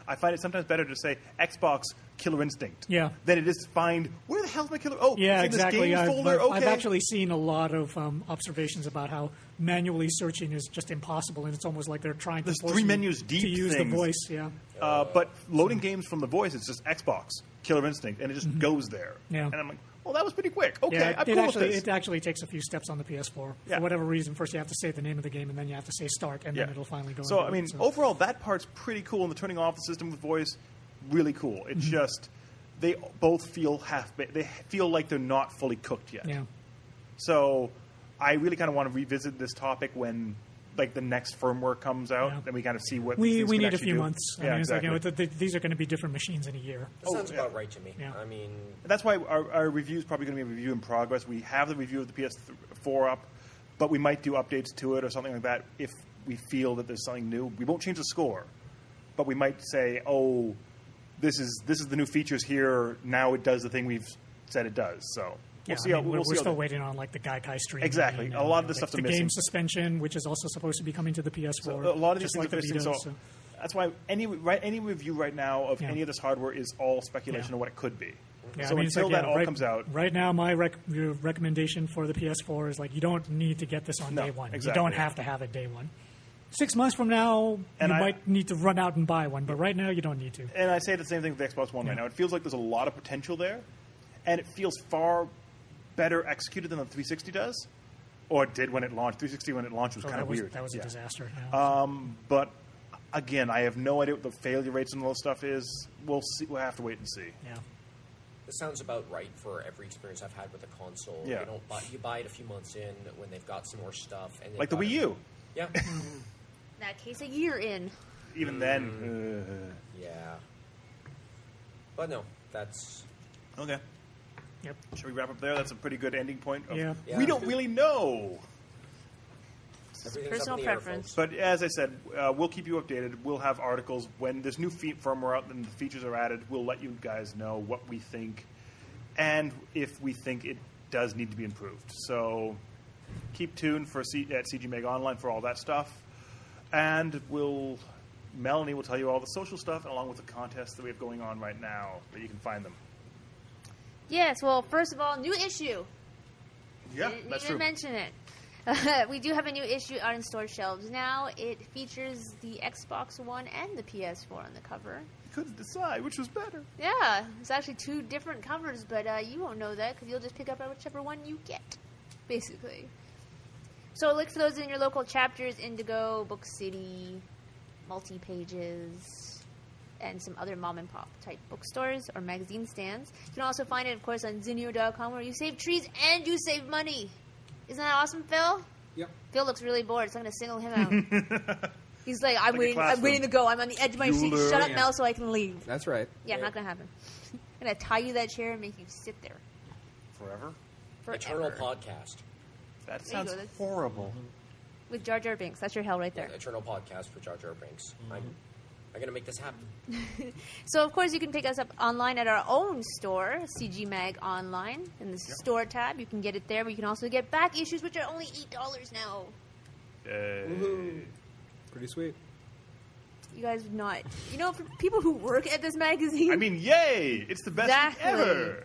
[SPEAKER 6] I find it sometimes better to say Xbox Killer Instinct.
[SPEAKER 2] Yeah.
[SPEAKER 6] Than it is to find where the hell's my killer? Oh,
[SPEAKER 2] Yeah,
[SPEAKER 6] it's in This
[SPEAKER 2] exactly.
[SPEAKER 6] games
[SPEAKER 2] I've,
[SPEAKER 6] folder.
[SPEAKER 2] I've-
[SPEAKER 6] okay.
[SPEAKER 2] I've actually seen a lot of um, observations about how manually searching is just impossible, and it's almost like they're trying
[SPEAKER 6] There's
[SPEAKER 2] to force
[SPEAKER 6] three
[SPEAKER 2] you
[SPEAKER 6] menus deep
[SPEAKER 2] to use
[SPEAKER 6] things.
[SPEAKER 2] the voice. Yeah,
[SPEAKER 6] Uh, but loading games from the voice, it's just Xbox Killer Instinct, and it just goes there.
[SPEAKER 2] Mm-hmm. Yeah.
[SPEAKER 6] And I'm like, well, that was pretty quick. Okay,
[SPEAKER 2] yeah.
[SPEAKER 6] I'm
[SPEAKER 2] it
[SPEAKER 6] cool
[SPEAKER 2] actually
[SPEAKER 6] with this.
[SPEAKER 2] it actually takes a few steps on the PS4
[SPEAKER 6] Yeah.
[SPEAKER 2] for whatever reason. First, you have to say the name of the game, and then you have to say start, and then it'll finally go.
[SPEAKER 6] So
[SPEAKER 2] into
[SPEAKER 6] I
[SPEAKER 2] it,
[SPEAKER 6] mean, overall, that part's pretty cool, and the turning off the system with voice, really cool.
[SPEAKER 2] Mm-hmm.
[SPEAKER 6] It's just they both feel half. ba- They feel like they're not fully cooked yet.
[SPEAKER 2] yeah,
[SPEAKER 6] So I really kind of want to revisit this topic when. Like the next firmware comes out,
[SPEAKER 2] Yeah.
[SPEAKER 6] and we kind of see what
[SPEAKER 2] we
[SPEAKER 6] these things
[SPEAKER 2] we
[SPEAKER 6] can
[SPEAKER 2] need a
[SPEAKER 6] actually
[SPEAKER 2] few
[SPEAKER 6] do.
[SPEAKER 2] months.
[SPEAKER 6] Yeah,
[SPEAKER 2] I mean, it's like,
[SPEAKER 6] exactly.
[SPEAKER 2] you know, th- th- these are going to be different machines in a year.
[SPEAKER 6] Oh,
[SPEAKER 5] That sounds about right to me.
[SPEAKER 2] Yeah.
[SPEAKER 5] I mean,
[SPEAKER 6] That's why our, our review is probably going to be a review in progress. We have the review of the PS4 up, but we might do updates to it or something like that if we feel that there's something new. We won't change the score, but we might say, "Oh, this is this is the new features here. Now it does the thing we've said it does." So
[SPEAKER 2] Yeah,
[SPEAKER 6] we'll see.
[SPEAKER 2] I
[SPEAKER 6] how,
[SPEAKER 2] mean,
[SPEAKER 6] we'll
[SPEAKER 2] we're,
[SPEAKER 6] see
[SPEAKER 2] we're
[SPEAKER 6] how
[SPEAKER 2] still
[SPEAKER 6] the-
[SPEAKER 2] waiting on like the Gaikai stream.
[SPEAKER 6] Exactly.
[SPEAKER 2] and,
[SPEAKER 6] A lot of the
[SPEAKER 2] like,
[SPEAKER 6] stuff
[SPEAKER 2] the
[SPEAKER 6] they're
[SPEAKER 2] game
[SPEAKER 6] missing.
[SPEAKER 2] suspension, which is also supposed to be coming to the PS4.
[SPEAKER 6] So a lot of these
[SPEAKER 2] just
[SPEAKER 6] things
[SPEAKER 2] like
[SPEAKER 6] are
[SPEAKER 2] the
[SPEAKER 6] missing.
[SPEAKER 2] Vita,
[SPEAKER 6] So
[SPEAKER 2] so-
[SPEAKER 6] that's why any right, any review right now of
[SPEAKER 2] Yeah.
[SPEAKER 6] any of this hardware is all speculation
[SPEAKER 2] Yeah.
[SPEAKER 6] of what it could be.
[SPEAKER 2] Yeah,
[SPEAKER 6] so
[SPEAKER 2] I mean, it's
[SPEAKER 6] until
[SPEAKER 2] like,
[SPEAKER 6] that
[SPEAKER 2] yeah,
[SPEAKER 6] all
[SPEAKER 2] right,
[SPEAKER 6] comes out,
[SPEAKER 2] Right now, my rec- your recommendation for the PS4 is like you don't need to get this on
[SPEAKER 6] No,
[SPEAKER 2] day one.
[SPEAKER 6] exactly.
[SPEAKER 2] You don't have to have it day one. Six months from now,
[SPEAKER 6] And
[SPEAKER 2] you
[SPEAKER 6] I-
[SPEAKER 2] might need to run out and buy one, but right now you don't need to.
[SPEAKER 6] and I say the same thing with the Xbox One right now. It feels like there's a lot of potential there, and it feels far better executed than the 360 does, or it did when it launched. 360 when it launched was
[SPEAKER 2] So
[SPEAKER 6] kind
[SPEAKER 2] Oh, that
[SPEAKER 6] of
[SPEAKER 2] was
[SPEAKER 6] weird.
[SPEAKER 2] that was a
[SPEAKER 6] Yeah. Uh,
[SPEAKER 2] disaster. yeah.
[SPEAKER 6] But again, I have no idea what the failure rates and all that stuff is. We'll see. We'll have to wait and see.
[SPEAKER 2] yeah.
[SPEAKER 5] this sounds about right for every experience I've had with a console.
[SPEAKER 6] Yeah.
[SPEAKER 5] You don't buy, you buy it a few months in when they've got some more stuff, and they've
[SPEAKER 6] Like the
[SPEAKER 5] got
[SPEAKER 6] Wii
[SPEAKER 5] it-
[SPEAKER 6] U,
[SPEAKER 5] Yeah,
[SPEAKER 1] In that case, a year in.
[SPEAKER 6] even
[SPEAKER 2] Mm.
[SPEAKER 6] then.
[SPEAKER 5] yeah. But no, that's
[SPEAKER 6] uh, okay.
[SPEAKER 2] Yep.
[SPEAKER 6] Should we wrap up there? That's a pretty good ending point. Of,
[SPEAKER 2] Yeah.
[SPEAKER 5] Yeah.
[SPEAKER 6] We don't really know.
[SPEAKER 5] everything's
[SPEAKER 1] personal
[SPEAKER 5] up in the air,
[SPEAKER 1] preference.
[SPEAKER 5] folks.
[SPEAKER 6] But as I said, uh, we'll keep you updated. We'll have articles when there's new fe- firmware out and the features are added. We'll let you guys know what we think and if we think it does need to be improved. So keep tuned for C- at CG Mega Online for all that stuff, and we'll Melanie will tell you all the social stuff along with the contests that we have going on right now that you can find them.
[SPEAKER 1] Yes, well, first of all, new issue.
[SPEAKER 6] Yeah,
[SPEAKER 1] didn't
[SPEAKER 6] that's true.
[SPEAKER 1] even mention it. we do have a new issue on store shelves now. It features the Xbox One and the PS4 on the cover.
[SPEAKER 6] You couldn't decide which was better.
[SPEAKER 1] Yeah, it's actually two different covers, but uh, you won't know that because you'll just pick up whichever one you get, basically. So look for those in your local chapters: Indigo, Book City, Multi Pages, and some other mom and pop type bookstores or magazine stands. You can also find it, of course, on Zinio.com, where you save trees and you save money. Isn't that awesome, Phil?
[SPEAKER 4] Yep.
[SPEAKER 1] Phil looks really bored, so I'm going to single him out. He's like, I'm
[SPEAKER 6] a
[SPEAKER 1] waiting. I'm
[SPEAKER 6] classroom.
[SPEAKER 1] waiting to go. I'm on the edge of my seat.
[SPEAKER 6] Bueller.
[SPEAKER 1] Shut up,
[SPEAKER 4] Yeah.
[SPEAKER 1] Mel, so I can leave.
[SPEAKER 4] That's right.
[SPEAKER 1] Yeah,
[SPEAKER 5] Yeah.
[SPEAKER 1] not gonna happen. I'm gonna tie you to that chair and make you sit there
[SPEAKER 6] Forever.
[SPEAKER 1] forever.
[SPEAKER 5] Eternal podcast.
[SPEAKER 1] There
[SPEAKER 6] That
[SPEAKER 1] you
[SPEAKER 6] sounds
[SPEAKER 1] go, that's-
[SPEAKER 6] horrible.
[SPEAKER 1] with Jar Jar Binks. That's your hell right there.
[SPEAKER 5] Eternal podcast for Jar Jar Binks. I'm, I'm gonna make this happen.
[SPEAKER 1] So of course you can pick us up online at our own store, CG Mag Online, in the store tab. You can get it there, but you can also get back issues, which are only eight dollars now.
[SPEAKER 6] Uh,
[SPEAKER 4] Pretty sweet.
[SPEAKER 1] You guys would not. You know, for people who work at this magazine.
[SPEAKER 6] I mean, yay! It's the best
[SPEAKER 1] Exactly.
[SPEAKER 6] thing ever.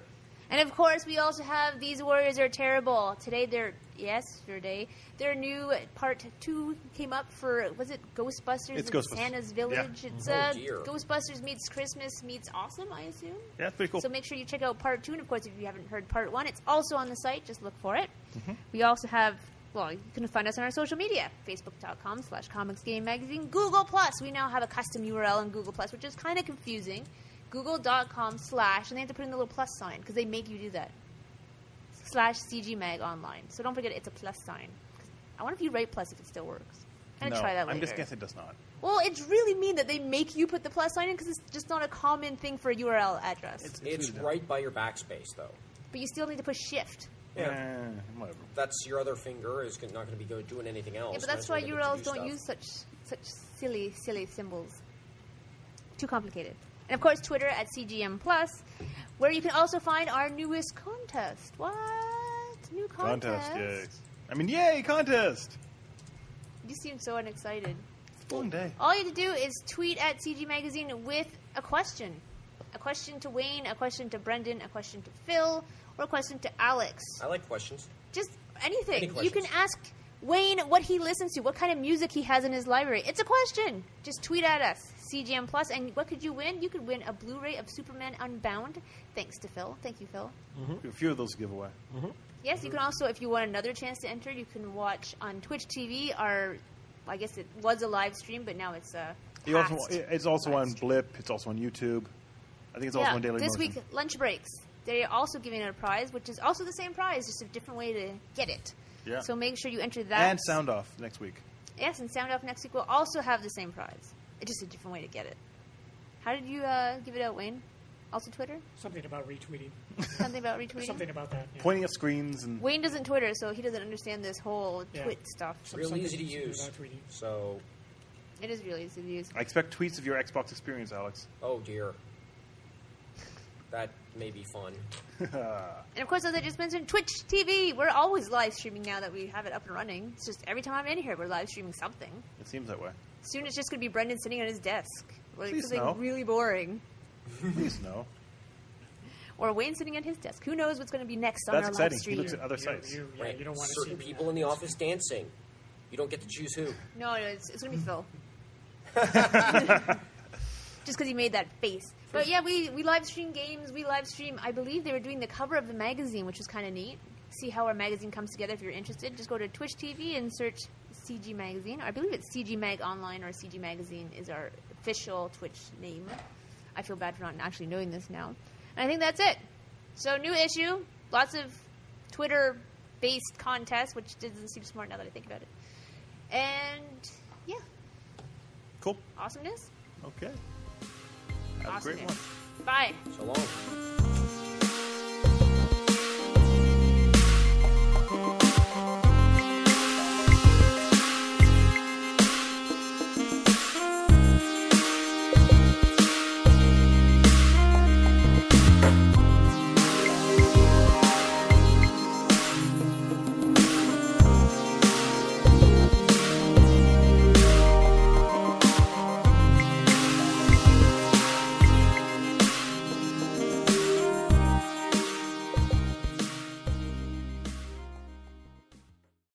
[SPEAKER 1] And of course, we also have These Warriors Are Terrible. Today, they're. Yesterday, their new part two came up for. Was it Ghostbusters
[SPEAKER 6] It's
[SPEAKER 1] in
[SPEAKER 6] Ghostbusters.
[SPEAKER 1] Santa's Village? It's
[SPEAKER 5] Oh,
[SPEAKER 1] uh,
[SPEAKER 5] dear.
[SPEAKER 1] Ghostbusters meets Christmas meets Awesome, I assume.
[SPEAKER 6] Yeah, that's pretty cool.
[SPEAKER 1] So make sure you check out part two. And of course, if you haven't heard part one, it's also on the site. Just look for it.
[SPEAKER 6] Mm-hmm.
[SPEAKER 1] We also have, well, you can find us on our social media facebook.com slash comics game magazine, Google Plus. We now have a custom URL in Google Plus, which is kind of confusing. Google.com slash, and they have to put in the little plus sign because they make you do that. Slash CGMag online. So don't forget it's a plus sign. I wonder if you write plus if it still works. I'm
[SPEAKER 6] no,
[SPEAKER 1] gonna try that later.
[SPEAKER 6] I'm just guessing it does not.
[SPEAKER 1] Well, it's really mean that they make you put the plus sign in because it's just not a common thing for a URL address.
[SPEAKER 5] It's
[SPEAKER 6] really dumb.
[SPEAKER 5] right by your backspace, though.
[SPEAKER 1] But you still need to push shift.
[SPEAKER 6] Yeah, whatever.
[SPEAKER 5] That's your other finger is not going to be go- doing anything else.
[SPEAKER 1] Yeah, but
[SPEAKER 5] Might
[SPEAKER 1] that's
[SPEAKER 5] as well
[SPEAKER 1] why
[SPEAKER 5] get it to
[SPEAKER 1] URLs
[SPEAKER 5] do
[SPEAKER 1] don't
[SPEAKER 5] stuff.
[SPEAKER 1] use such such silly silly symbols. Too complicated. And of course, Twitter at CGM Plus, where you can also find our newest contest. What new contest?
[SPEAKER 6] Contest, yay. I mean, yay, contest!
[SPEAKER 1] You seem so unexcited.
[SPEAKER 6] Long day.
[SPEAKER 1] All you have to do is tweet at CG Magazine with a question. A question to Wayne, a question to Brendan, a question to Phil, or a question to Alex.
[SPEAKER 5] I like questions.
[SPEAKER 1] just anything.
[SPEAKER 5] Any
[SPEAKER 1] you can ask Wayne what he listens to, what kind of music he has in his library. It's a question. Just tweet at us, CGM Plus, and what could you win? You could win a Blu-ray of Superman Unbound, thanks to Phil. Thank you, Phil.
[SPEAKER 6] A few of those to give away.
[SPEAKER 1] Yes, you can also, if you want another chance to enter, you can watch on Twitch TV our. I guess it was a live stream, but now it's uh,
[SPEAKER 6] You also,
[SPEAKER 1] past.
[SPEAKER 6] it's also on
[SPEAKER 1] Past.
[SPEAKER 6] Blip. It's also on YouTube. I think it's also
[SPEAKER 1] yeah,
[SPEAKER 6] on Daily
[SPEAKER 1] this
[SPEAKER 6] Motion.
[SPEAKER 1] week uh, lunch breaks. They're also giving out a prize, which is also the same prize, just a different way to get it.
[SPEAKER 6] Yeah.
[SPEAKER 1] So make sure you enter that
[SPEAKER 6] and Sound Off next week.
[SPEAKER 1] Yes, and Sound Off next week will also have the same prize. It's just a different way to get it. How did you uh, give it out, Wayne? Also Twitter?
[SPEAKER 2] Something about retweeting.
[SPEAKER 1] Something about retweeting?
[SPEAKER 2] Something about that. yeah.
[SPEAKER 6] Pointing at screens and
[SPEAKER 1] Wayne doesn't Twitter, so he doesn't understand this whole
[SPEAKER 2] Yeah.
[SPEAKER 1] twit stuff.
[SPEAKER 2] Some-
[SPEAKER 5] Real
[SPEAKER 2] something-
[SPEAKER 5] easy to
[SPEAKER 2] something
[SPEAKER 5] use.
[SPEAKER 2] about tweeting.
[SPEAKER 5] So,
[SPEAKER 1] It is really easy to use.
[SPEAKER 6] I expect tweets of your Xbox experience, Alex.
[SPEAKER 5] oh dear, that may be fun.
[SPEAKER 1] And of course, as I just mentioned, Twitch TV! We're always live streaming now that we have it up and running. It's just every time I'm in here, we're live streaming something.
[SPEAKER 6] It seems that way.
[SPEAKER 1] Soon it's just going to be Brendan sitting at his desk. Like,
[SPEAKER 6] Please
[SPEAKER 1] something
[SPEAKER 6] no.
[SPEAKER 1] really boring.
[SPEAKER 6] Please no.
[SPEAKER 1] Or Wayne sitting at his desk. Who knows what's going to be next on
[SPEAKER 6] That's
[SPEAKER 1] our
[SPEAKER 6] exciting.
[SPEAKER 1] live
[SPEAKER 6] He
[SPEAKER 1] stream?
[SPEAKER 6] looks at other
[SPEAKER 2] You-
[SPEAKER 6] sites.
[SPEAKER 2] You, yeah,
[SPEAKER 5] Right.
[SPEAKER 2] you don't want to
[SPEAKER 5] certain
[SPEAKER 2] see
[SPEAKER 5] people in the office dancing. You don't get to choose who.
[SPEAKER 1] No, no, it's, it's gonna be Phil. Just because he made that face. But yeah, we, we live stream games. We live stream. I believe they were doing the cover of the magazine, which was kind of neat. See how our magazine comes together if you're interested. Just go to Twitch TV and search CG Magazine. I believe it's CG Mag Online or CG Magazine is our official Twitch name. I feel bad for not actually knowing this now. And I think that's it. So, new issue. Lots of Twitter based contests, which doesn't seem smart now that I think about it. And yeah,
[SPEAKER 6] Cool.
[SPEAKER 1] awesomeness.
[SPEAKER 6] Okay. Have a great
[SPEAKER 1] Awesomeness.
[SPEAKER 6] one.
[SPEAKER 1] Bye.
[SPEAKER 5] So long.